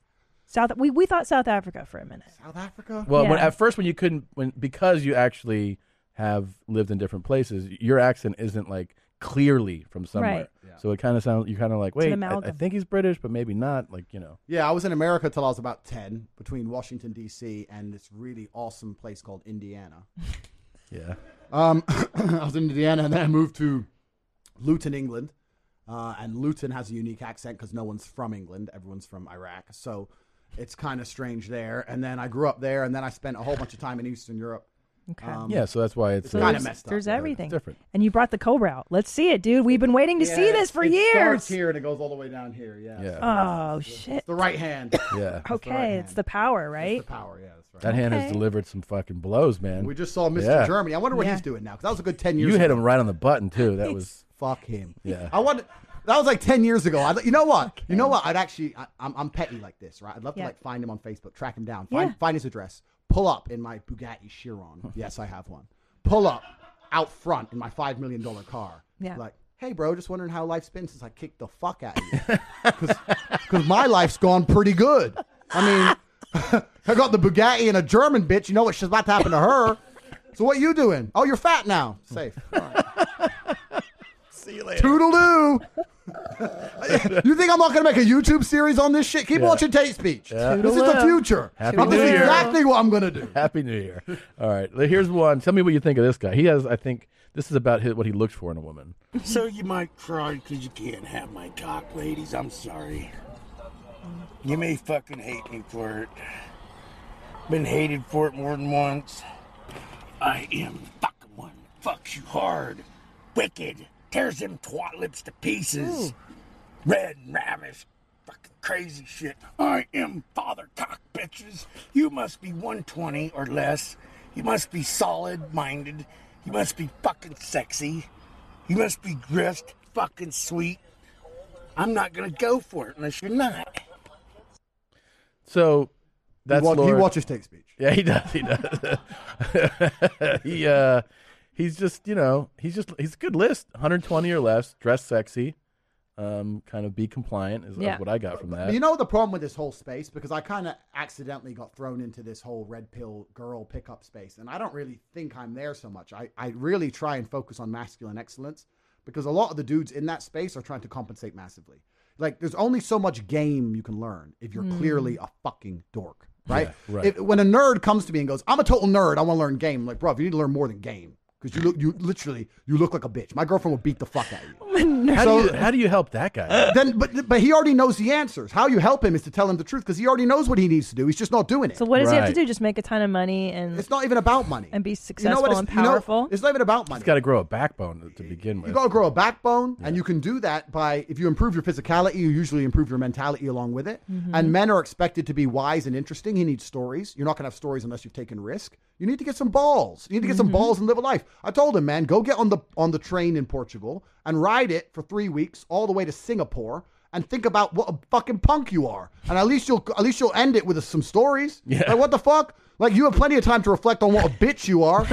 South? We we thought South Africa for a minute. South Africa. Well, when, Yeah. at first when you couldn't, when because you actually have lived in different places, your accent isn't like clearly from somewhere. Right. So it kind of sounds you're kind of like, an wait, I, I amalgam. think he's British, but maybe not. Like you know, Yeah, I was in America till I was about ten, between Washington D.C. and this really awesome place called Indiana. yeah. Um, I was in Indiana, and then I moved to Luton, England. Uh, and Luton has a unique accent because no one's from England; everyone's from Iraq. So it's kind of strange there. And then I grew up there, and then I spent a whole bunch of time in Eastern Europe. Okay. Um, yeah. So that's why it's, it's kind there's- of messed up. There's yeah. everything. different. And you brought the cobra out. Let's see it, dude. We've been waiting to Yeah, see this for it years. Starts here and it goes all the way down here. Yeah. Yeah. Oh It's shit. the right hand. Yeah. It's the Okay, right it's the power, right? the power. Yeah, that's right. that hand has Okay. delivered some fucking blows, man. We just saw Mr. Yeah. Germany. I wonder what Yeah. he's doing now because that was a good ten years. You hit ago. him right on the button too. That He's- was Fuck him. yeah. I want. That was like ten years ago. I, you know what? You know what? I'd actually. I, I'm, I'm petty like this, right? I'd love Yeah. to like find him on Facebook, track him down, find Yeah. find his address, pull up in my Bugatti Chiron. yes, I have one. Pull up out front in my five million dollar car. Yeah. Like, hey, bro, just wondering how life's been since I kicked the fuck out of you. Because my life's gone pretty good. I mean, I got the Bugatti and a German bitch. You know what she's about to happen to her. So what you doing? Oh, you're fat now. Safe. All right. See you later. Toodaloo. you think I'm not going to make a YouTube series on this shit? Keep Yeah. watching Tate Speech. Yeah. This is the Toodaloo. future. Happy This New is Year. exactly what I'm going to do. Happy New Year. All right, here's one. Tell me what you think of this guy. He has, I think, this is about his, what he looked for in a woman. So you might cry because you can't have my cock, ladies. I'm sorry. You may fucking hate me for it. Been hated for it more than once. I am fucking one. that Fucks you hard. Wicked. Tears them twat lips to pieces. Red and ravish. Fucking crazy shit. I am father cock bitches. You must be 120 or less. You must be solid minded. You must be fucking sexy. You must be grist, fucking sweet. I'm not gonna go for it unless you're not. So that's wa- he Lord- watches Take Speech. Yeah, he does. He does. he uh, he's just you know he's just he's a good list. 120 or less, dress sexy, um, kind of be compliant is, is Yeah. what I got from that. But you know the problem with this whole space because I kind of accidentally got thrown into this whole red pill girl pickup space, and I don't really think I'm there so much. I, I really try and focus on masculine excellence because a lot of the dudes in that space are trying to compensate massively. Like there's only so much game you can learn if you're Mm. clearly a fucking dork, right? Yeah, right. If, when a nerd comes to me and goes, "I'm a total nerd. I want to learn game," I'm like, bro, you need to learn more than game because you look you literally you look like a bitch. My girlfriend will beat the fuck out of you. how, So- do you how do you help that guy? then but but he already knows the answers. How you help him is to tell him the truth because he already knows what he needs to do. He's just not doing it. So what does he have to do? Just make a ton of money and it's not even about money and be You know successful what it's- and you know, powerful. it's not even about money. He's got to grow a backbone to- to begin with. You gotta grow a backbone, and you can do that by if you improve your physicality, you usually improve your mentality along with it. Mhm. Mm-hmm. And men are expected to be wise and interesting. He needs stories. You're not gonna have stories unless you've taken risk. You need to get some balls. You need to Mm-hmm. get some balls and live a life. I told him, man, go get on the on the train in Portugal and ride it for three weeks all the way to Singapore. And think about what a fucking punk you are, and at least you'll at least you'll end it with some stories. Yeah. Like what the fuck? Like you have plenty of time to reflect on what a bitch you are.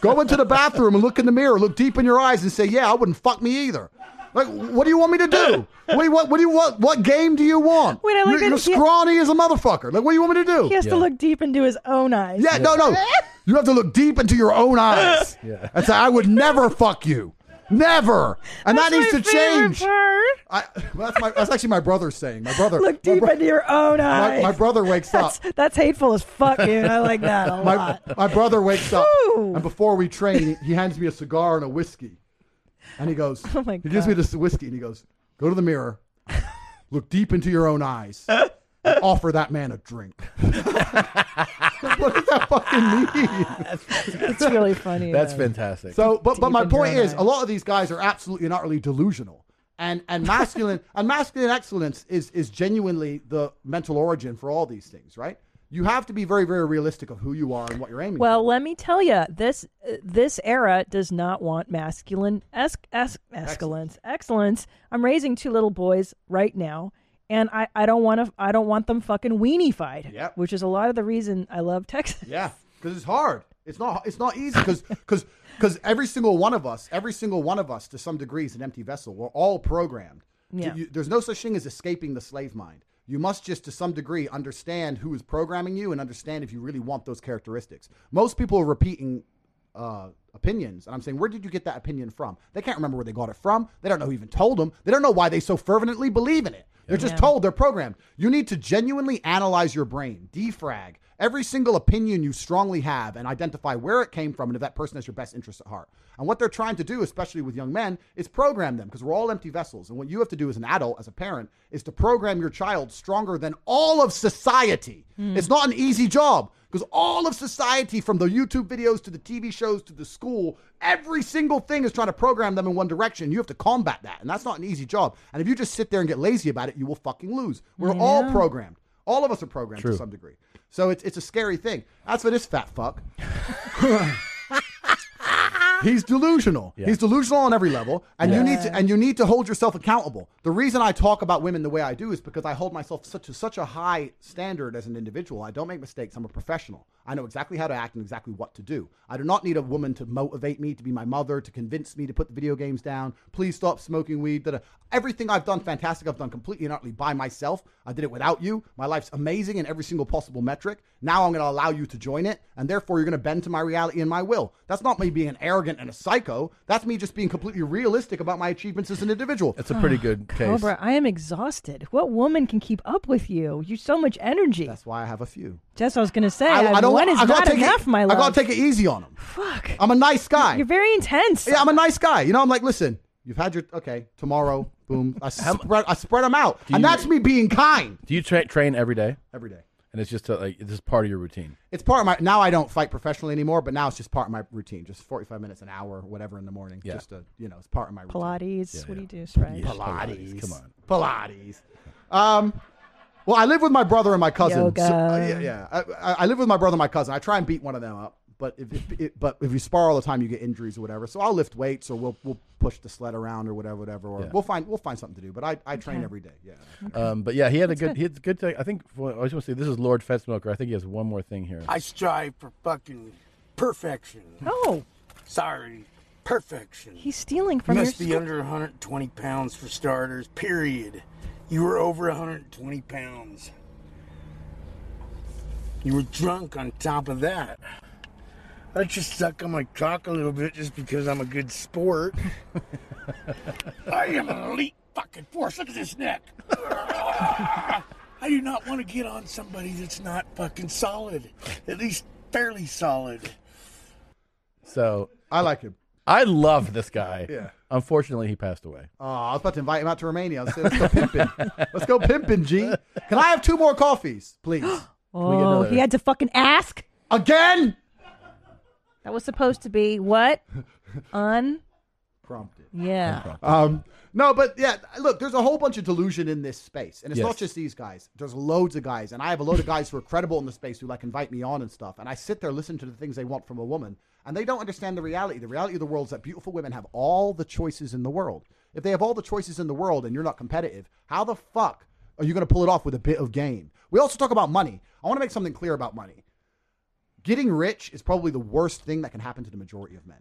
Go into the bathroom and look in the mirror, look deep in your eyes, and say, "Yeah, I wouldn't fuck me either." Like, what do you want me to do? What do you what? What do you what? What game do you want? Wait, I like you're, that you're he- scrawny as a motherfucker. Like, what do you want me to do? He has to look deep into his own eyes. Yeah, no, no. You have to look deep into your own eyes Yeah. and say, "I would never fuck you, never," and that needs to change. I, well, that's my that's actually my brother's saying. My brother Look my deep into your own my, eyes. my brother wakes up. That's hateful as fuck, dude. I like that a my, lot. My brother wakes up, and before we train, he hands me a cigar and a whiskey, and he goes, Oh my he gives me God. this whiskey, and he goes, "Go to the mirror, look deep into your own eyes, and offer that man a drink." what does that fucking mean? It's really funny. That's though. fantastic. So, but but Deep my in your point own is, a lot of these guys are absolutely not really delusional, and and masculine and masculine excellence is is genuinely the mental origin for all these things, right? You have to be very very realistic of who you are and what you're aiming. Well, let me tell you, this uh, this era does not want masculine es- es- excellence. Excellence. I'm raising two little boys right now, and I, I don't want to I don't want them fucking weenified. Yep. Which is a lot of the reason I love Texas. Yeah, because it's hard. It's not. It's not easy because because because every single one of us, every single one of us, to some degree, is an empty vessel. We're all programmed. To- Yeah. you- there's no such thing as escaping the slave mind. You must just, to some degree, understand who is programming you and understand if you really want those characteristics. Most people are repeating uh, opinions, and I'm saying, where did you get that opinion from? They can't remember where they got it from. They don't know who even told them. They don't know why they so fervently believe in it. They're just Yeah. told they're programmed. You need to genuinely analyze your brain, defrag every single opinion you strongly have, and identify where it came from and if that person has your best interest at heart. And what they're trying to do, especially with young men, is program them because we're all empty vessels. And what you have to do as an adult, as a parent, is to program your child stronger than all of society. Hmm. It's not an easy job because all of society, from the YouTube videos to the TV shows to the school, every single thing is trying to program them in one direction. You have to combat that. And that's not an easy job. And if you just sit there and get lazy about it, you will fucking lose. We're all Yeah. programmed. All of us are programmed True. to some degree. So it's, it's a scary thing. That's for this fat fuck. He's delusional. He's delusional on every level, and you need to and you need to hold yourself accountable. The reason I talk about women the way I do is because I hold myself such to such a high standard as an individual. I don't make mistakes. I'm a professional. I know exactly how to act and exactly what to do. I do not need a woman to motivate me, to be my mother, to convince me to put the video games down. Please stop smoking weed. Da-da. Everything I've done fantastic. I've done completely and utterly by myself. I did it without you. My life's amazing in every single possible metric. Now I'm going to allow you to join it, and therefore you're going to bend to my reality and my will. That's not me being arrogant and a psycho. That's me just being completely realistic about my achievements as an individual. That's a pretty good case. Cobra, I am exhausted. What woman can keep up with you? You so much energy. That's why I have a few. That's what I was gonna say. I, one is I gotta not take it- enough, my love. I gotta take it easy on him. Fuck. I'm a nice guy. You're very intense. Yeah, I'm a nice guy. You know, I'm like, listen, you've had your okay. Tomorrow, boom. I spread, I spread them out, Do and you- that's me being kind. Do you tra- train every day? Every day. And it's just uh like this is part of your routine. It's part of my. Now I don't fight professionally anymore, but now it's just part of my routine. Just 45 minutes, an hour, whatever in the morning. Yeah. Just to, you know, it's part of my routine. Pilates. what do you do, Sprite? Pilates. Come on. Pilates. Um, well, I live with my brother and my cousin. Yoga. so- uh, yeah, yeah. I, I, I live with my brother and my cousin. I try and beat one of them up, but if, if it, but if you spar all the time, you get injuries or whatever. So I'll lift weights, or we'll we'll push the sled around, or whatever, whatever. Or Yeah. we'll find we'll find something to do. But I, I train Okay. every day. Yeah. Um, but yeah, he had That's a good, good. He had good. Tech, I think for, I was going to say this is Lord Fetsmoker. I think he has one more thing here. I strive for fucking perfection. Oh. Sorry, perfection. He's stealing from you your must be school- under 120 pounds for starters, period. You were over 120 pounds. You were drunk on top of that. I just suck on my cock a little bit just because I'm a good sport. I am an elite fucking force. Look at this neck. I do not want to get on somebody that's not fucking solid, at least fairly solid. So I like him. I love this guy. Yeah. Unfortunately, he passed away. Oh, I was about to invite him out to Romania. Let's, let's go pimping. let's go pimping, G. Can I have two more coffees, please? Oh, he had to fucking ask again. That was supposed to be what? Un. prompted. Yeah. Um, no, but yeah, look, there's a whole bunch of delusion in this space, and it's not Yes. just these guys. There's loads of guys, and I have a load of guys who are credible in the space who like invite me on and stuff, and I sit there listening to the things they want from a woman, and they don't understand the reality. The reality of the world is that beautiful women have all the choices in the world. If they have all the choices in the world and you're not competitive, how the fuck are you going to pull it off with a bit of game? We also talk about money. I want to make something clear about money. Getting rich is probably the worst thing that can happen to the majority of men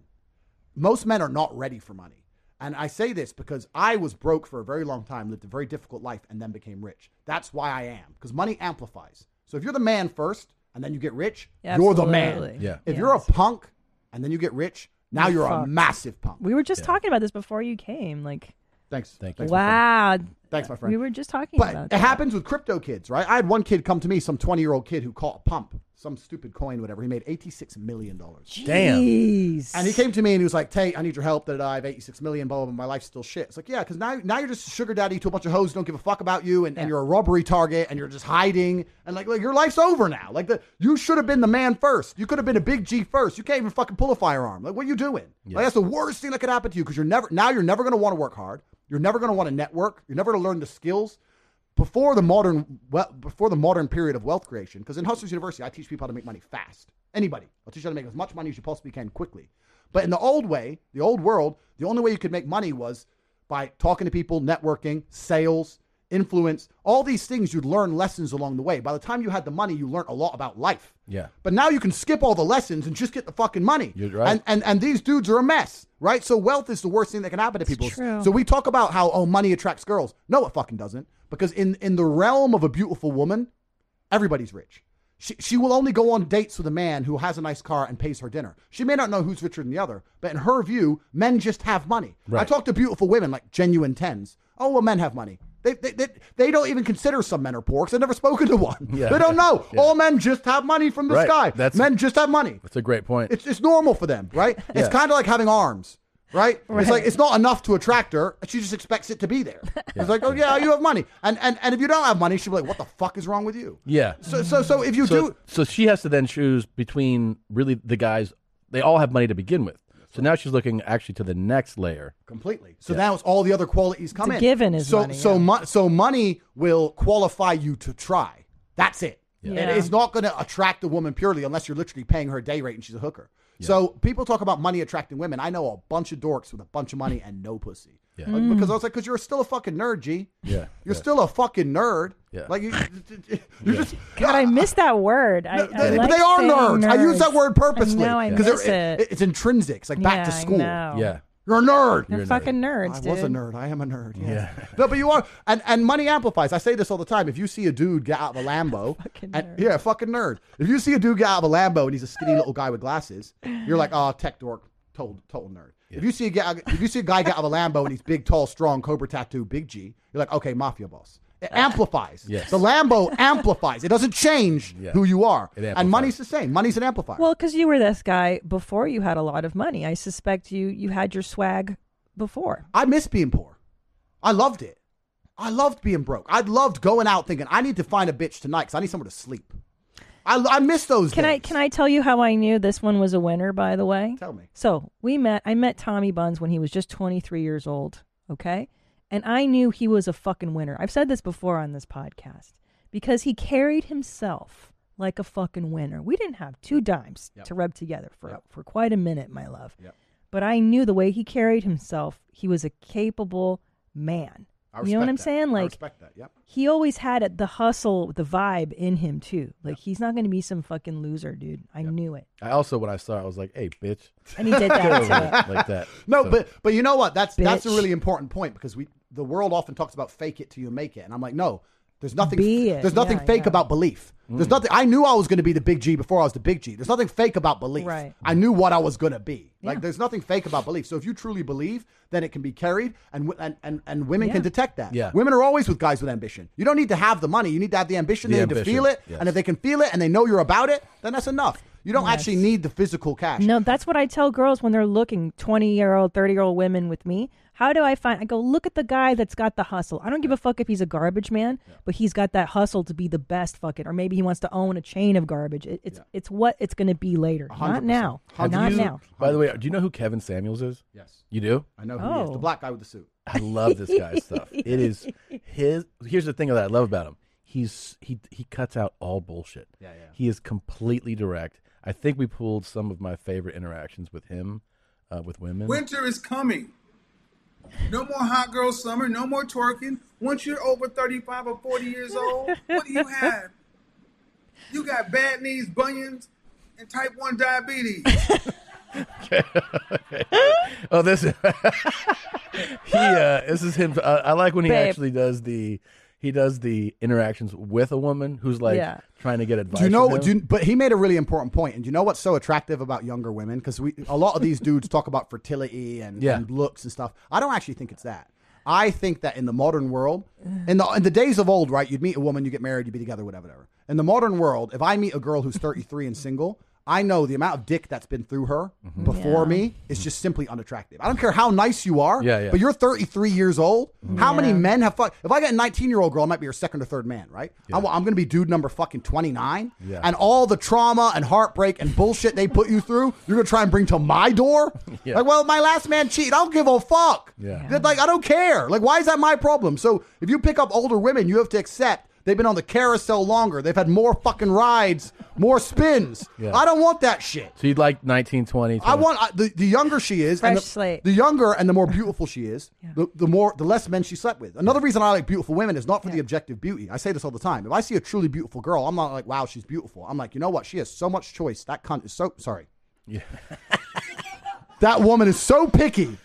most men are not ready for money. And I say this because I was broke for a very long time, lived a very difficult life, and then became rich. That's why I am, because money amplifies. So if you're the man first and then you get rich, you're the man. Absolutely. Yeah. If you're a punk and then you get rich, now you're a Fuck. massive punk. We were just talking about this before you came. Like, Thanks. Thank you. wow. Thanks, my friend. We were just talking But about it happens with crypto kids, right? I had one kid come to me, some 20 year old kid who caught a pump, some stupid coin, whatever. He made $86 million. Damn. And he came to me and he was like, Tate, I need your help. That I have 86 million, blah, blah, blah. My life's still shit. It's like, yeah, because now, now you're just a sugar daddy to a bunch of hoes who don't give a fuck about you and, and you're a robbery target and you're just hiding. And like, like your life's over now. Like, the, you should have been the man first. You could have been a big G first. You can't even fucking pull a firearm. Like, what are you doing? Like, that's the worst thing that could happen to you because you're never, now you're never going to want to work hard. You're never going to want to network. You're never going to learn the skills before the modern well, before the modern period of wealth creation because in hustlers university i teach people how to make money fast anybody i'll teach you how to make as much money as you possibly can quickly but in the old way the old world the only way you could make money was by talking to people networking sales influence all these things you'd learn lessons along the way by the time you had the money you learned a lot about life Yeah. but now you can skip all the lessons and just get the fucking money. You're right. And and, and these dudes are a mess, right? So wealth is the worst thing that can happen to people. true. So we talk about how oh money attracts girls. No, it fucking doesn't. Because in in the realm of a beautiful woman, everybody's rich. She, she will only go on dates with a man who has a nice car and pays her dinner. She may not know who's richer than the other, but in her view, men just have money. I talk to beautiful women like genuine tens. Oh, well, men have money. They, they, they, they don't even consider some men are poor because I've never spoken to one. Yeah. They don't know. Yeah. All men just have money from the Right. sky. That's- men just have money. That's a great point. It's it's normal for them, right? It's Yeah. kind of like having arms, right? It's Right. like it's not enough to attract her. She just expects it to be there. It's like, oh yeah, you have money, and and and if you don't have money, she'll be like, what the fuck is wrong with you? Yeah. So so so if you so, do, so she has to then choose between really the guys. They all have money to begin with. So now she's looking actually to the next layer. Completely. So now it's all the other qualities come a in. given is so money, so yeah. mu- so money will qualify you to try. That's it. Yeah. It is not going to attract a woman purely unless you're literally paying her a day rate and she's a hooker. So people talk about money attracting women. I know a bunch of dorks with a bunch of money and no pussy. Yeah. Like, Mm. Because I was like, because you're still a fucking nerd, G. Yeah, yeah. You're still a fucking nerd. Yeah. Like you, God, I miss that word. I, they, I but like they are saying nerds. I use that nerds. word purposely I know, I they're- miss it. it's intrinsic. It's like back to Yeah, I school. know. Yeah. You're a nerd. They're You're a nerd. fucking nerds, I was a dude. nerd. I am a nerd. yes. No, but you are, and, and money amplifies. I say this all the time. If you see a dude get out of a Lambo, and, yeah, fucking nerd. If you see a dude get out of a Lambo and he's a skinny little guy with glasses, you're like, oh, tech dork, total, total nerd. If you see a guy, if you see a guy get out of a Lambo and he's big, tall, strong, cobra tattoo, big G, you're like, okay, mafia boss. It amplifies. Yes. The Lambo amplifies. It doesn't change Yeah. who you are. It And money's the same. Money's an amplifier. Well, because you were this guy before you had a lot of money. I suspect you you had your swag before. I miss being poor. I loved it. I loved being broke. I loved going out thinking I need to find a bitch tonight because I need somewhere to sleep. I, I miss those. Can days. I can I tell you how I knew this one was a winner? By the way, tell me. So we met. I met Tommy Buns when he was just 23 years old. Okay, and I knew he was a fucking winner. I've said this before on this podcast because he carried himself like a fucking winner. We didn't have two dimes to rub together for for quite a minute, my love. But I knew the way he carried himself, he was a capable man. I you know what respect I'm that. saying? I Like respect that, yep. he always had it, the hustle, the vibe in him too. Like he's not going to be some fucking loser, dude. I knew it. I also when I saw it, I was like, "Hey, bitch!" And he did that, Get over too. it. like that. No, So- but but you know what? That's that's a Bitch. really important point because we the world often talks about fake it till you make it, and I'm like, no, there's nothing. Be it. There's nothing Yeah, fake yeah. Mm. about belief. There's nothing. I knew I was going to be the big G before I was the big G. There's nothing fake about belief. Right. I knew what I was going to be. Like Yeah. there's nothing fake about belief. So if you truly believe, then it can be carried, and w- and and, and women can Yeah. detect that. Yeah. Women are always with guys with ambition. You don't need to have the money. You need to have the ambition. The they need to ambition, feel it, yes. and if they can feel it and they know you're about it, then that's enough. You don't actually need the physical cash. No, that's what I tell girls when they're looking 20 year old, 30 year old women with me. How do I find? I go, look at the guy that's got the hustle. I don't give a fuck if he's a garbage man, but he's got that hustle to be the best fucking, or maybe he wants to own a chain of garbage. It, it's it's what it's going to be later. Not 100%. now. Have Not you- now. By the way, do you know who Kevin Samuels is? Yes. You do? I know who he is. The Oh. black guy with the suit. I love this guy's stuff. It is his. Here's the thing that I love about him. He's he he cuts out all bullshit. Yeah, yeah. He is completely direct. I think we pulled some of my favorite interactions with him, uh, with women. Winter is coming. No more hot girl summer. No more twerking. Once you're over 35 or 40 years old, what do you have? You got bad knees, bunions, and type 1 diabetes. oh, this he uh, this is him. I, I like when he Babe. actually does the he does the interactions with a woman who's like Yeah. trying to get advice. Do you know? from him. Do you- but he made a really important point, and do you know what's so attractive about younger women? Because we a lot of these dudes talk about fertility and, Yeah. and looks and stuff. I don't actually think it's that. I think that in the modern world, in the in the days of old, right? You'd meet a woman, you get married, you'd be together, whatever. whatever. In the modern world, if I meet a girl who's thirty three and single, I know the amount of dick that's been through her before Mm-hmm. Yeah. me is just simply unattractive. I don't care how nice you are, Yeah, yeah. but you're thirty three years old. How many Yeah. men? men have fuck. If I got a 19 year old girl, I might be your second or third man, right? I'm, I'm going to be dude number fucking 29. Yeah. And all the trauma and heartbreak and bullshit they put you through, you're going to try and bring to my door? Yeah. Like, well, my last man cheated. I don't give a fuck. Yeah. That, Like, I don't care. Like, why is that my problem? So if you pick up older women, you have to accept they've been on the carousel longer. They've had more fucking rides, more spins. Yeah. I don't want that shit. So you'd like 1920. I want I, the, the younger she is, and Fresh the, slate. the younger and the more beautiful she is, the, the more the less men she slept with. Another reason I like beautiful women is not for the objective beauty. I say this all the time. If I see a truly beautiful girl, I'm not like, wow, she's beautiful. I'm like, you know what? She has so much choice. That cunt is so sorry. Yeah. that woman is so picky.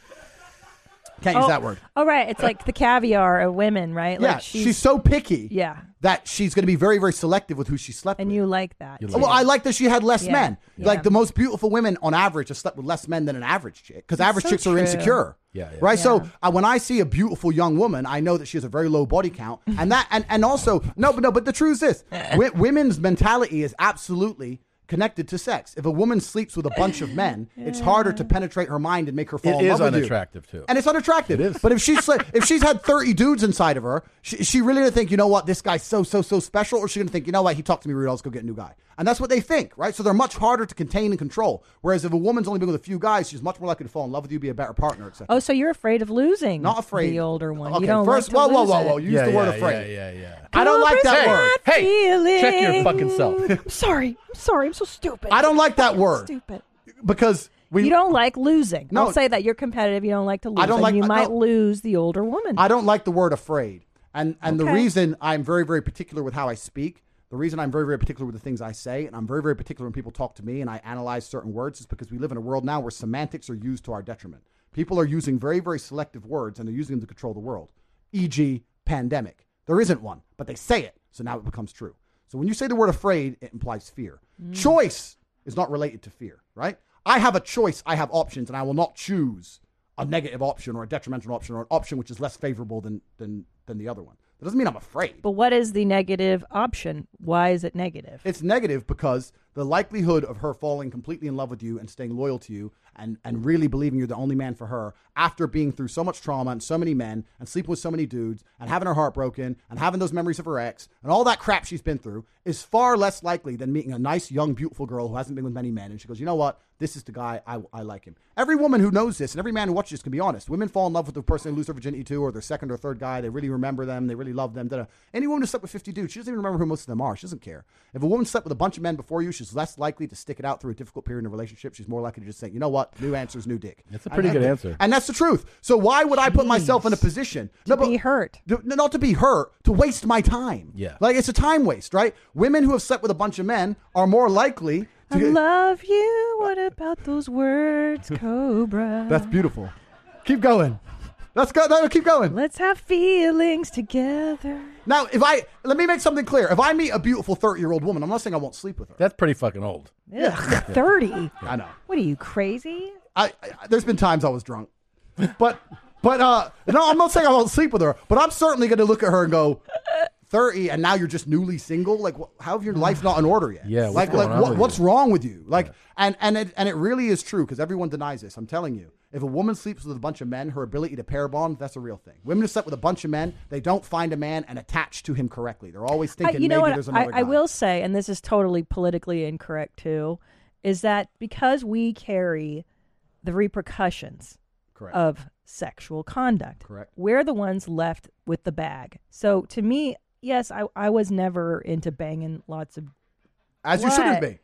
Can't use Oh, that word. Oh, right. It's like the caviar of women, right? yeah, like she's, so picky. Yeah. That she's going to be very, very selective with who she slept with. And you like that. Oh, too. well, I like that she had less Yeah. men. Yeah. Like the most beautiful women on average have slept with less men than an average chick because That's average so chicks are true. insecure. Yeah, yeah. Right. So uh, when I see a beautiful young woman, I know that she has a very low body count, and that and and also no, but no, but the truth is this: w- women's mentality is absolutely connected to sex. If a woman sleeps with a bunch of men, it's harder to penetrate her mind and make her fall It in is love with you. unattractive, too. And it's unattractive. It is. But if she's sli- if she's had thirty dudes inside of her, she, she really gonna think, you know what, this guy's so so so special, or she's gonna think, you know what, he talked to me rude, I'll just go get a new guy. And that's what they think, right? So they're much harder to contain and control. Whereas if a woman's only been with a few guys, she's much more likely to fall in love with you, be a better partner, etc. Oh, so you're afraid of losing? Not afraid. The older one. Okay, you don't first- like to whoa, lose whoa, whoa, whoa, it. you- Use the word yeah, afraid. Yeah, yeah, yeah. I don't like that word. Hey, check your fucking self. I'm sorry. I'm sorry. I'm so stupid. I don't like that word. Stupid. because we you don't like losing. No. I'll say that you're competitive. You don't like to lose. I don't and like- You I- might no. lose the older woman. I don't like the word afraid. And and the Okay. reason I'm very very particular with how I speak, the reason I'm very very particular with the things I say, and I'm very very particular when people talk to me and I analyze certain words is because we live in a world now where semantics are used to our detriment. People are using very very selective words and they're using them to control the world. E.g., pandemic. There isn't one, but they say it, so now it becomes true. So when you say the word afraid, it implies fear. Mm. Choice is not related to fear, right? I have a choice, I have options, and I will not choose a negative option or a detrimental option or an option which is less favorable than than than the other one. That doesn't mean I'm afraid. But what is the negative option? Why is it negative? It's negative because the likelihood of her falling completely in love with you and staying loyal to you and, and really believing you're the only man for her after being through so much trauma and so many men and sleeping with so many dudes and having her heart broken and having those memories of her ex and all that crap she's been through is far less likely than meeting a nice, young, beautiful girl who hasn't been with many men. And she goes, you know what? This is the guy. I, I like him. Every woman who knows this and every man who watches this can be honest. Women fall in love with the person they lose their virginity to or their second or third guy. They really remember them. They really love them. da-da. Any woman who slept with 50 dudes, she doesn't even remember who most of them are. She doesn't care. If a woman slept with a bunch of men before you, she's less likely to stick it out through a difficult period in a relationship. She's more likely to just say, you know what? New answers, new dick. That's a pretty good answer. And that's the truth. So why would I put myself in a position to be hurt? Not to be hurt, to waste my time. Yeah. Like it's a time waste, right? Women who have slept with a bunch of men are more likely to I get- love you. What about those words, Cobra? That's beautiful. Keep going. Let's go. No, keep going. Let's have feelings together. Now, if I let me make something clear, if I meet a beautiful thirty-year-old woman, I'm not saying I won't sleep with her. That's pretty fucking old. Yeah. 30. I know. What are you, crazy? I, I there's been times I was drunk, but but uh no, I'm not saying I won't sleep with her, but I'm certainly going to look at her and go. 30 and now you're just newly single like wh- how have your life not in order yet Yeah, what's like going like on what, with what's wrong with you like and and it, and it really is true because everyone denies this i'm telling you if a woman sleeps with a bunch of men her ability to pair bond that's a real thing women who slept with a bunch of men they don't find a man and attach to him correctly they're always I- thinking Uh, you know maybe what? there's I, another guy. I will say, and this is totally politically incorrect too, is that because we carry the repercussions Correct. of sexual conduct, Correct. we're the ones left with the bag. So to me, yes, I, I was never into banging lots of. As you shouldn't What? be.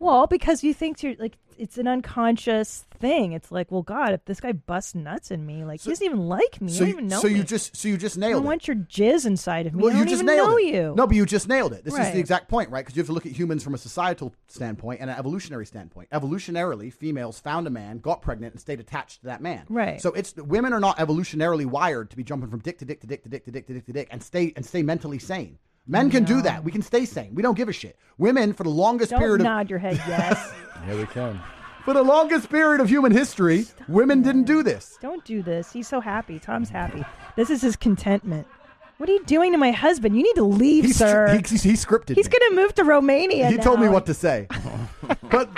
Well, because you think you're like it's an unconscious thing. It's like, well, God, if this guy busts nuts in me, like he doesn't even like me. I So, don't you- even know. so you me. just so you just I nailed don't it. want your jizz inside of me. Well, I don't you just even nailed know it. you. No, but you just nailed it. This is Right. the exact point, right? Because you have to look at humans from a societal standpoint and an evolutionary standpoint. Evolutionarily, females found a man, got pregnant, and stayed attached to that man. Right. So it's women are not evolutionarily wired to be jumping from dick to dick to dick to dick to dick to dick to dick and stay and stay mentally sane. Men can do that. We can stay sane. We don't give a shit. Women, for the longest Don't period nod of your head yes. Here we come. for the longest period of human history, women didn't do this. Don't do this. He's so happy. Tom's happy. This is his contentment. What are you doing to my husband? You need to leave, He's, sir. he, he scripted. He's me. going to move to Romania. He told me now. what to say. but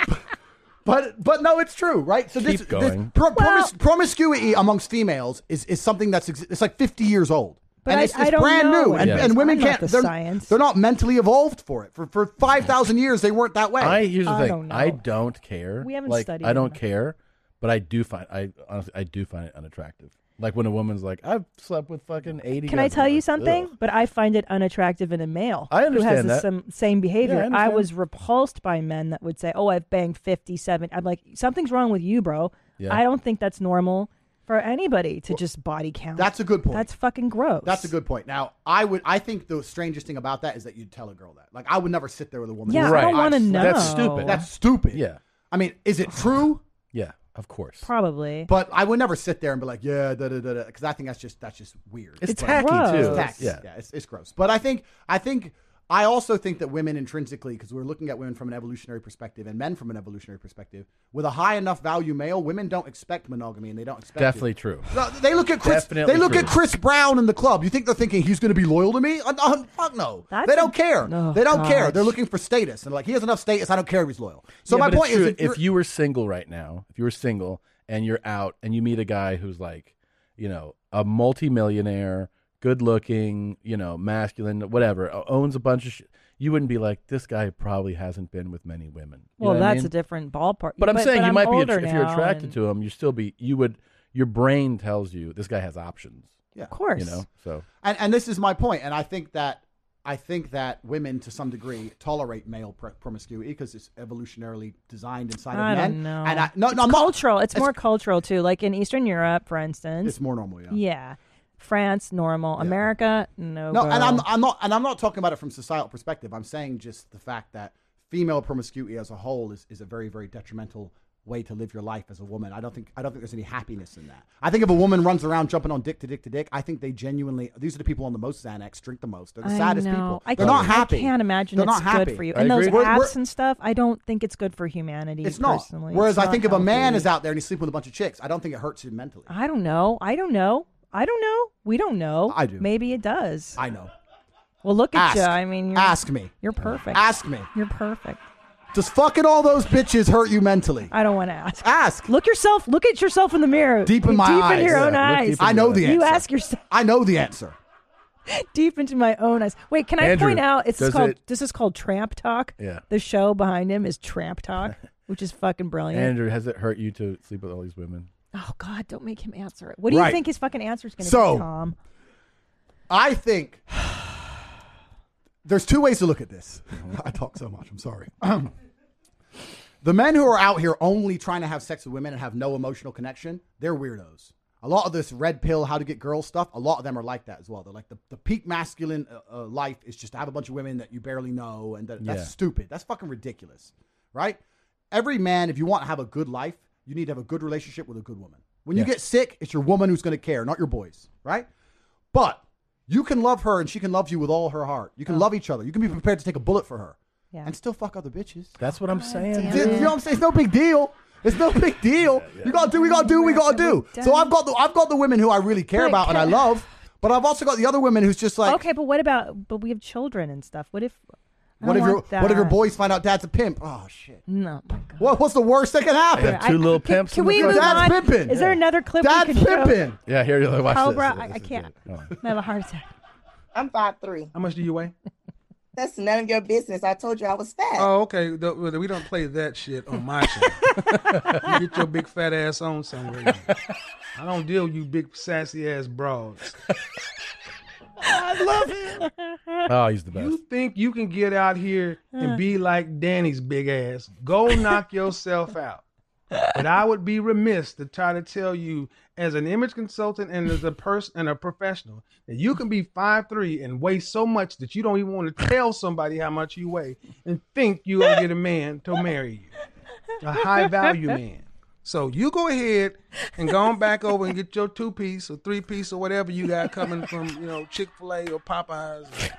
but but no, it's true, right? So this, Keep going. this pro- promis- promiscuity amongst females is, is something that's ex- it's like 50 years old. But and I- it's, I it's don't brand know new, what and, it is. and women I'm not can't. the they're, science. they're not mentally evolved for it. For for five thousand years, they weren't that way. I here's the thing. I don't care. We haven't like, studied I don't enough. care, but I do find I honestly I do find it unattractive. Like when a woman's like, I've slept with fucking eighty. Can guys," I I'm tell you like, something? "Ugh." But I find it unattractive in a male I who has understand the that. some same Yeah, I behavior. I understand. was repulsed by men that would say, "Oh, I've banged 57." I'm like, "Something's wrong with you, bro." Yeah. I don't think that's normal for anybody to just body count. That's a good point. That's fucking gross. That's a good point. Now, I would. I think the strangest thing about that is that you'd tell a girl that. Like, I would never sit there with a woman. Yeah, and I say, don't "I've wanna slept- That's know. stupid. That's stupid. Yeah. I mean, is it true? Yeah, of course. Probably. But I would never sit there and be like, yeah, da da da da, because I think that's just that's just weird. It's But- tacky, too. It's tacky. Yeah. Yeah, it's, it's gross. But I think I think I also think that women intrinsically, because we're looking at women from an evolutionary perspective and men from an evolutionary perspective, with a high enough value male, women don't expect monogamy and they don't expect it. Definitely true. No, they look at Chris. Definitely they look true. at Chris Brown in the club. You think they're thinking he's going to be loyal to me? Uh, uh, fuck no. they don't care. they don't care. Oh, gosh. They're looking for status and like he has enough status. I don't care if he's loyal. So Yeah, my but it's point is, true. if you're- if you were single right now, if you were single and you're out and you meet a guy who's like, you know, a multimillionaire, good looking, you know, masculine, whatever, o- owns a bunch of shit, you wouldn't be like, this guy probably hasn't been with many women. You well, know what I that's mean? a different ballpark. But I'm saying you might be older attr- if you're now attracted and- to him, you still be you would your brain tells you this guy has options. Yeah. Of course. You know, so and and this is my point, and I think that I think that women, to some degree, tolerate male pro- promiscuity because it's evolutionarily designed inside I of men. don't know. And I, no, it's no, I'm not- cultural. It's, more cultural too. Like in Eastern Europe, for instance, It's more normal, yeah. Yeah, France normal. America no. No, and go. I'm, I'm not, and I'm not talking about it from societal perspective. I'm saying just the fact that female promiscuity as a whole is, is a very, very detrimental way to live your life as a woman. I don't think, I don't think there's any happiness in that. I think if a woman runs around jumping on dick to dick to dick, I think they genuinely, these are the people on the most Xanax, drink the most. They're the I saddest know. people. I They're can't- not happy. I can't imagine They're it's not happy. good for you. And those We're- we're- apps and stuff, I don't think it's good for humanity. it's not. Personally. Whereas It's I not think if a man healthy. is out there and he's sleeping with a bunch of chicks, I don't think it hurts him mentally. I don't know. I don't know. I don't know. We don't know. I do. Maybe it does. I know. Well, look at Ask. you. I mean, you're, Ask me. You're perfect. Ask me. You're perfect. Does fucking all those bitches hurt you mentally? I don't want to ask. Ask. Look yourself. Look at yourself in the mirror. Deep in my deep eyes. in your own Yeah, look eyes. deep in I know your the eyes. You answer. ask yourself I know the answer. deep into my own eyes. Wait, can I Andrew, point out? It's does called. it- This is called Tramp Talk. Yeah. The show behind him is Tramp Talk, which is fucking brilliant. Andrew, has it hurt you to sleep with all these women? Oh God, don't make him answer it. What do Right. you think his fucking answer is going to So- be, Tom? I think there's two ways to look at this. I talk so much. I'm sorry. the men who are out here only trying to have sex with women and have no emotional connection, they're weirdos. A lot of this red pill, how to get girls stuff, a lot of them are like that as well. They're like the, the peak masculine uh, uh, life is just to have a bunch of women that you barely know, and that, that's Yeah. stupid. That's fucking ridiculous, right? Every man, if you want to have a good life, you need to have a good relationship with a good woman. When you Yeah. get sick, it's your woman who's going to care, not your boys, right? But you can love her and she can love you with all her heart. You can Oh. love each other. You can be prepared to take a bullet for her and still fuck other bitches. That's what I'm saying. You know what I'm saying? It's no big deal. It's no big deal. You gotta do, we gotta do, we gotta do. So I've got the I've got the women who I really care But about and I can- love, but I've also got the other women who's just like, okay, but what about? But we have children and stuff. What if? I what if don't your want that. what if your boys find out dad's a pimp? Oh shit. No. my God. What what's the worst that can happen? They have two little Can, pimps. can in the we front. move on? Dad's pimping. Is there another clip? we Dad's can show? pimping. Yeah, here you go. Watch Cobra, this. I, I This is can't. it. Come on. I have a heart attack. I'm five three. How much do you weigh? That's none of your business. I told you I was fat. Oh, okay. The- well, We don't play that shit on my show. you get your big fat ass on somewhere. I don't deal with you big sassy ass broads. I love him. Oh, he's the best. You think you can get out here and be like Danny's big ass? Go knock yourself out. But I would be remiss to try to tell you, as an image consultant and as a person and a professional, that you can be five three and weigh so much that you don't even want to tell somebody how much you weigh, and think you will get a man to marry you, a high value man. So you go ahead and go on back over and get your two piece or three piece or whatever you got coming from you know Chick Fil A or Popeyes. Or,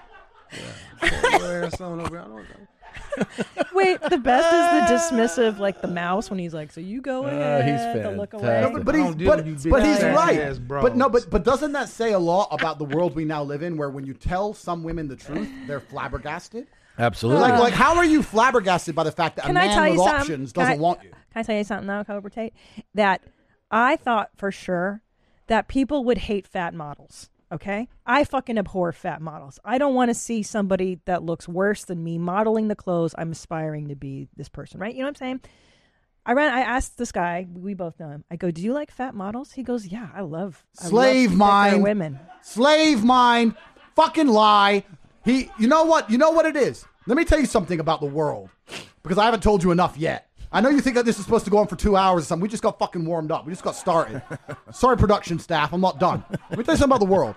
yeah, your ass on over. I don't know. Wait, the best is the dismissive, like the mouse when he's like, "So you go ahead." the look away. No, but- but he's, but, but he's big right. ass But no, but but doesn't that say a lot about the world we now live in, where when you tell some women the truth, they're flabbergasted? Absolutely. Like, like how are you flabbergasted by the fact that Can a I man tell you with something? options Can I- doesn't want you? Can I tell you something now, Cobra Tate? That I thought for sure that people would hate fat models. Okay, I fucking abhor fat models. I don't want to see somebody that looks worse than me modeling the clothes I'm aspiring to be. This person, right? You know what I'm saying? I ran. I asked this guy. We both know him. I go, "Do you like fat models?" He goes, "Yeah, I love I love Slave thicker mind. women." Slave mind. Fucking lie. He. You know what? You know what it is. Let me tell you something about the world, because I haven't told you enough yet. I know you think that this is supposed to go on for two hours or something. We just got fucking warmed up. We just got started. Sorry, production staff. I'm not done. Let me tell you something about the world.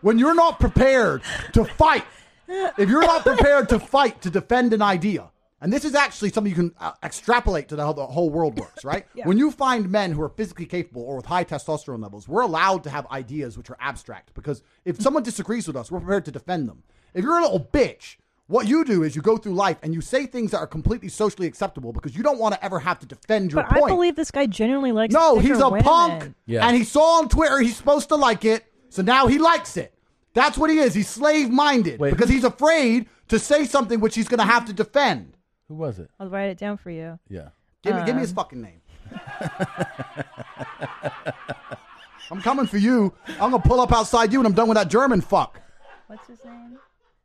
When you're not prepared to fight, if you're not prepared to fight to defend an idea, and this is actually something you can uh, extrapolate to the, how the whole world works, right? Yeah. When you find men who are physically capable or with high testosterone levels, we're allowed to have ideas which are abstract because if Hmm. someone disagrees with us, we're prepared to defend them. If you're a little bitch, what you do is you go through life and you say things that are completely socially acceptable because you don't want to ever have to defend your But point. I believe this guy genuinely likes. No, thicker he's a women. punk. Yeah. And he saw on Twitter he's supposed to like it, so now he likes it. That's what he is. He's slave minded because he's afraid to say something which he's going to have to defend. Who was it? I'll write it down for you. Yeah. Give me, give me his Um, fucking name. I'm coming for you. I'm going to pull up outside you and I'm done with that German fuck. What's his name?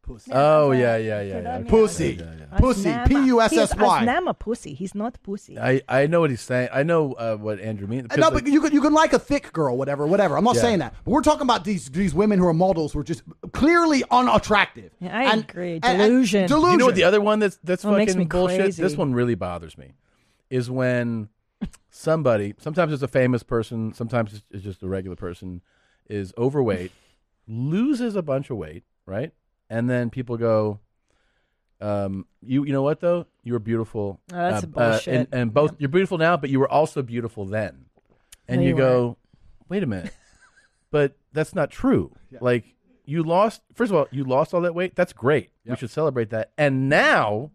Pussy. Oh yeah, yeah, yeah, yeah. Okay. Pussy. Yeah, yeah, yeah. Pussy. Asnama. P U S S He's Y. Asnama pussy. He's not pussy. I, I know what he's saying. I know uh, what Andrew means. No, 'cause, but like, you can you can like a thick girl, whatever, whatever. I'm not Yeah. saying that. But we're talking about these these women who are models who are just clearly unattractive. I agree. and- and- Delusion. delusion. You know what the other one that's that's Well, it makes fucking me bullshit. This crazy. one really bothers me. Is when somebody, sometimes it's a famous person, sometimes it's- it's just a regular person, is overweight, loses a bunch of weight, right? And then people go, um, you you know what though? You were beautiful. Oh, that's uh, bullshit. and, and both you're beautiful now, but you were also beautiful then. And No, you, you go, wait a minute, but that's not true. Like you lost. First of all, you lost all that weight. That's great. We should celebrate that. And now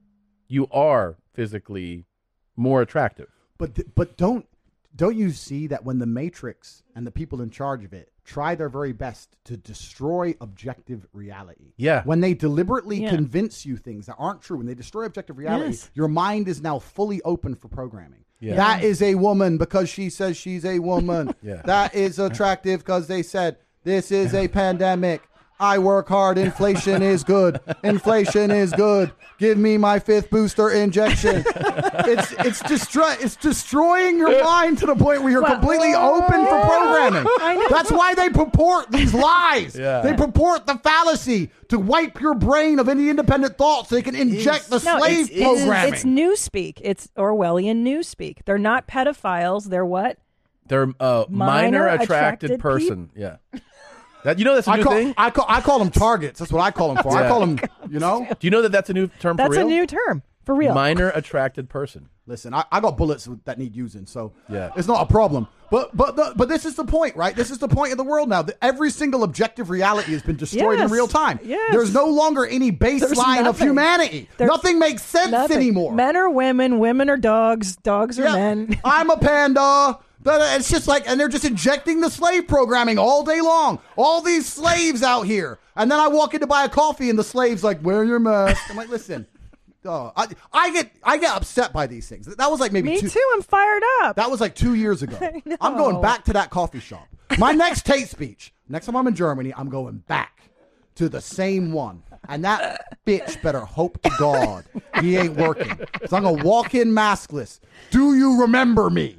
you are physically more attractive. But th- but don't don't you see that when the Matrix and the people in charge of it try their very best to destroy objective reality? Yeah. When they deliberately Yeah. convince you things that aren't true, when they destroy objective reality, Yes. your mind is now fully open for programming. Yeah. That is a woman because she says she's a woman. Yeah. That is attractive because they said this is a pandemic. I work hard. Inflation is good. Inflation is good. Give me my fifth booster injection. it's it's destroy it's destroying your mind to the point where you're completely open for programming. I know. That's why they purport these lies. Yeah. They purport the fallacy to wipe your brain of any independent thoughts so they can inject the No, slave it's, programming. It's, it's newspeak. It's Orwellian newspeak. They're not pedophiles. They're what? They're a minor, Minor attracted, attracted peop- person. Yeah. That you know that's a I new call, thing. I call I call them targets. That's what I call them for. I Yeah. call them. You know. Do you know that that's a new term? That's for a real? new term, for real. Minor attracted person. Listen, I, I got bullets that need using, so Yeah. it's not a problem. But but the, but this is the point, right? This is the point of the world now. That every single objective reality has been destroyed Yes. in real time. Yes. There's no longer any There's baseline of nothing. humanity. There's nothing makes sense nothing. anymore. Men are women. Women are dogs. Dogs are Yeah. Oh, men. I'm a panda. Da- da- It's just like, and they're just injecting the slave programming all day long. All these slaves out here. And then I walk in to buy a coffee, and the slave's like, wear your mask. I'm like, listen. Oh, I, I get I get upset by these things. That was like maybe Me two, too. I'm fired up. That was like two years ago. I know. I'm going back to that coffee shop. My next Tate speech. Next time I'm in Germany, I'm going back to the same one. And that bitch better hope to God he ain't working. So I'm gonna walk in maskless. Do you remember me?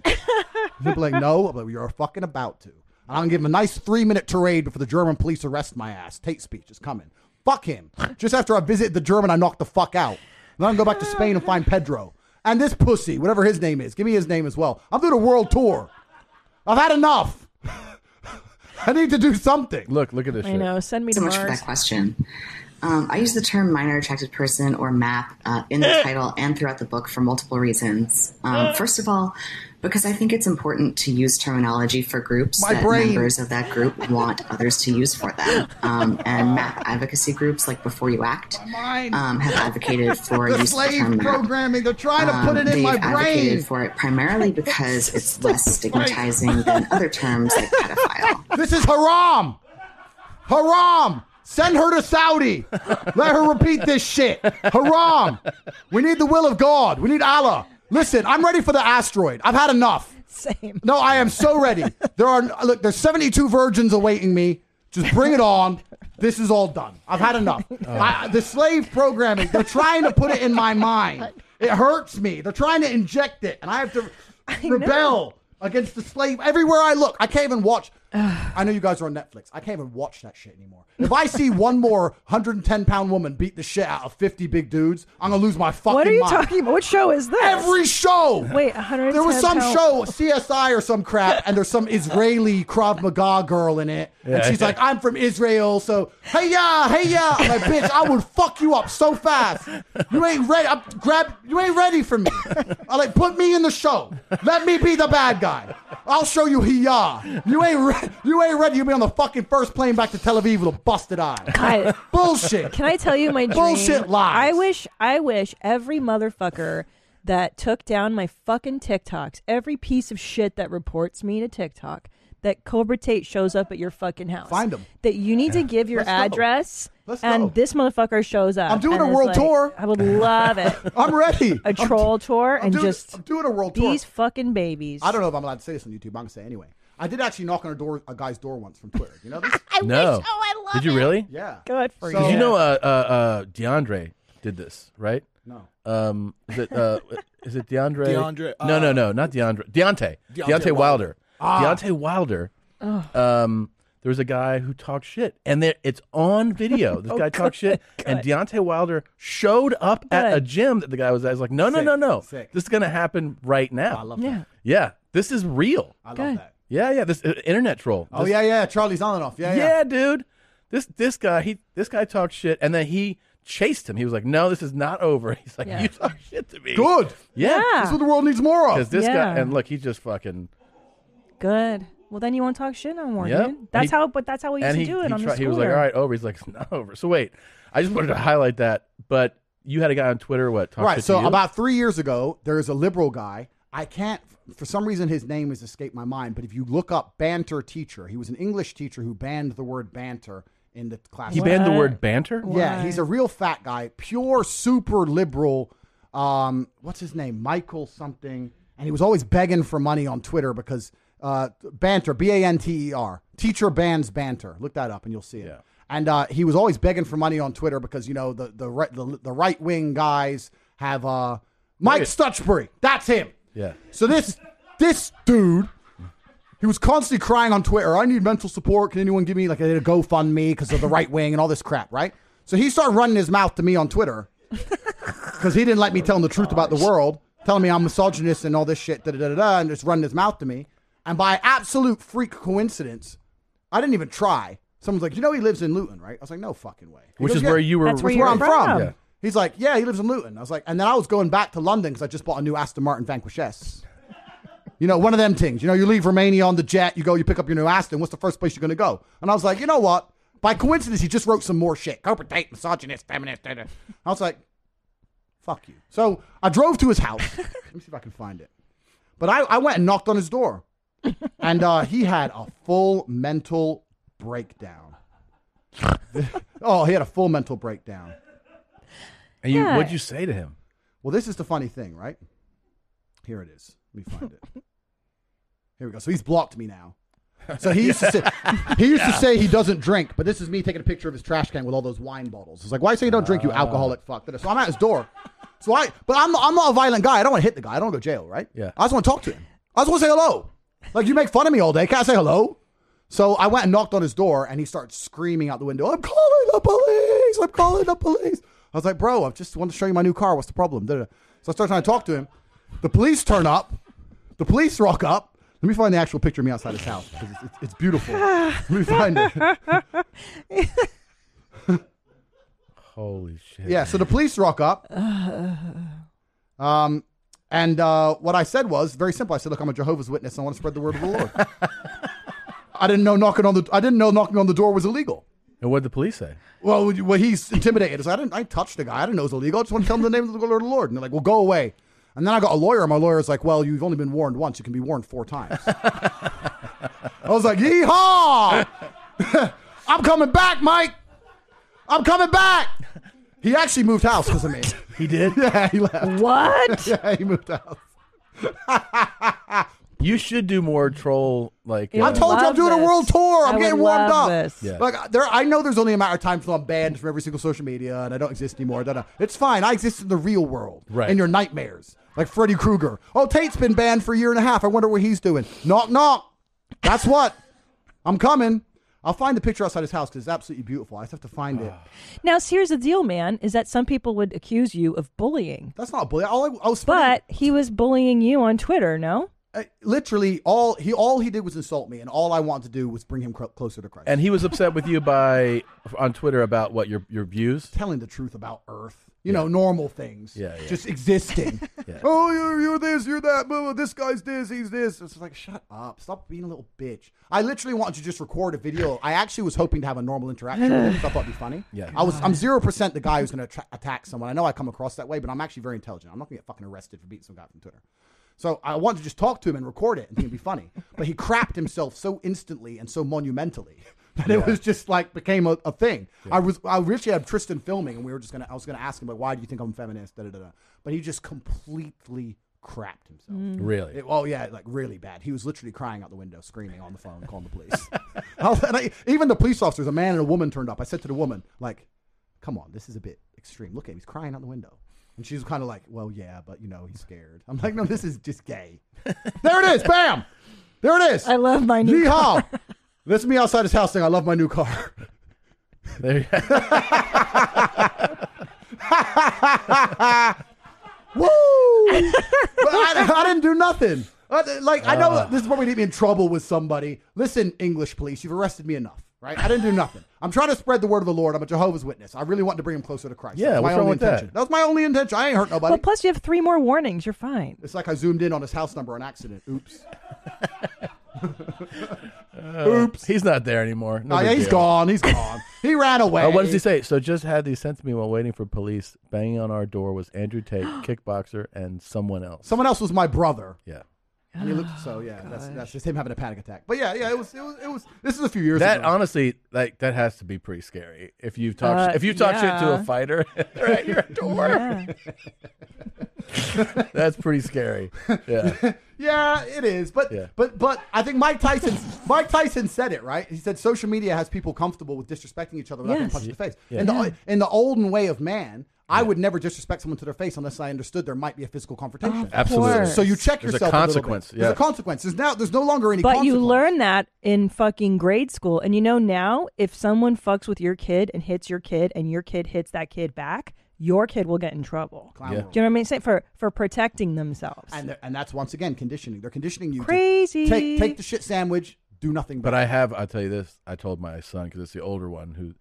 He'll be like, no, but you're fucking about to. And I'm gonna give him a nice three minute tirade before the German police arrest my ass. Tate speech is coming. Fuck him. Just after I visit the German, I knock the fuck out. Then I'm gonna go back to Spain and find Pedro. And this pussy, whatever his name is, give me his name as well. I'm doing a world tour. I've had enough. I need to do something. Look, look at this I know. Send me to so much Mars. for that question. Um, I use the term minor attracted person or MAP uh, in the title and throughout the book for multiple reasons. Um, first of all, because I think it's important to use terminology for groups My that brain. members of that group want others to use for them. Um, and MAP advocacy groups like Before You Act Mine. um, have advocated for the use of the term slave MAP. programming. They're trying to put Um, it they've in my brain. advocated for it primarily because it's less stigmatizing than other terms like This is haram. Haram. Send her to Saudi. Let her repeat this shit. Haram. We need the will of God. We need Allah. Listen, I'm ready for the asteroid. I've had enough. Same. No, I am so ready. There are look, there's 72 virgins awaiting me. Just bring it on. This is all done. I've had enough. I, the slave programming, they're trying to put it in my mind. It hurts me. They're trying to inject it, and I have to rebel against the slave everywhere I look. I can't even watch. I know you guys are on Netflix. I can't even watch that shit anymore. If I see one more 110 pound woman beat the shit out of 50 big dudes, I'm gonna lose my fucking. What are you mind. talking about? What show is this? Every show. Wait, 110 There was some pound- show, CSI or some crap, and there's some Israeli Krav Maga girl in it, and Yeah. she's like, "I'm from Israel, so hey ya, hey ya." I'm like, "Bitch, I would fuck you up so fast. You ain't ready. I'm, grab. You ain't ready for me. I like put me in the show. Let me be the bad guy. I'll show you hey ya. You ain't re- you ain't ready. You'll be on the fucking first plane back to Tel Aviv with a busted eye. God. Bullshit. Can I tell you my dream? Bullshit I lies. wish, I wish every motherfucker that took down my fucking TikToks, every piece of shit that reports me to TikTok, that Cobra Tate shows up at your fucking house. Find 'em. That you need to give your Let's go. address, Let's and go. this motherfucker shows up. I'm doing and a is world like, tour. I would love it. I'm ready. A troll tour and doing- just I'm doing a world tour. these fucking babies. I don't know if I'm allowed to say this on YouTube. but I'm gonna say it anyway. I did actually knock on a door, a guy's door once from Twitter. You know this? no. Oh, I Did you really? Yeah. Good for Did you know uh, uh, uh, DeAndre did this, right? No. Um, is it, uh, is it DeAndre? DeAndre, uh, no, no, no, not DeAndre. Deontay. Deontay Deontay, Wilder. Wilder. Ah. Deontay Wilder. Ugh. Um, there was a guy who talked shit, and there, it's on video. This Oh, guy talked shit, and Deontay Wilder showed up at a gym that the guy was at. He's like, no, no, Sick, no, no. sick. This is going to happen right now. I love that. Yeah. Yeah, this is real. I love Good. that. Yeah, yeah, this uh, internet troll. Oh This- yeah, yeah. Charlie's on and off. Yeah, yeah. dude. This this guy he this guy talked shit, and then he chased him. He was like, "No, this is not over." He's like, "You talk shit to me." Good. Yeah, That's what the world needs more of. because this Oh, Yeah. guy and look, he just fucking Good. Well, then you won't talk shit no more. Yep. dude. That's He- how. But that's how we used and to he, do it he on tried- the He was like, schooler. "All right, over." He's like, "It's not over." So wait, I just wanted to highlight that, but you had a guy on Twitter what talked right. shit So to you? about three years ago, there is a liberal guy. I can't, for some reason, his name has escaped my mind. But if you look up banter teacher, he was an English teacher who banned the word banter in the class. he banned the word banter. Yeah, he's a real fat guy, pure super liberal. Um, what's his name? Michael something. And he was always begging for money on Twitter because uh, banter, B A N T E R, teacher bans banter. Look that up and you'll see it. And uh, he was always begging for money on Twitter because you know the the right the, the right wing guys have uh, Mike Stutchbury. That's him. yeah. So this this dude, he was constantly crying on Twitter. I need mental support. Can anyone give me like a GoFundMe because of the right wing and all this crap, right? So he started running his mouth to me on Twitter because he didn't like me telling the truth about the world, telling me I'm misogynist and all this shit, da da da da, da, and just running his mouth to me. And by absolute freak coincidence, I didn't even try. Someone's like, you know, he lives in Luton, right? I was like, no fucking way. He Which goes, is "Yeah, where you were- That's where which you're I'm from. Yeah. He's like, yeah, he lives in Luton. I was like, and then I was going back to London because I just bought a new Aston Martin Vanquish S. You know, one of them things. You know, you leave Romania on the jet, you go, you pick up your new Aston. What's the first place you're going to go? And I was like, you know what? By coincidence, he just wrote some more shit. Corporate date, misogynist, feminist. da, da. I was like, fuck you. So I drove to his house. Let me see if I can find it. But I, I went and knocked on his door. And uh, he had a full mental breakdown. oh, he had a full mental breakdown. And you, what'd you say to him? Well, this is the funny thing, right? Here it is. Let me find it. Here we go. So he's blocked me now. So he used to say, he used to Yeah. say he doesn't drink, but this is me taking a picture of his trash can with all those wine bottles. It's like, why say you don't drink, you Ah. alcoholic fuck? So I'm at his door. So I, but I'm I'm not a violent guy. I don't want to hit the guy. I don't want to go to jail, right? Yeah. I just want to talk to him. I just want to say hello. Like you make fun of me all day. Can I say hello? So I went and knocked on his door, and he started screaming out the window. I'm calling the police. I'm calling the police. I was like, bro, I just want to show you my new car. What's the problem? Da-da-da. So I start trying to talk to him. The police turn up. The police rock up. Let me find the actual picture of me outside his house because it's, it's, it's beautiful. Let me find it. Holy shit! Yeah, so the police rock up. Um, and uh, what I said was very simple. I said, "Look, I'm a Jehovah's Witness. I want to spread the word of the Lord." I didn't know knocking on the I didn't know knocking on the door was illegal. And what did the police say? Well, would you- well, he's intimidated. So I didn't. I touched the guy. I didn't know it was illegal. I just want to tell him the name of the Lord. of the Lord. And they're like, "Well, go away." And then I got a lawyer. and My lawyer's like, "Well, you've only been warned once. You can be warned four times." I was like, "Yeehaw! I'm coming back, Mike. I'm coming back." He actually moved house because of me. He did. Yeah, he left. What? yeah, he moved house. You should do more troll like. I told you I'm doing a world tour. I'm I getting would warmed love up. this. Yeah. Like uh, there, I know there's only a matter of time till I'm banned from every single social media and I don't exist anymore. Da, da. It's fine. I exist in the real world. Right. In your nightmares, like Freddy Krueger. Oh, Tate's been banned for a year and a half. I wonder what he's doing. Knock, knock. That's what. I'm coming. I'll find the picture outside his house because it's absolutely beautiful. I just have to find it. Ah. Now, see, here's the deal, man. Is that some people would accuse you of bullying? That's not bullying. All I, I was but he was bullying you on Twitter. No. Uh, literally, all he all he did was insult me, and all I wanted to do was bring him cro- closer to Christ. And he was upset with you by on Twitter about what your your views. Telling the truth about Earth. You know, normal things. Yeah, yeah. Just existing. Oh, you're, you're this, you're that. Blah, blah, this guy's this, he's this. It's like, shut up. Stop being a little bitch. I literally wanted to just record a video. I actually was hoping to have a normal interaction with him 'cause I thought it'd be funny. Yeah. I was, I'm 0% the guy who's going to attack someone. I know I come across that way, but I'm actually very intelligent. I'm not going to get fucking arrested for beating some guy from Twitter. So I wanted to just talk to him and record it and think it'd be funny. But he crapped himself so instantly and so monumentally that it Yeah. was just like became a, a thing. I was I originally had Tristan filming and we were just gonna I was gonna ask him like why do you think I'm feminist da da da da. But he just completely crapped himself. Mm. Really? It- oh yeah, like really bad. He was literally crying out the window, screaming on the phone, calling the police. and I, even the police officers, a man and a woman turned up. I said to the woman, like, "Come on, this is a bit extreme. Look at him; he's crying out the window." And she's kind of like, "Well, yeah, but you know, he's scared." I'm like, "No, this is just gay." there it is. Bam. There it is. I love my new Yeehaw. This is me outside his house saying, "I love my new car." There you Woo! but I, I didn't do nothing. I- like I know Uh. this is probably get me in trouble with somebody. Listen, English police, you've arrested me enough, right? I didn't do nothing. I'm trying to spread the word of the Lord. I'm a Jehovah's Witness. I really want to bring him closer to Christ. Yeah, That's my what's wrong only with that? intention. That was my only intention. I ain't hurt nobody. Well, plus you have three more warnings. You're fine. It's like I zoomed in on his house number on accident. Oops. Uh, Oops. He's not there anymore. Oh, yeah, he's he's gone. He's gone. he ran away. Uh, what does he say? So just had these sent to me while waiting for police. Banging on our door was Andrew Tate, kickboxer, and someone else. Someone else was my brother. Yeah. And he looked so yeah. That's that's just him having a panic attack. But yeah, yeah, it was it was it was. This is a few years that ago. honestly, like that has to be pretty scary. If you've talked, Uh, if you talk shit to yeah. a fighter, they're at your door. That's pretty scary. Yeah. Yeah, it is. But Yeah. but but I think Mike Tyson Mike Tyson said it right. He said social media has people comfortable with disrespecting each other without being Yes. punched in the face. Yeah. In Yeah. the in the olden way of man, I would never disrespect someone to their face unless I understood there might be a physical confrontation. Absolutely. course. So you check There's a yourself. little bit. consequence, There's yeah. a consequence. There's now there's no longer any. But you consequence. learn that in fucking grade school. And you know now, if someone fucks with your kid and hits your kid and your kid hits that kid back, your kid will get in trouble. Clown Do you Yeah. know what I mean? Say for for protecting themselves. and they're- and that's once again conditioning. They're conditioning you. to Crazy. take take the shit sandwich. Do nothing. But back. I have. I'll tell you this. I told my son because it's the older one who.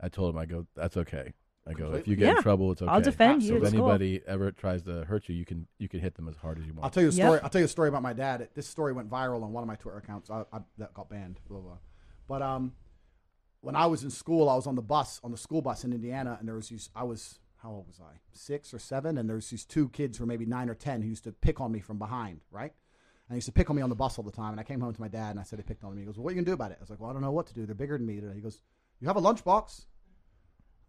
I told him. I go. That's okay. I go. If you Completely. get Yeah. in trouble, it's okay. I'll defend you If at school. anybody ever tries to hurt you, you can you can hit them as hard as you want. I'll tell you a story. I'll tell you a story about my dad. This story went viral on one of my Twitter accounts. I, I, that got banned. Blah blah. But um, when I was in school, I was on the bus on the school bus in Indiana, and there was these. I was how old was I? Six or seven, and there was these two kids who were maybe nine or ten who used to pick on me from behind, right? And they used to pick on me on the bus all the time. And I came home to my dad and I said they picked on me. He goes, "Well, what are you gonna do about it?" I was like, "Well, I don't know what to do. They're bigger than me." He goes, "You have a lunchbox."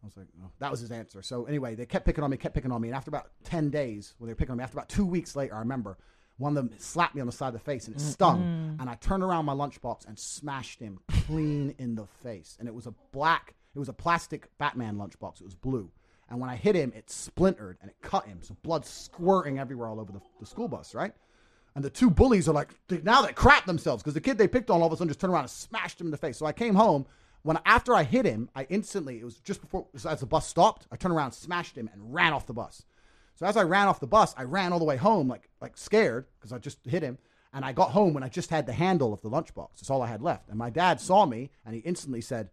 I was like, oh. that was his answer. So anyway, they kept picking on me, kept picking on me, and after about ten days, when they were picking on me, after about two weeks later, I remember one of them slapped me on the side of the face and it stung, Mm-mm. and I turned around my lunchbox and smashed him clean in the face, and it was a black, it was a plastic Batman lunchbox, it was blue, and when I hit him, it splintered and it cut him, so blood squirting everywhere all over the, the school bus, right? And the two bullies are like, they- now they crap themselves because the kid they picked on all of a sudden just turned around and smashed him in the face. So I came home. When after I hit him, I instantly, it was just before, it was as the bus stopped, I turned around, smashed him, and ran off the bus. So as I ran off the bus, I ran all the way home, like, like scared because I just hit him. And I got home when I just had the handle of the lunchbox. That's all I had left. And my dad saw me and he instantly said,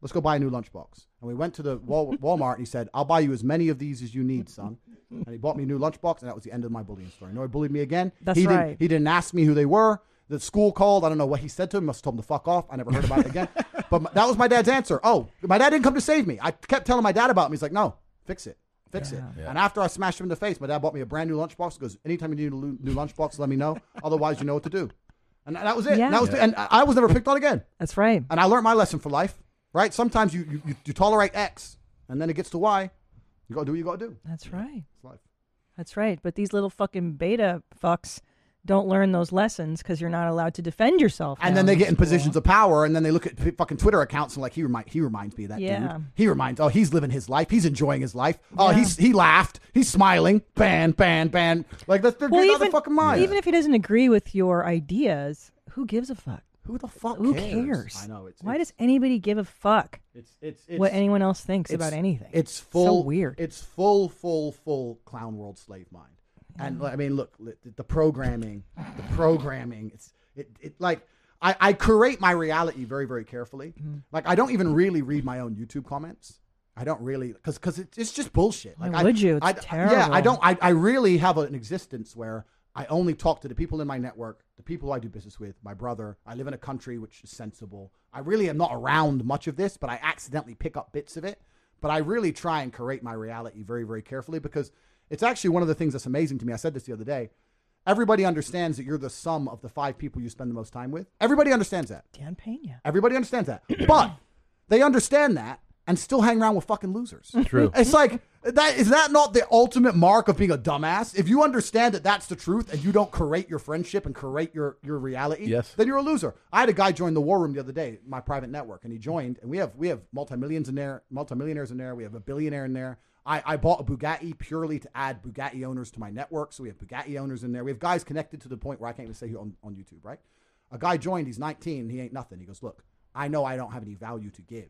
Let's go buy a new lunchbox. And we went to the Wal- Walmart and he said, I'll buy you as many of these as you need, son. And he bought me a new lunchbox and that was the end of my bullying story. No, he bullied me again. That's he right. Didn't, he didn't ask me who they were. The school called. I don't know what he said to him. Must have told him to fuck off. I never heard about it again. But my, that was my dad's answer. Oh, my dad didn't come to save me. I kept telling my dad about him. He's like, no, fix it. Fix it. Yeah. And after I smashed him in the face, my dad bought me a brand new lunchbox. He goes, anytime you need a lu- new lunchbox, let me know. Otherwise, you know what to do. And that was it. Yeah. And, that was Yeah. and I I was never picked on again. That's right. And I learned my lesson for life, right? Sometimes you, you, you, you tolerate X and then it gets to Y. You got to do what you got to do. That's right. It's life. That's right. But these little fucking beta fucks don't learn those lessons because you're not allowed to defend yourself. And now then they get in school. positions of power, and then they look at p- fucking Twitter accounts and like he remind he reminds me of that Yeah. dude. He reminds oh he's living his life, he's enjoying his life. Oh Yeah. he's he laughed, he's smiling, ban ban ban. Like that's they're getting out of their fucking mind. even if he doesn't agree with your ideas, who gives a fuck? Who the fuck? Who cares? cares? I know, it's- Why does anybody give a fuck? It's it's, it's what anyone else thinks it's- about anything. It's So full weird. It's full, full, full clown world slave mind. And Yeah. I mean, look, li- the, the programming, the programming. It's it, it like I, I create my reality very, very carefully. Mm-hmm. Like I don't even really read my own YouTube comments. I don't really because because it, it's just bullshit. Why Like would I, you? It's I, Yeah, I terrible. don't. I, I really have an existence where I only talk to the people in my network, the people I do business with, my brother. I live in a country which is sensible. I really am not around much of this, but I accidentally pick up bits of it. But I really try and create my reality very, very carefully because it's actually one of the things that's amazing to me. I said this the other day. Everybody understands that you're the sum of the five people you spend the most time with. Everybody understands that. Dan Pena. Everybody understands that. But they understand that, and still hang around with fucking losers. True. It's like that is that not the ultimate mark of being a dumbass? If you understand that that's the truth and you don't create your friendship and create your your reality, Yes. then you're a loser. I had a guy join the war room the other day, my private network, and he joined, and we have we have multimillions in there, multimillionaires in there, we have a billionaire in there. I, I bought a Bugatti purely to add Bugatti owners to my network, so we have Bugatti owners in there. We have guys connected to the point where I can't even say who on, on YouTube, right? A guy joined, he's 19, he ain't nothing. He goes, Look, I know I don't have any value to give,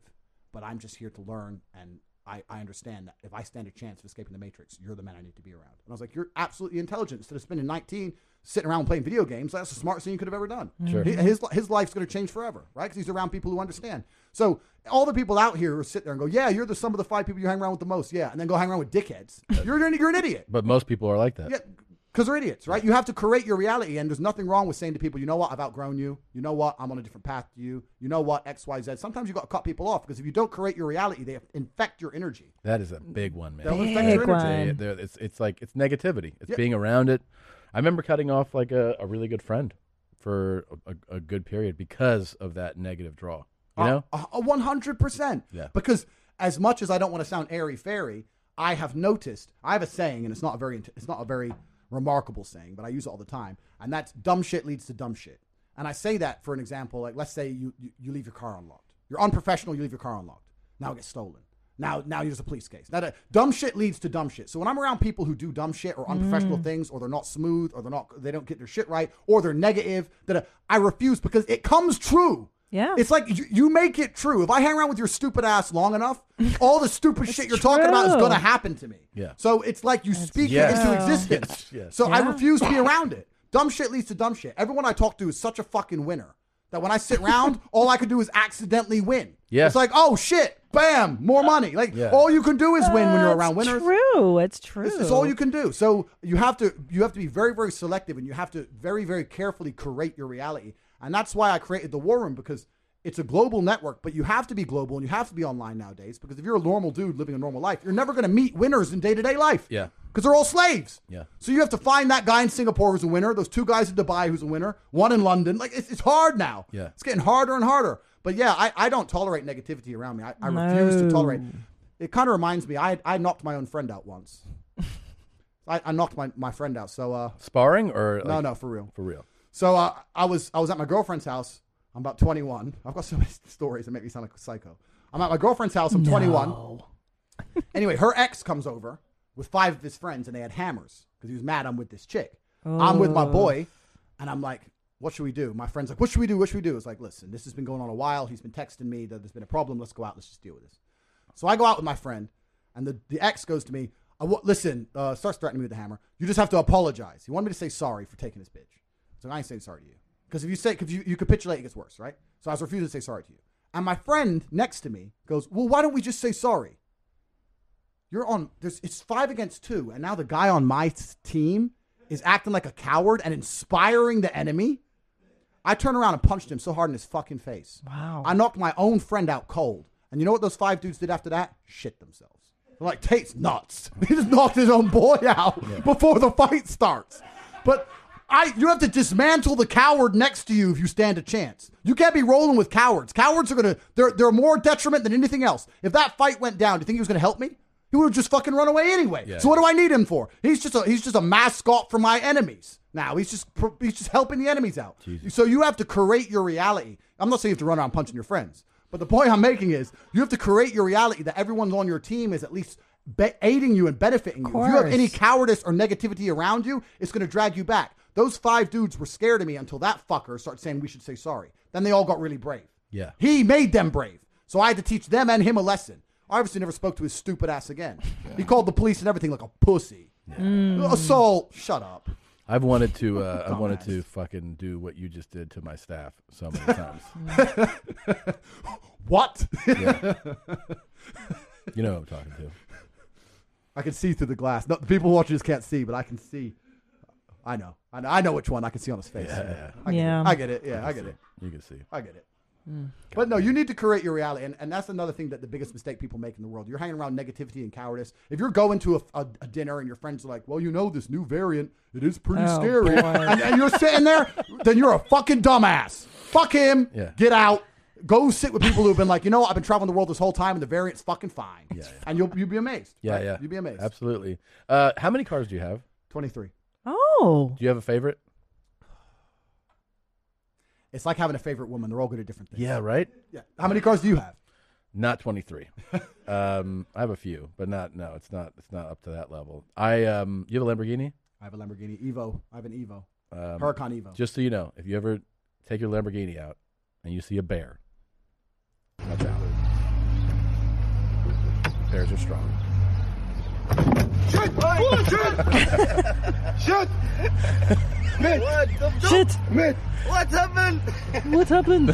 but I'm just here to learn. And I, I understand that if I stand a chance of escaping the Matrix, you're the man I need to be around. And I was like, You're absolutely intelligent. Instead of spending 19 sitting around playing video games, that's the smartest thing you could have ever done. Sure. He- his, his life's going to change forever, right? Because he's around people who understand. So all the people out here who sit there and go, Yeah, you're the sum of the five people you hang around with the most. Yeah. And then go hang around with dickheads. You're, an- you're an idiot. But most people are like that. Yeah, because they're idiots, right? You have to create your reality, and there's nothing wrong with saying to people, you know what, I've outgrown you. You know what, I'm on a different path to you. You know what, X, Y, Z. Sometimes you got to cut people off because if you don't create your reality, they infect your energy. That is a big one, man. That was Big factor energy. one. They- they're- It's, it's like it's negativity. It's Yeah. being around it. I remember cutting off like a, a really good friend for a, a, a good period because of that negative draw. You know, A- a Uh, one hundred percent. Yeah. Because as much as I don't want to sound airy fairy, I have noticed. I have a saying, and it's not a very it's not a very remarkable saying, but I use it all the time, and that's dumb shit leads to dumb shit. And I say that for an example, like let's say you you, you leave your car unlocked. You're unprofessional. You leave your car unlocked. Now it gets stolen. Now now there's a police case. Now that dumb shit leads to dumb shit. So when I'm around people who do dumb shit or unprofessional Mm. things, or they're not smooth, or they're not they don't get their shit right, or they're negative, that I refuse because it comes true. Yeah. It's like you, you make it true. If I hang around with your stupid ass long enough, all the stupid shit you're talking about is true. going to happen to me. Yeah. So it's like you speak Yes. it into existence. Yes, yes. So I Yeah. refuse to be around it. Dumb shit leads to dumb shit. Everyone I talk to is such a fucking winner that when I sit around, all I can do is accidentally win. Yeah. It's like, oh shit, bam, more money. Like Yeah. all you can do is win when you're around winners. True. It's true. It's, it's all you can do. So you have to you have to be very very selective, and you have to very very carefully create your reality. And that's why I created the War Room because it's a global network, but you have to be global and you have to be online nowadays. Because if you're a normal dude living a normal life, you're never going to meet winners in day to day life. Yeah. Because they're all slaves. Yeah. So you have to find that guy in Singapore who's a winner, those two guys in Dubai who's a winner, one in London. Like it's, it's hard now. Yeah. It's getting harder and harder. But yeah, I, I don't tolerate negativity around me. I, I refuse to No. tolerate. It kind of reminds me, I I knocked my own friend out once. I, I knocked my, my friend out. So uh, sparring or no, like- no, for real. for real. So uh, I was I was at my girlfriend's house. I'm about 21. I've got so many stories that make me sound like a psycho. I'm at my girlfriend's house. I'm 21. anyway, her ex comes over with five of his friends, and they had hammers because he was mad. I'm with this chick. I'm with my Oh. boy, and I'm like, what should we do? My friend's like, what should we do? What should we do? It's like, listen, this has been going on a while. He's been texting me that there's been a problem. Let's go out. Let's just deal with this. So I go out with my friend, and the, the ex goes to me, I wa- listen, uh, starts threatening me with a hammer. You just have to apologize. He wanted me to say sorry for taking his bitch. So I ain't saying sorry to you. Because if you say, because you, you capitulate, it gets worse, right? So I was refusing to say sorry to you. And my friend next to me goes, well, why don't we just say sorry? You're on, there's, it's five against two. And now the guy on my s- team is acting like a coward and inspiring the enemy. I turned around and punched him so hard in his fucking face. Wow. I knocked my own friend out cold. And you know what those five dudes did after that? Shit themselves. They're like, Tate's nuts. He just knocked his own boy out before the fight starts. But I you have to dismantle the coward next to you if you stand a chance. You can't be rolling with cowards. Cowards are gonna they're they're more detriment than anything else. If that fight went down, do you think he was gonna help me? He would have just fucking run away anyway. Yeah. So what do I need him for? He's just a he's just a mascot for my enemies. Now he's just pr- he's just helping the enemies out. So you have to create your reality. I'm not saying you have to run around punching your friends, but the point I'm making is you have to create your reality that everyone on your team is at least be- aiding you and benefiting you. If you have course. any cowardice or negativity around you, it's going to drag you back. Those five dudes were scared of me until that fucker started saying we should say sorry. Then they all got really brave. Yeah. He made them brave. So I had to teach them and him a lesson. I obviously never spoke to his stupid ass again. He called the police and everything like a pussy. Mm. Assault. Shut up. I've wanted to. Uh, I've wanted to fucking do what you just did to my staff so many times. What? Yeah. you know who I'm talking to. I can see through the glass. No, the people watching this can't see, but I can see. I know. I know, I know which one I can see on his face. Yeah. I get Yeah. It. I get it. Yeah, can I get see. it. You can see. I get it. Mm. But no, you need to create your reality. And, and that's another thing that the biggest mistake people make in the world. You're hanging around negativity and cowardice. If you're going to a, a- a dinner and your friends are like, well, you know, this new variant, it is pretty Oh, scary. boy. And, and you're sitting there, then you're a fucking dumbass. Fuck him. Yeah. Get out. Go sit with people who've been like, you know, I've been traveling the world this whole time, and the variant's fucking fine. Yeah, And you'll you'll be amazed. Yeah, right? yeah. You'll be amazed. Absolutely. Uh, how many cars do you have? Twenty three. Oh. Do you have a favorite? It's like having a favorite woman. They're all good at different things. Yeah, right. Yeah. How many cars do you have? Not twenty three. um, I have a few, but not. No, it's not. It's not up to that level. I um, you have a Lamborghini. I have a Lamborghini Evo. I have an Evo. Um, Huracan Evo. Just so you know, if you ever take your Lamborghini out and you see a bear, watch out. Bears are strong. Shit! What? Shit! Shit! Mate! What? Shit! Mate! What happened? What happened?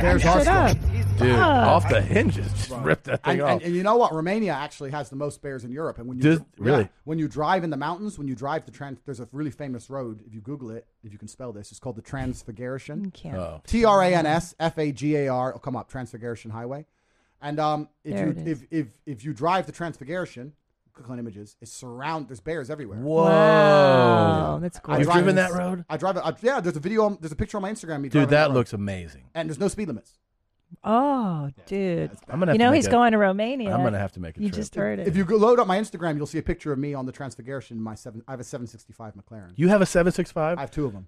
There's our story. Dude, off the hinges, just Right. ripped that thing and, off. And, and you know what? Romania actually has the most bears in Europe. And when you Does- yeah. really? when you drive in the mountains, when you drive the trans, there's a really famous road. If you Google it, if you can spell this, it's called the Transfiguration. can't. Oh. T R A N S F A G A R. It'll come up Transfiguration Highway. And um, if There you it is. if, if if you drive the Transfiguration, click on images. It's surround. There's bears everywhere. Whoa. Wow, that's I You've drive driven this- that road? I drive it. I- Yeah, there's a video. on- There's a picture on my Instagram. me driving Dude, that road. looks amazing. And there's no speed limits. Oh, dude. I'm you gonna have know to make he's a- going to Romania. I'm gonna have to make a You trip. just heard it. If you go load up my Instagram, you'll see a picture of me on the Transfiguration. My seven, I have a 765 McLaren. You have a 765? I have two of them.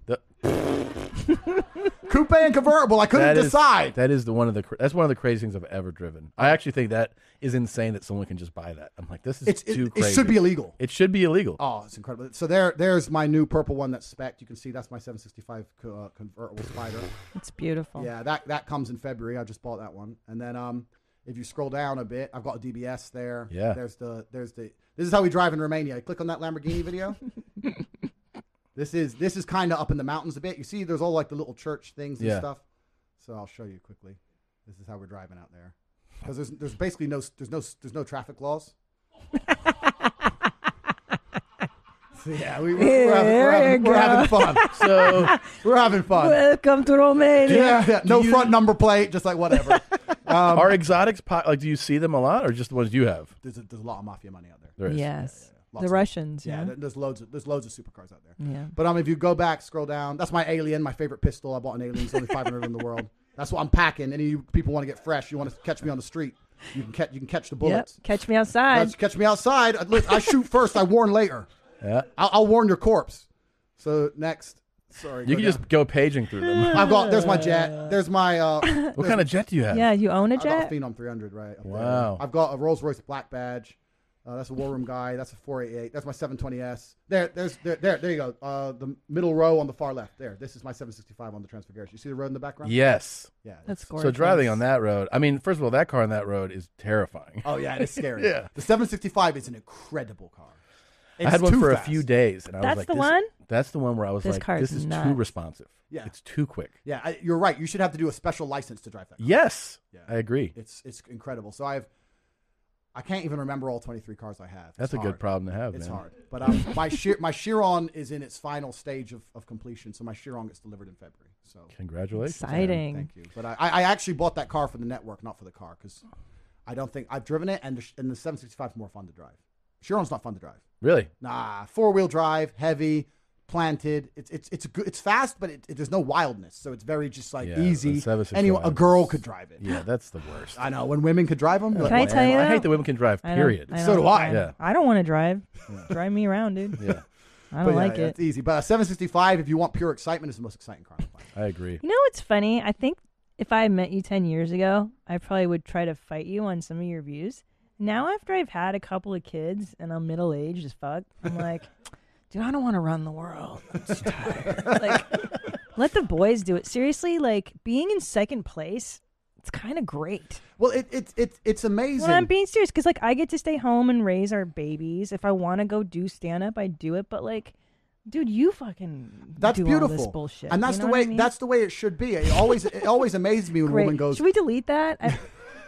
Coupe and convertible. I couldn't decide. That is the one of the cra- that's one of the craziest things I've ever driven. I actually think that is insane that someone can just buy that. I'm like, this is It's- it- too it crazy. should be illegal. It should be illegal. Oh, it's incredible. So there, there's my new purple one that's spec. You can see that's my 765 co- uh, convertible Spider. It's beautiful. Yeah, that that comes in February. I just bought that one. And then um, if you scroll down a bit, I've got a DBS there. Yeah. There's the there's the this is how we drive in Romania. Click on that Lamborghini video. this is this is kind of up in the mountains a bit. You see, there's all like the little church things and Yeah. stuff. So I'll show you quickly. This is how we're driving out there because there's there's basically no there's no there's no traffic laws. So, yeah, we, we're, we're, having, we're, having, we're having fun. So we're having fun. Welcome to Romania. Yeah, yeah. no Do you- front number plate, just like whatever. Um, Are exotics po- like? Do you see them a lot, or just the ones you have? there's, a, there's a lot of mafia money out there. There is. Yes. Lots The of- Russians. Yeah. Yeah, there- there's loads of there's loads of supercars out there. Yeah. But um, if you go back, scroll down. That's my alien, my favorite pistol. I bought an alien. It's only 500 in the world. That's what I'm packing. Any of you people want to get fresh? You want to catch me on the street? You can catch you can catch the Yep. bullets. Catch me outside. Catch, catch me outside. I- Look, I shoot first. I warn later. Yeah. I'll, I'll warn your corpse. So next, sorry. You go can down. just go paging through them. I've got. There's my jet. There's my. Uh, What kind of jet do you have? Yeah, you own a I've got jet? a Phenom 300, right? up there. Wow. I've got a Rolls Royce Black Badge. Uh, that's a War Room guy. That's a 488. That's my 720S. There, there's there, there, there you go. Uh, the middle row on the far left. There. This is my 765 on the Transfiguration. You see the road in the background? Yes. Yeah. So driving on that road, I mean, first of all, that car on that road is terrifying. Oh yeah, it's scary. yeah. The 765 is an incredible car. It's I had one too for a fast. few days, and I That's was like, the this- one? That's the one where I was This like, car "This is is too nuts. responsive. Yeah. it's too quick." Yeah, I, you're right. You should have to do a special license to drive that. Yes, I agree. It's it's incredible. So I've I can't even remember all 23 cars I have. That's It's a good hard. problem Oh, to have, It's man. hard. But um, my Shear, my Chiron is in its final stage of, of completion, so my Chiron gets delivered in February. So Congratulations. Exciting. Thank you. But I, I I actually bought that car for the network, not for the car, because I don't think I've driven it, and the, Sh- and the 765 is more fun to drive. Chiron's not fun to drive. Really? Nah, four wheel drive, heavy, planted. It's it's it's good. It's fast, but it, it- there's no wildness, so it's very just like Yeah, the easy. 765 Anyone, a girl could drive it. Yeah, that's the worst. I know when women could drive them. Can I tell you? I hate that women can drive, I don't- period. So don't do I. drive. Yeah. I don't want to drive. Drive me around, dude. Yeah. I don't But yeah, like yeah, it. It's easy, but a 765, if you want pure excitement, is the most exciting car. I agree. You know what's funny? I think if I had met you 10 years ago, I probably would try to fight you on some of your views. Now, after I've had a couple of kids and I'm middle aged as fuck, I'm like, dude, I don't want to run the world. I'm just tired. like, let the boys do it. Seriously, like being in second place, it's kind of great. Well, it, it, it, it's amazing. Well, I'm being serious because like I get to stay home and raise our babies. If I want to go do stand up, I do it. But like, dude, you fucking that's do all beautiful, this bullshit. and that's You the know what I way mean? that's the way it should be. It always it always amazes me when a woman Great. goes. Should we delete that? I,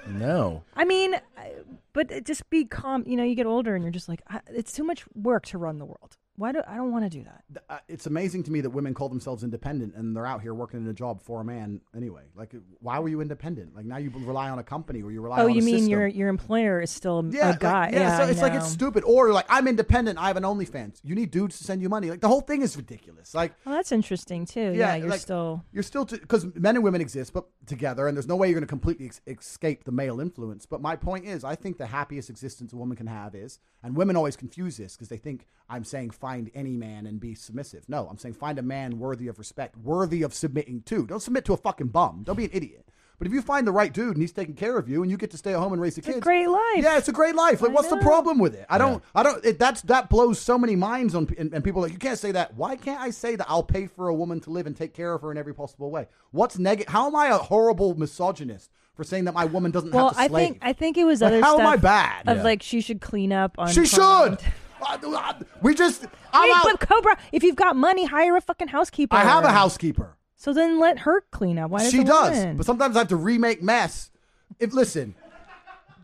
No. I mean, I- but it- just be calm. You know, you get older and you're just like, I, it's too much work to run the world. Why do I don't want to do that? Th- uh, It's amazing to me that women call themselves independent and they're out here working in a job for a man anyway. Like, why were you independent? Like now you rely on a company or you rely oh, on a you mean system. your your employer is still a- Yeah, a guy? Like, yeah, so I it's like it's know. stupid. Or like I'm independent. I have an OnlyFans. You need dudes to send you money. Like the whole thing is ridiculous. Like Well, that's interesting too. Yeah, you're like, still. you're still because men and women exist, but together, and there's no way you're going to completely ex- escape the male influence. But my point is, I think the happiest existence a woman can have is, and women always confuse this because they think I'm saying find any man and be submissive. No, I'm saying find a man worthy of respect, worthy of submitting to. Don't submit to a fucking bum. Don't be an idiot. But if you find the right dude and he's taking care of you, and you get to stay at home and raise the kids, great life. Yeah, it's a great life. Like, what's the problem with it? I don't. I don't. It, that's that blows so many minds on, and, and people are like you can't say that. Why can't I say that? I'll pay for a woman to live and take care of her in every possible way. What's negative? How am I a horrible misogynist for saying that my woman doesn't Well, have to I slave? think I think it was Like, other how stuff am I bad? of Yeah. like she should clean up on. prom. She should. I- I- we just. I'm Wait, out. but Cobra, if you've got money, hire a fucking housekeeper. I have a housekeeper. So then let her clean up. Why does she the does, woman? but sometimes I have to remake mess. If listen,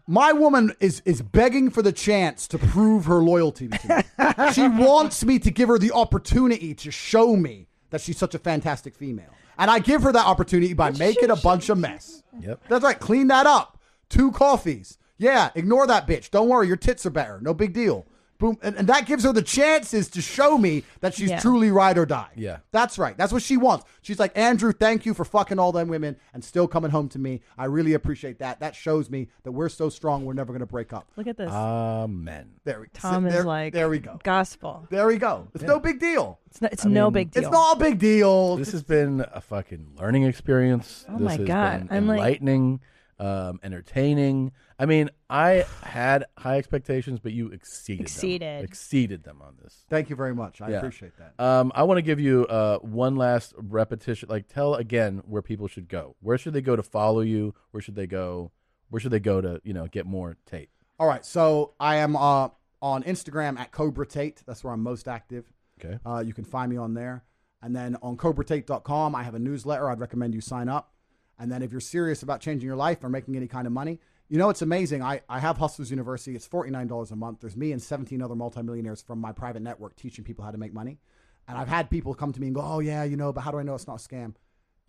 my woman is is begging for the chance to prove her loyalty to me. she wants me to give her the opportunity to show me that she's such a fantastic female, and I give her that opportunity by making a bunch of mess. Yep. That's right. Clean that up. Two coffees. Yeah, ignore that bitch. Don't worry, your tits are better. No big deal. Boom, and, and that gives her the chances to show me that she's Yeah. truly ride or die. Yeah. That's right. That's what she wants. She's like, Andrew, thank you for fucking all them women and still coming home to me. I really appreciate that. That shows me that we're so strong, we're never going to break up. Look at this. Uh, Amen. There we Tom Uh, there, is like there we go. gospel. There we go. It's no big deal. It's no, it's I no mean, big deal. It's not a big deal. This has been a fucking learning experience. Oh this my has God, been I'm like- enlightening, um, entertaining. I mean, I had high expectations, but you exceeded them. Exceeded. exceeded them on this. Thank you very much. I Yeah. appreciate that. Um, I want to give you uh, one last repetition. Like, tell again where people should go. Where should they go to follow you? Where should they go? Where should they go to you know get more tape? All right. So I am uh, on Instagram at Cobra Tate. That's where I'm most active. Okay. Uh, you can find me on there. And then on CobraTate.com, I have a newsletter. I'd recommend you sign up. And then if you're serious about changing your life or making any kind of money, you know, it's amazing. I, I have Hustlers University. It's $49 a month. There's me and 17 other multimillionaires from my private network teaching people how to make money. And I've had people come to me and go, oh, yeah, you know, but how do I know it's not a scam?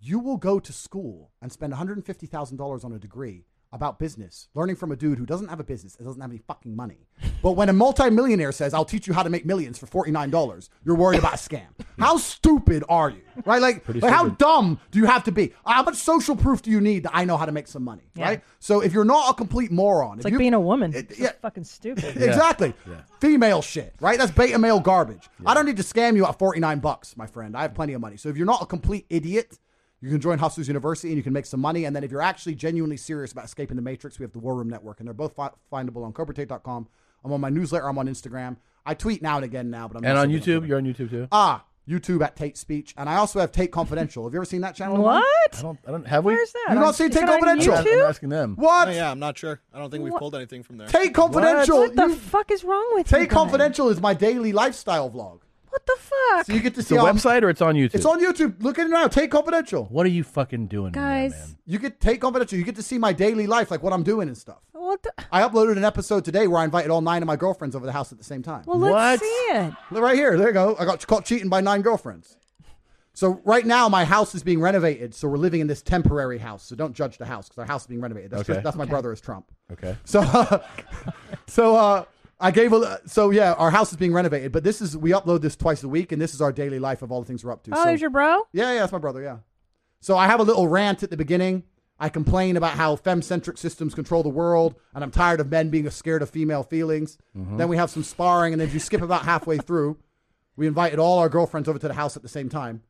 You will go to school and spend $150,000 on a degree about business, learning from a dude who doesn't have a business and doesn't have any fucking money. But when a multimillionaire says, I'll teach you how to make millions for $49, you're worried about a scam. How stupid are you? Right? Like, Pretty like how stupid. dumb do you have to be? How much social proof do you need that I know how to make some money? Yeah. Right? So if you're not a complete moron, It's if like you- being a woman. It- It's yeah. just fucking stupid. Exactly. Female shit, right? That's beta male garbage. I don't need to scam you at 49 bucks, my friend. I have plenty of money. So if you're not a complete idiot, you can join Hustlers University and you can make some money. And then if you're actually genuinely serious about escaping the matrix, we have the War Room Network, and they're both fi- findable on CobraTate.com. I'm on my newsletter. I'm on Instagram. I tweet now and again now, but I'm and not on so good YouTube, you're on YouTube too. Ah, YouTube at Tate Speech, and I also have Tate Confidential. Have you ever seen that channel? What? I don't. I don't. Have we? Where's that? You On- not seen is it Tate on Confidential? I'm asking them. What? Oh, yeah, I'm not sure. I don't think we've What? pulled anything from there. Tate Confidential. What the You- fuck is wrong with you? Tate guys? Confidential is my daily lifestyle vlog. What the fuck? So you get to It's see a all- website or it's on YouTube. It's on YouTube. Look at it now. Take confidential. What are you fucking doing? Guys, You get take confidential. You get to see my daily life, like what I'm doing and stuff. what the? I uploaded an episode today where I invited all nine of my girlfriends over the house at the same time. Well, let's see it. Look right here. There you go. I got caught cheating by nine girlfriends. So right now my house is being renovated, so we're living in this temporary house. So don't judge the house because our house is being renovated. That's, Okay. just, that's my Okay. brother is Trump. Okay. So, so uh, I gave a so yeah, our house is being renovated, but this is we upload this twice a week, and this is our daily life of all the things we're up to. Oh, so, there's your bro. yeah, yeah, that's my brother. Yeah. So I have a little rant at the beginning. I complain about how femme-centric systems control the world, and I'm tired of men being scared of female feelings. Mhm. Then we have some sparring, and if you skip about halfway through, we invited all our girlfriends over to the house at the same time.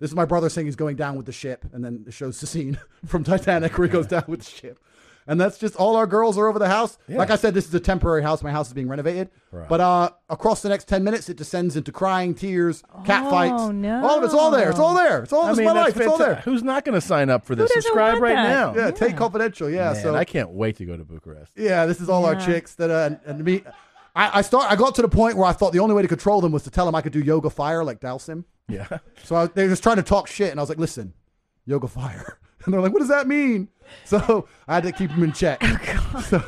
This is my brother saying he's going down with the ship, and then it shows the scene from Titanic where he goes down with the ship. And that's just all our girls are over the house. Like I said, this is a temporary house. My house is being renovated. Right. But uh, across the next 10 minutes, it descends into crying, tears, cat Oh, fights. no. All of it's all there. It's all there. It's all I it's mean, my that's life. It's all there. fanta- Who's not going to sign up for this? doesn't Subscribe want right now. that? Yeah, Tate Confidential. Yeah, Man, so- I can't wait to go to Bucharest. Yeah, this is all our Yeah. chicks that uh, and me. I, I start. I got to the point where I thought the only way to control them was to tell them I could do yoga fire like douse him. Yeah. So I, they were just trying to talk shit, and I was like, "Listen, yoga fire," and they're like, "What does Oh, that mean?" So I had to keep them in check. So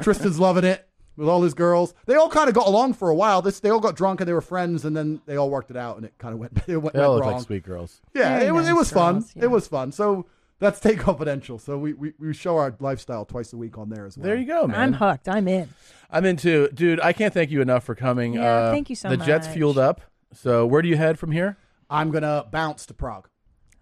Tristan's loving it. with all his girls. They all kind of got along for a while. This they all got drunk and they were friends, and then they all worked it out, and it kind of went it went, They all went look wrong. like sweet girls. Yeah, Very it was it nice was fun. girls, yeah. It was fun. So that's Take Confidential. So we, we we show our lifestyle twice a week on there as well. There you go, man. I'm hooked. I'm in. I'm into dude. I can't thank you enough for coming. Yeah, uh, thank you so the Jets much. fueled up. So where do you head from here? I'm gonna bounce to Prague.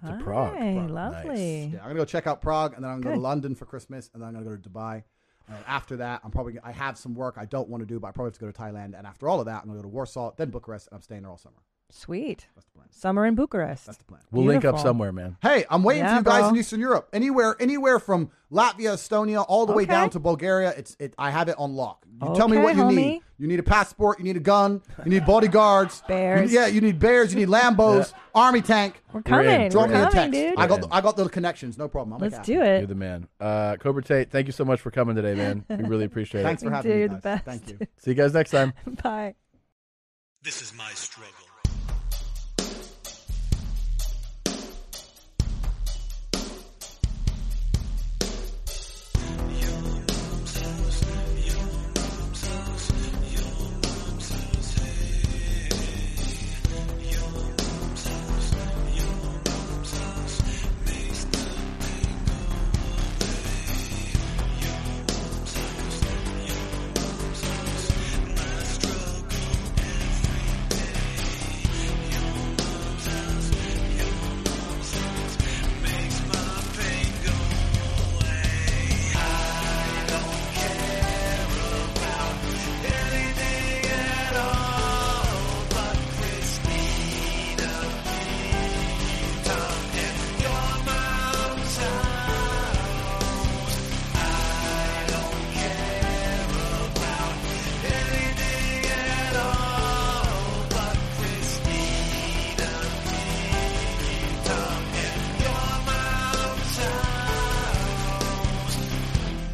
To Prague. Hey, lovely. Yeah, I'm gonna go check out Prague, and then I'm gonna go Good. to London for Christmas, and then I'm gonna go to Dubai. And then after that, I'm probably I have some work I don't want to do, but I probably have to go to Thailand. And after all of that, I'm gonna go to Warsaw, then Bucharest, and I'm staying there all summer. Sweet. Summer in Bucharest. That's the plan. We'll link up somewhere, man. Hey, I'm waiting Yeah, for you guys bro. in Eastern Europe. Anywhere, anywhere from Latvia, Estonia, all the way Okay. down to Bulgaria. It's it. I have it on lock. You tell me Okay, what you homie. need. You need a passport. You need a gun. You need bodyguards. Bears. You- yeah, you need bears. You need Lambos. Army tank. We're coming, We're in. Drop we're me a coming, text. dude. I We're got the, I got the connections. No problem. I'll make it. happen. You're the man. Uh, Cobra Tate, thank you so much for coming today, man. We really appreciate Thanks it. for having me. Guys. Thank you. See you guys next time. Bye. This is my struggle.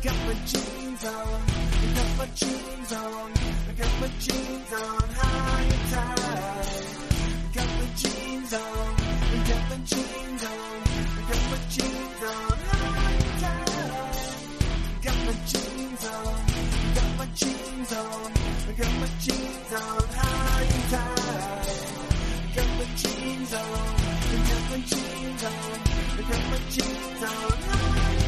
Got my jeans on, got my jeans on, got my jeans on high and tight. Got my jeans on, got my jeans on, got my jeans on high and tight. Got my jeans on, got my jeans on, got my jeans on high and tight. Got my jeans on, got my jeans on, got my jeans on high and tight.